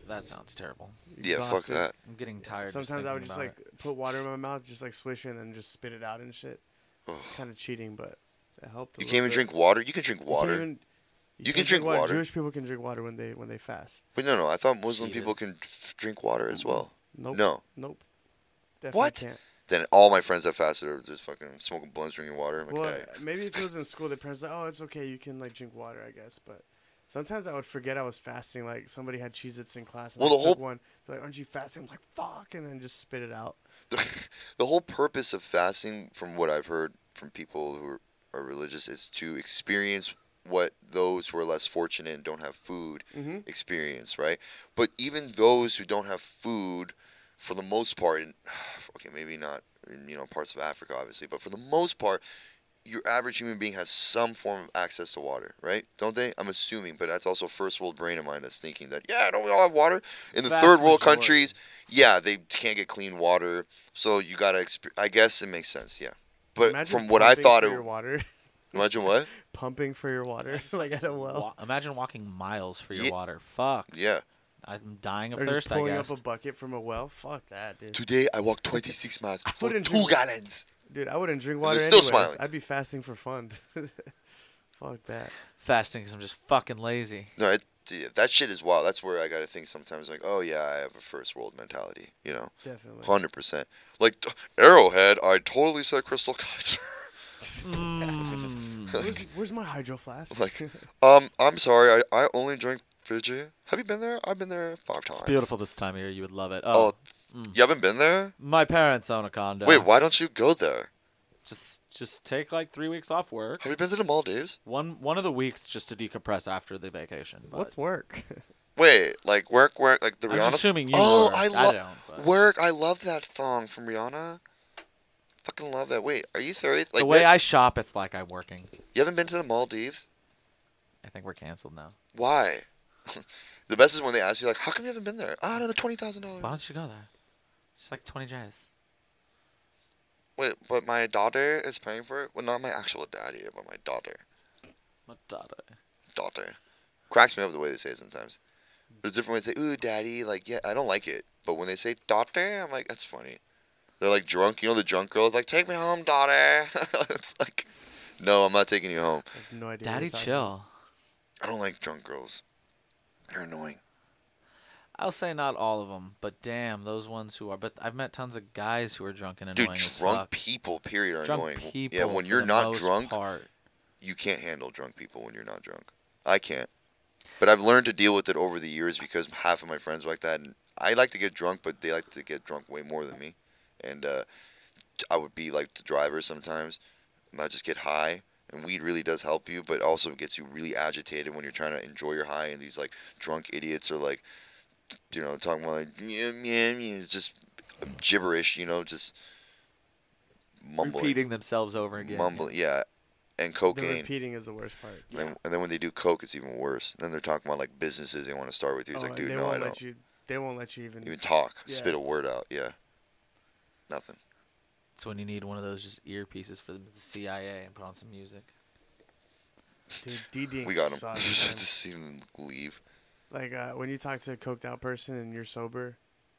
[SPEAKER 1] That sounds terrible.
[SPEAKER 2] yeah, fuck
[SPEAKER 3] Exhausted.
[SPEAKER 2] that.
[SPEAKER 1] I'm getting tired.
[SPEAKER 3] Sometimes I would
[SPEAKER 1] thinking
[SPEAKER 3] just
[SPEAKER 1] about
[SPEAKER 3] like put water in my mouth, just like swish it, and then just spit it out and shit.
[SPEAKER 2] Ugh.
[SPEAKER 3] It's kind of cheating, but it helped. a
[SPEAKER 2] You
[SPEAKER 3] little
[SPEAKER 2] can't even
[SPEAKER 3] bit.
[SPEAKER 2] drink water. You can drink
[SPEAKER 3] You can't
[SPEAKER 2] water.
[SPEAKER 3] even-
[SPEAKER 2] You can
[SPEAKER 3] can't
[SPEAKER 2] drink water.
[SPEAKER 3] Jewish people can drink water when they when they fast.
[SPEAKER 2] But no, no. I thought Muslim people
[SPEAKER 1] Fetus.
[SPEAKER 2] can drink water as well.
[SPEAKER 3] Nope.
[SPEAKER 2] No,
[SPEAKER 3] Nope. Definitely
[SPEAKER 2] What?
[SPEAKER 3] Can't.
[SPEAKER 2] Then all my friends that fasted are just fucking smoking blunts, drinking water. I'm like,
[SPEAKER 3] Well,
[SPEAKER 2] "Hey."
[SPEAKER 3] maybe if it was in school, the parents like, oh, it's okay, you can like drink water, I guess. But sometimes I would forget I was fasting. Like somebody had Cheez-Its in class, and
[SPEAKER 2] Well,
[SPEAKER 3] I
[SPEAKER 2] the
[SPEAKER 3] took
[SPEAKER 2] whole-
[SPEAKER 3] one. They're like, aren't you fasting? I'm like, fuck, and then just spit it out.
[SPEAKER 2] the, the whole purpose of fasting, from what I've heard from people who are, are religious, is to experience what those who are less fortunate and don't have food
[SPEAKER 3] hmm
[SPEAKER 2] experience, right? But even those who don't have food, for the most part, and, okay, maybe not in you know parts of Africa, obviously, but for the most part, your average human being has some form of access to water, right? Don't they? I'm assuming, but that's also first world brain of mine that's thinking that yeah, don't we all have water? In the
[SPEAKER 3] Vast
[SPEAKER 2] third world
[SPEAKER 3] majority.
[SPEAKER 2] countries, yeah, they can't get clean water, so you gotta. Exp- I guess it makes sense, yeah. But from what I thought,
[SPEAKER 3] for
[SPEAKER 2] it,
[SPEAKER 3] your water,
[SPEAKER 2] imagine what?
[SPEAKER 3] pumping for your water, like at a well,
[SPEAKER 4] Wa- imagine walking miles for your
[SPEAKER 2] Ye-
[SPEAKER 4] water. Fuck.
[SPEAKER 2] Yeah.
[SPEAKER 4] I'm dying of
[SPEAKER 3] or just
[SPEAKER 4] thirst, I
[SPEAKER 3] pulling
[SPEAKER 4] guess.
[SPEAKER 3] up a bucket from a well. Fuck that, dude.
[SPEAKER 2] Today I walked 26 miles for
[SPEAKER 3] wouldn't
[SPEAKER 2] two
[SPEAKER 3] do-
[SPEAKER 2] gallons.
[SPEAKER 3] Dude, I wouldn't drink
[SPEAKER 2] they're
[SPEAKER 3] water.
[SPEAKER 2] still
[SPEAKER 3] anyways.
[SPEAKER 2] smiling.
[SPEAKER 3] I'd be fasting for fun. fuck that.
[SPEAKER 1] Fasting because I'm just fucking lazy.
[SPEAKER 2] No, it, yeah, that shit is wild. That's where I gotta think sometimes. Like, oh yeah, I have a first world mentality. You know,
[SPEAKER 3] Definitely.
[SPEAKER 2] hundred percent. Like t- Arrowhead, I totally said Crystal Kaiser.
[SPEAKER 1] Mm.
[SPEAKER 3] Where's, where's my hydro flask?
[SPEAKER 2] Like- um, I'm sorry, I, I only drink Fiji. Have you been there? I've been there five times.
[SPEAKER 1] It's beautiful this time of year. You would love it.
[SPEAKER 2] Oh,
[SPEAKER 1] Oh, mm.
[SPEAKER 2] you haven't been there?
[SPEAKER 1] my parents own a condo.
[SPEAKER 2] Wait, why don't you go there?
[SPEAKER 1] Just, just take like three weeks off work.
[SPEAKER 2] Have you been to the Maldives?
[SPEAKER 1] One, one of the weeks just to decompress after the vacation. But
[SPEAKER 3] What's work?
[SPEAKER 2] Wait, like work, work, like the
[SPEAKER 1] I'm
[SPEAKER 2] Rihanna.
[SPEAKER 1] assuming you.
[SPEAKER 2] oh,
[SPEAKER 1] work.
[SPEAKER 2] I
[SPEAKER 1] I
[SPEAKER 2] love
[SPEAKER 1] don't. but-
[SPEAKER 2] work. I love that song from Rihanna. Fucking love that. Wait, are you serious? Like,
[SPEAKER 1] the way
[SPEAKER 2] wait,
[SPEAKER 1] I shop, it's like I'm working.
[SPEAKER 2] you haven't been to the Maldives?
[SPEAKER 1] I think we're canceled now.
[SPEAKER 2] Why? the best is when they ask you, like, how come you haven't been there? Ah, no, no, twenty thousand
[SPEAKER 1] Why
[SPEAKER 2] dollars.
[SPEAKER 1] don't you go there? It's like 20 J's.
[SPEAKER 2] Wait, but my daughter is paying for it. Well, not my actual daddy, but my daughter.
[SPEAKER 1] My daughter.
[SPEAKER 2] Daughter cracks me up the way they say it sometimes. There's different ways they say, ooh, daddy. Like, yeah, I don't like it. But when they say daughter, I'm like, that's funny. They're like drunk. You know, the drunk girls like, take me home, daughter. it's like, no, I'm not taking you home.
[SPEAKER 3] I have no idea. what
[SPEAKER 1] Daddy,
[SPEAKER 3] you're talking
[SPEAKER 1] chill.
[SPEAKER 2] I don't like drunk girls. They're annoying.
[SPEAKER 1] I'll say not all of them, but damn, those ones who are. But I've met tons of guys who are drunk and
[SPEAKER 2] Dude,
[SPEAKER 1] annoying as
[SPEAKER 2] drunk
[SPEAKER 1] fuck.
[SPEAKER 2] people, period, are
[SPEAKER 1] drunk
[SPEAKER 2] annoying.
[SPEAKER 1] people.
[SPEAKER 2] yeah, when
[SPEAKER 1] for
[SPEAKER 2] you're
[SPEAKER 1] the
[SPEAKER 2] not
[SPEAKER 1] most
[SPEAKER 2] drunk,
[SPEAKER 1] part.
[SPEAKER 2] you can't handle drunk people when you're not drunk. I can't. But I've learned to deal with it over the years because half of my friends are like that, and I like to get drunk, but they like to get drunk way more than me. And uh, I would be like the driver sometimes, and I just get high. And weed really does help you, but also gets you really agitated when you're trying to enjoy your high. And these like drunk idiots are like, you know, talking about like, yeah, yeah, yeah, it's just gibberish, you know, just mumbling,
[SPEAKER 1] repeating themselves over again.
[SPEAKER 2] mumbling, yeah, and
[SPEAKER 3] about. The
[SPEAKER 2] cocaine.
[SPEAKER 3] repeating is the worst part.
[SPEAKER 2] And then, and then when they do coke, it's even worse. Then they're talking about like businesses they want to start with you. It's
[SPEAKER 3] Oh,
[SPEAKER 2] like,
[SPEAKER 3] and
[SPEAKER 2] dude,
[SPEAKER 3] they
[SPEAKER 2] no,
[SPEAKER 3] won't
[SPEAKER 2] I
[SPEAKER 3] let
[SPEAKER 2] don't
[SPEAKER 3] you. They won't let you even.
[SPEAKER 2] even talk.
[SPEAKER 3] Yeah.
[SPEAKER 2] Spit a word out. Yeah, nothing.
[SPEAKER 1] It's when you need one of those just earpieces for the CIA and put on some music.
[SPEAKER 3] Dude, DDing
[SPEAKER 2] We got him.
[SPEAKER 3] sucks, man.
[SPEAKER 2] Just see them leave.
[SPEAKER 3] like uh, when you talk to a coked out person and you're sober,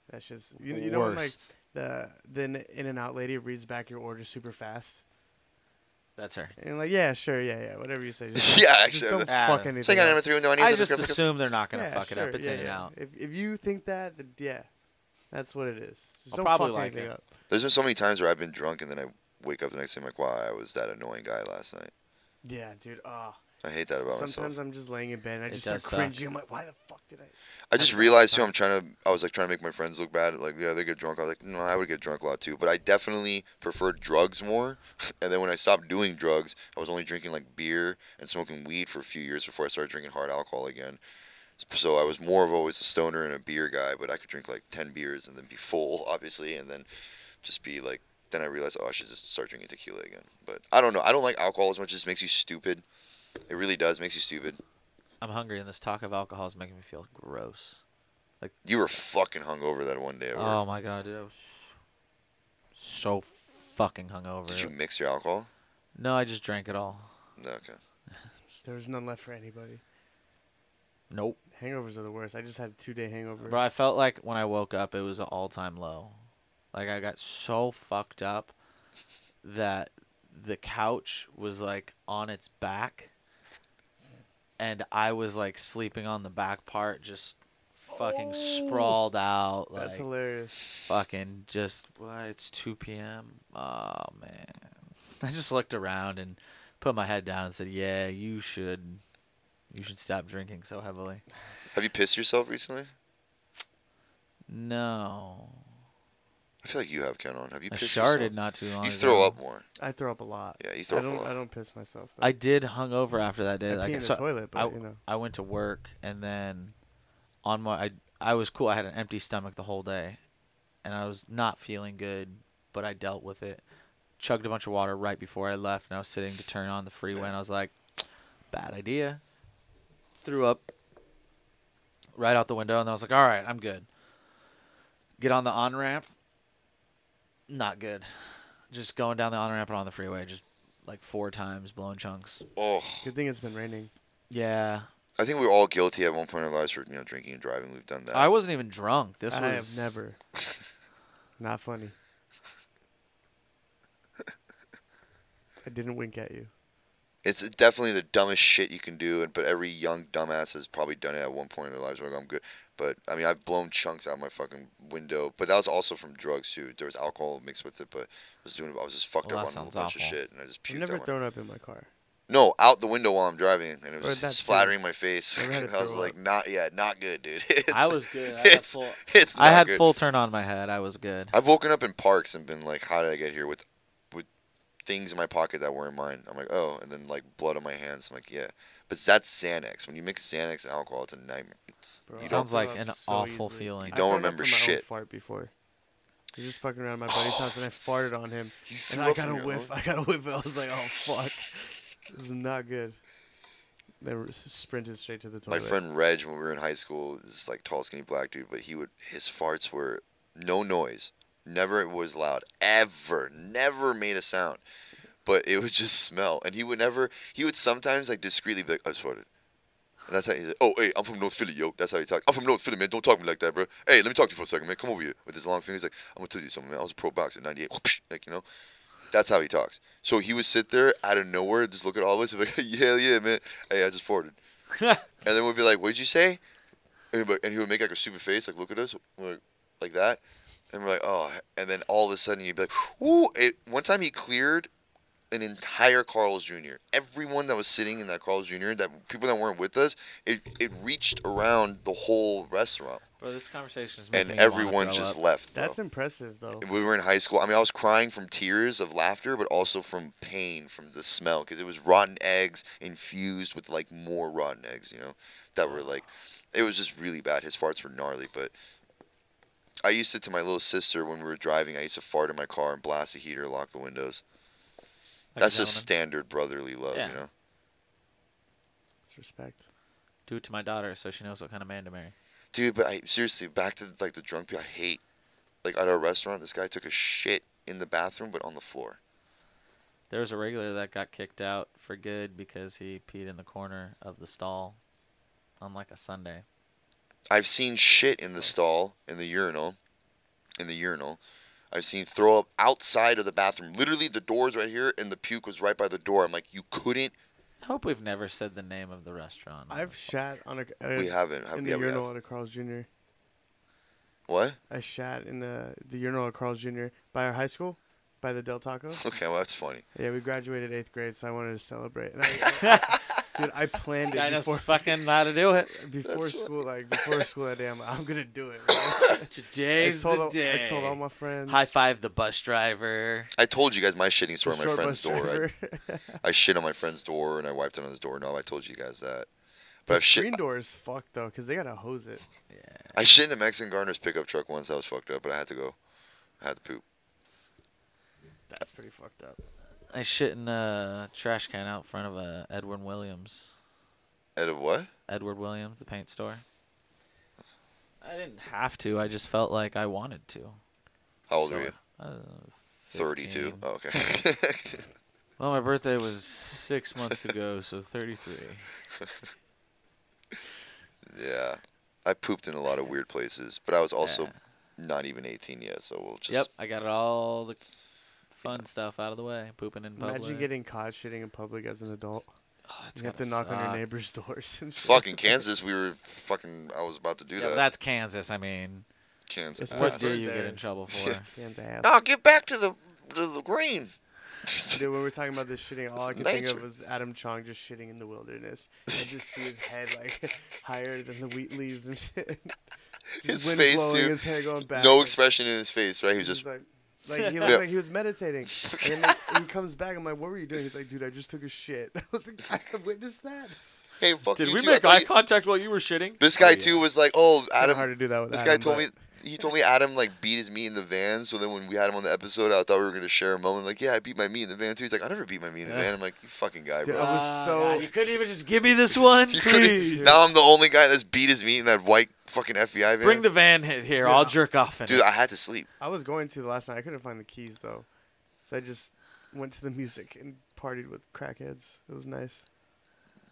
[SPEAKER 3] that's just you, you know when like
[SPEAKER 1] Worst.
[SPEAKER 3] the then in and out lady reads back your order super fast
[SPEAKER 1] That's her.
[SPEAKER 3] and like yeah sure yeah yeah whatever you say. Just,
[SPEAKER 2] yeah,
[SPEAKER 3] just
[SPEAKER 2] actually.
[SPEAKER 3] don't
[SPEAKER 2] It's
[SPEAKER 1] Yeah. So
[SPEAKER 3] fuck
[SPEAKER 1] you
[SPEAKER 3] anything.
[SPEAKER 2] like I
[SPEAKER 3] up.
[SPEAKER 2] number three no, I need
[SPEAKER 1] I
[SPEAKER 2] some
[SPEAKER 1] just
[SPEAKER 2] graphic-
[SPEAKER 1] assume they're not gonna
[SPEAKER 3] yeah,
[SPEAKER 1] fuck it
[SPEAKER 3] sure,
[SPEAKER 1] up. It's
[SPEAKER 3] yeah,
[SPEAKER 1] in and
[SPEAKER 3] yeah.
[SPEAKER 1] out.
[SPEAKER 3] If if you think that, then yeah, that's what it is. Just
[SPEAKER 1] I'll
[SPEAKER 3] don't
[SPEAKER 1] probably
[SPEAKER 3] fuck
[SPEAKER 1] like
[SPEAKER 3] anything
[SPEAKER 1] it.
[SPEAKER 3] up.
[SPEAKER 2] There's been so many times where I've been drunk and then I wake up the next day I'm like, wow, I was that annoying guy last night.
[SPEAKER 3] Yeah, dude. Ah,
[SPEAKER 2] I hate that about
[SPEAKER 3] sometimes
[SPEAKER 2] myself.
[SPEAKER 3] I'm just laying in bed and I
[SPEAKER 1] It
[SPEAKER 3] just start
[SPEAKER 1] does suck.
[SPEAKER 3] cringing. I'm like, why the fuck did I?
[SPEAKER 2] I just realized too. I'm trying to. I was like trying to make my friends look bad. Like yeah, they get drunk. I was like, no, I would get drunk a lot too. But I definitely preferred drugs more. and then when I stopped doing drugs, I was only drinking like beer and smoking weed for a few years before I started drinking hard alcohol again. So I was more of always a stoner and a beer guy. But I could drink like ten beers and then be full, obviously, and then just be like. Then I realized, oh, I should just start drinking tequila again. But I don't know. I don't like alcohol as much. It just makes you stupid. It really does. makes you stupid.
[SPEAKER 1] I'm hungry, and this talk of alcohol is making me feel gross.
[SPEAKER 2] You were fucking hungover that one day. at work.
[SPEAKER 1] Oh my god, dude, I was so fucking hungover.
[SPEAKER 2] Did you mix your alcohol?
[SPEAKER 1] No, I just drank it all.
[SPEAKER 2] No, okay.
[SPEAKER 3] There was none left for anybody.
[SPEAKER 1] Nope.
[SPEAKER 3] Hangovers are the worst. I just had a two day hangover.
[SPEAKER 1] Bro, I felt like when I woke up, it was an all time low. Like I got so fucked up that the couch was like on its back, and I was like sleeping on the back part, just fucking sprawled out, like
[SPEAKER 3] That's hilarious.
[SPEAKER 1] fucking just. Well, it's 2 p.m. Oh man, I just looked around and put my head down and said, "Yeah, you should, you should stop drinking so heavily."
[SPEAKER 2] Have you pissed yourself recently?
[SPEAKER 1] No,
[SPEAKER 2] I feel like you have Ken on. Have you
[SPEAKER 1] I
[SPEAKER 2] pissed
[SPEAKER 1] sharded
[SPEAKER 2] yourself?
[SPEAKER 1] not too long.
[SPEAKER 2] You
[SPEAKER 1] ago.
[SPEAKER 2] throw up more.
[SPEAKER 3] I throw up a lot.
[SPEAKER 2] Yeah, you throw
[SPEAKER 3] I
[SPEAKER 2] up a
[SPEAKER 3] don't.
[SPEAKER 2] lot.
[SPEAKER 3] I don't piss myself. Though.
[SPEAKER 1] I did hung over after that day.
[SPEAKER 3] I
[SPEAKER 1] like,
[SPEAKER 3] pee in the
[SPEAKER 1] so
[SPEAKER 3] toilet, but
[SPEAKER 1] I-
[SPEAKER 3] you know.
[SPEAKER 1] I went to work and then on my I I was cool. I had an empty stomach the whole day, and I was not feeling good, but I dealt with it. Chugged a bunch of water right before I left, and I was sitting to turn on the freeway, and I was like, "Bad idea." Threw up right out the window, and I was like, "All right, I'm good." Get on the on ramp. Not good. Just going down the on ramp and on the freeway, just like four times, blowing chunks.
[SPEAKER 2] Oh,
[SPEAKER 3] Good thing it's been raining.
[SPEAKER 1] Yeah,
[SPEAKER 2] I think we're all guilty at one point in our lives for you know drinking and driving. We've done that.
[SPEAKER 1] I wasn't even drunk. This
[SPEAKER 3] I
[SPEAKER 1] was
[SPEAKER 3] have never. Not funny. I didn't wink at you.
[SPEAKER 2] It's definitely the dumbest shit you can do, and but every young dumbass has probably done it at one point in their lives. Where I'm good, but I mean, I've blown chunks out my fucking window. But that was also from drugs too. There was alcohol mixed with it, but I was doing, I was just fucked
[SPEAKER 1] Well,
[SPEAKER 2] up
[SPEAKER 1] that
[SPEAKER 2] on a whole
[SPEAKER 1] sounds
[SPEAKER 2] bunch of
[SPEAKER 1] awful.
[SPEAKER 2] shit, and I just
[SPEAKER 3] I've
[SPEAKER 2] puked.
[SPEAKER 3] never
[SPEAKER 2] out my-
[SPEAKER 3] thrown up in my car.
[SPEAKER 2] no, out the window while I'm driving, and it
[SPEAKER 3] Or
[SPEAKER 2] was
[SPEAKER 3] that too.
[SPEAKER 2] splattering my face.
[SPEAKER 3] Never had to
[SPEAKER 2] I was
[SPEAKER 3] throw
[SPEAKER 2] like,
[SPEAKER 3] up.
[SPEAKER 2] not, yeah, not good, dude. It's,
[SPEAKER 1] I was good. I had,
[SPEAKER 2] it's-
[SPEAKER 1] full,
[SPEAKER 2] it's
[SPEAKER 1] I
[SPEAKER 2] not
[SPEAKER 1] had
[SPEAKER 2] good.
[SPEAKER 1] full turn on my head. I was good.
[SPEAKER 2] I've woken up in parks and been like, how did I get here with with things in my pocket that weren't mine? I'm like, oh, and then like blood on my hands. I'm like, yeah. But that's Xanax. When you mix Xanax and alcohol, it's a nightmare. It's,
[SPEAKER 3] Bro,
[SPEAKER 2] you
[SPEAKER 3] I
[SPEAKER 2] don't,
[SPEAKER 1] Sounds
[SPEAKER 3] throw
[SPEAKER 1] like
[SPEAKER 3] up
[SPEAKER 1] an
[SPEAKER 3] so
[SPEAKER 1] awful
[SPEAKER 3] easily.
[SPEAKER 1] feeling. You
[SPEAKER 2] don't
[SPEAKER 3] I thrown up
[SPEAKER 2] remember
[SPEAKER 3] from my own
[SPEAKER 2] shit.
[SPEAKER 3] fart before. I was just fucking around at my buddy's house and I farted on him.
[SPEAKER 2] you
[SPEAKER 3] And
[SPEAKER 2] threw
[SPEAKER 3] I
[SPEAKER 2] up
[SPEAKER 3] got a
[SPEAKER 2] on your
[SPEAKER 3] whiff.
[SPEAKER 2] own-
[SPEAKER 3] I got a whiff. I was like, oh, fuck. This is not good. Then we sprinted straight to the
[SPEAKER 2] My
[SPEAKER 3] toilet.
[SPEAKER 2] friend Reg, when we were in high school, is like tall, skinny black dude, but he would his farts were no noise. Never was loud. Ever. Never made a sound. But it would just smell. And he would never he would sometimes like discreetly be like, I farted. And that's how he said, Oh hey, I'm from North Philly, yo. That's how he talks. I'm from North Philly, man. Don't talk to me like that, bro. Hey, let me talk to you for a second, man. Come over here. With his long fingers like, I'm gonna tell you something, man. I was a pro boxer in ninety eight. Like, you know? That's how he talks. So he would sit there out of nowhere, just look at all of us and be like, Yeah, yeah, man. Hey, I just farted. And then we'd be like, "What'd you say?" And, he'd be- and he would make like a stupid face, like look at us, like, like that. And we're like, "Oh!" And then all of a sudden, you'd be like, "Ooh!" It, one time, he cleared an entire Carl's Jr. Everyone that was sitting in that Carl's Jr. That people that weren't with us, it it reached around the whole restaurant,
[SPEAKER 1] Bro, this conversation is
[SPEAKER 2] and everyone just left. bro.
[SPEAKER 3] That's impressive, though.
[SPEAKER 2] And we were in high school. I mean, I was crying from tears of laughter, but also from pain from the smell because it was rotten eggs infused with like more rotten eggs, you know, that were like, it was just really bad. His farts were gnarly, but I used to, to my little sister when we were driving, I used to fart in my car and blast the heater, lock the windows. That's just standard brotherly love,
[SPEAKER 1] Yeah.
[SPEAKER 2] you know?
[SPEAKER 3] It's respect.
[SPEAKER 1] do it to my daughter so she knows what kind of man to marry.
[SPEAKER 2] Dude, but I seriously, back to like the drunk people, I hate. Like at our restaurant, this guy took a shit in the bathroom, but on the floor.
[SPEAKER 1] There was a regular that got kicked out for good because he peed in the corner of the stall on like a Sunday.
[SPEAKER 2] I've seen shit in the stall, in the urinal, in the urinal. I've seen throw up outside of the bathroom. Literally, the door's right here, and the puke was right by the door. I'm like, you couldn't.
[SPEAKER 1] I hope we've never said the name of the restaurant. on
[SPEAKER 3] I've
[SPEAKER 1] this-
[SPEAKER 3] shat on a at a-
[SPEAKER 2] We haven't. Have,
[SPEAKER 3] in
[SPEAKER 2] yeah,
[SPEAKER 3] the
[SPEAKER 2] we
[SPEAKER 3] urinal
[SPEAKER 2] have.
[SPEAKER 3] at a Carl's Jr.
[SPEAKER 2] What?
[SPEAKER 3] I shat in the the urinal at Carl's Jr. by our high school, by the Del Taco.
[SPEAKER 2] Okay, well, that's funny.
[SPEAKER 3] Yeah, we graduated eighth grade, so I wanted to celebrate. And I, dude, I planned
[SPEAKER 1] Guy
[SPEAKER 3] it
[SPEAKER 1] knows
[SPEAKER 3] before
[SPEAKER 1] fucking how to do it.
[SPEAKER 3] before
[SPEAKER 2] That's what-
[SPEAKER 3] school, like before school that day. I'm, I'm gonna do it. man. I
[SPEAKER 1] Today's
[SPEAKER 3] told all,
[SPEAKER 1] the day.
[SPEAKER 3] I told all my friends.
[SPEAKER 1] High five the bus driver.
[SPEAKER 2] I told you guys my shitting
[SPEAKER 3] the
[SPEAKER 2] story on my
[SPEAKER 3] short
[SPEAKER 2] friend's
[SPEAKER 3] bus
[SPEAKER 2] door.
[SPEAKER 3] driver,
[SPEAKER 2] I, I shit on my friend's door, and I wiped it on his doorknob. I told you guys that. But
[SPEAKER 3] the
[SPEAKER 2] I've shit.
[SPEAKER 3] screen door is fucked though, cause they gotta hose it.
[SPEAKER 2] I shit in a Mexican gardener's pickup truck once. I was fucked up, but I had to go. I had to poop.
[SPEAKER 3] That's pretty fucked up.
[SPEAKER 1] I shit in a trash can out front of a Edwin Williams.
[SPEAKER 2] Out of what?
[SPEAKER 1] Edward Williams, the paint store. I didn't have to. I just felt like I wanted to.
[SPEAKER 2] How old
[SPEAKER 1] So,
[SPEAKER 2] were you?
[SPEAKER 1] uh,
[SPEAKER 2] 32.
[SPEAKER 1] 15.
[SPEAKER 2] Oh, okay.
[SPEAKER 1] Well, my birthday was six months ago, so 33.
[SPEAKER 2] Yeah. I pooped in a lot of weird places, but I was also
[SPEAKER 1] Yeah.
[SPEAKER 2] not even 18 yet, so we'll just.
[SPEAKER 1] Yep, I got it all the fun stuff out of the way. Pooping in public.
[SPEAKER 3] Imagine getting caught shitting in public as an adult.
[SPEAKER 4] Oh, that's
[SPEAKER 3] you have to
[SPEAKER 4] gotta
[SPEAKER 3] knock on
[SPEAKER 4] suck.
[SPEAKER 3] your neighbors' doors and shit.
[SPEAKER 2] Fucking Kansas, we were fucking. I was about to do
[SPEAKER 4] Yeah, but
[SPEAKER 2] that.
[SPEAKER 4] that's Kansas. I mean,
[SPEAKER 2] Kansas.
[SPEAKER 3] It's
[SPEAKER 2] ass.
[SPEAKER 4] what
[SPEAKER 3] That's
[SPEAKER 4] do
[SPEAKER 3] right
[SPEAKER 4] you get
[SPEAKER 3] there.
[SPEAKER 4] in trouble for?
[SPEAKER 3] Can't ask.
[SPEAKER 2] No, get back to the to the green.
[SPEAKER 3] Dude, when we we're talking about this shitting, all I
[SPEAKER 2] It's
[SPEAKER 3] could think
[SPEAKER 2] nature.
[SPEAKER 3] of was Adam Chong just shitting in the wilderness. I just see his head like higher than the wheat leaves and shit. Just
[SPEAKER 2] His
[SPEAKER 3] wind
[SPEAKER 2] face,
[SPEAKER 3] blowing,
[SPEAKER 2] dude.
[SPEAKER 3] his hair going back.
[SPEAKER 2] no expression in his face, right? He was just
[SPEAKER 3] like, like he looked
[SPEAKER 2] Yeah.
[SPEAKER 3] like he was meditating. And then like, he comes back. I'm like, what were you doing? He's like, dude, I just took a shit. I was like, I witnessed that.
[SPEAKER 2] hey, fuck
[SPEAKER 4] Did
[SPEAKER 2] you
[SPEAKER 4] we
[SPEAKER 2] too. I
[SPEAKER 4] make
[SPEAKER 2] thought
[SPEAKER 4] eye
[SPEAKER 2] you-
[SPEAKER 4] contact while you were shitting?
[SPEAKER 2] This
[SPEAKER 4] Oh,
[SPEAKER 2] guy
[SPEAKER 4] yeah.
[SPEAKER 2] too was like, oh,
[SPEAKER 3] It's kinda
[SPEAKER 2] Adam.
[SPEAKER 3] hard to do that with
[SPEAKER 2] This guy
[SPEAKER 3] Adam,
[SPEAKER 2] told
[SPEAKER 3] but-
[SPEAKER 2] me he told me Adam like beat his meat in the van. So then when we had him on the episode, I thought we were gonna share a moment. Like, yeah, I beat my meat in the van too. He's like, I never beat my meat in the van. I'm like, you fucking guy,
[SPEAKER 3] Dude,
[SPEAKER 2] bro.
[SPEAKER 3] I was
[SPEAKER 4] Ah,
[SPEAKER 3] so-
[SPEAKER 4] God, you couldn't even just give me this one,
[SPEAKER 2] You couldn't-
[SPEAKER 4] please.
[SPEAKER 2] now I'm the only guy that's beat his meat in that white fucking FBI van.
[SPEAKER 4] Bring the van he- here. I'll jerk off in
[SPEAKER 2] Dude,
[SPEAKER 4] it.
[SPEAKER 2] I had to sleep.
[SPEAKER 3] I was going to the last night. I couldn't find the keys though, so I just went to the music and partied with crackheads. It was nice.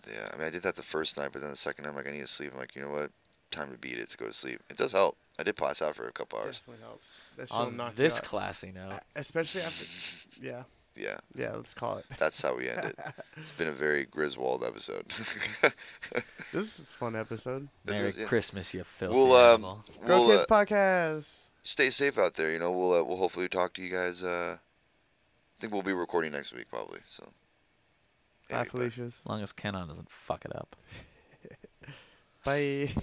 [SPEAKER 2] Yeah, I mean, I did that the first night, but then the second night, I'm like, I need to sleep. I'm like, you know what? Time to beat it to go to sleep. It does help. I did pass out for a couple hours.
[SPEAKER 3] Definitely helps. That shit'll
[SPEAKER 4] On
[SPEAKER 3] knock you
[SPEAKER 4] this
[SPEAKER 3] out.
[SPEAKER 4] classy note.
[SPEAKER 3] especially after. Yeah,
[SPEAKER 2] Yeah,
[SPEAKER 3] yeah. Let's call it.
[SPEAKER 2] that's how we ended. it's been a very Griswold episode.
[SPEAKER 3] This is a fun episode.
[SPEAKER 2] This
[SPEAKER 4] Merry
[SPEAKER 2] is- yeah.
[SPEAKER 4] Christmas, you filthy
[SPEAKER 2] We'll um,
[SPEAKER 4] animal.
[SPEAKER 3] Girl
[SPEAKER 2] we'll
[SPEAKER 3] Kids
[SPEAKER 2] uh,
[SPEAKER 3] Podcast.
[SPEAKER 2] stay safe out there. You know, we'll uh, we'll hopefully talk to you guys. Uh, I think we'll be recording next week probably. So.
[SPEAKER 3] Bye,
[SPEAKER 2] Maybe, but-
[SPEAKER 3] Felicia's.
[SPEAKER 4] As long as Kenon doesn't fuck it up.
[SPEAKER 3] Bye.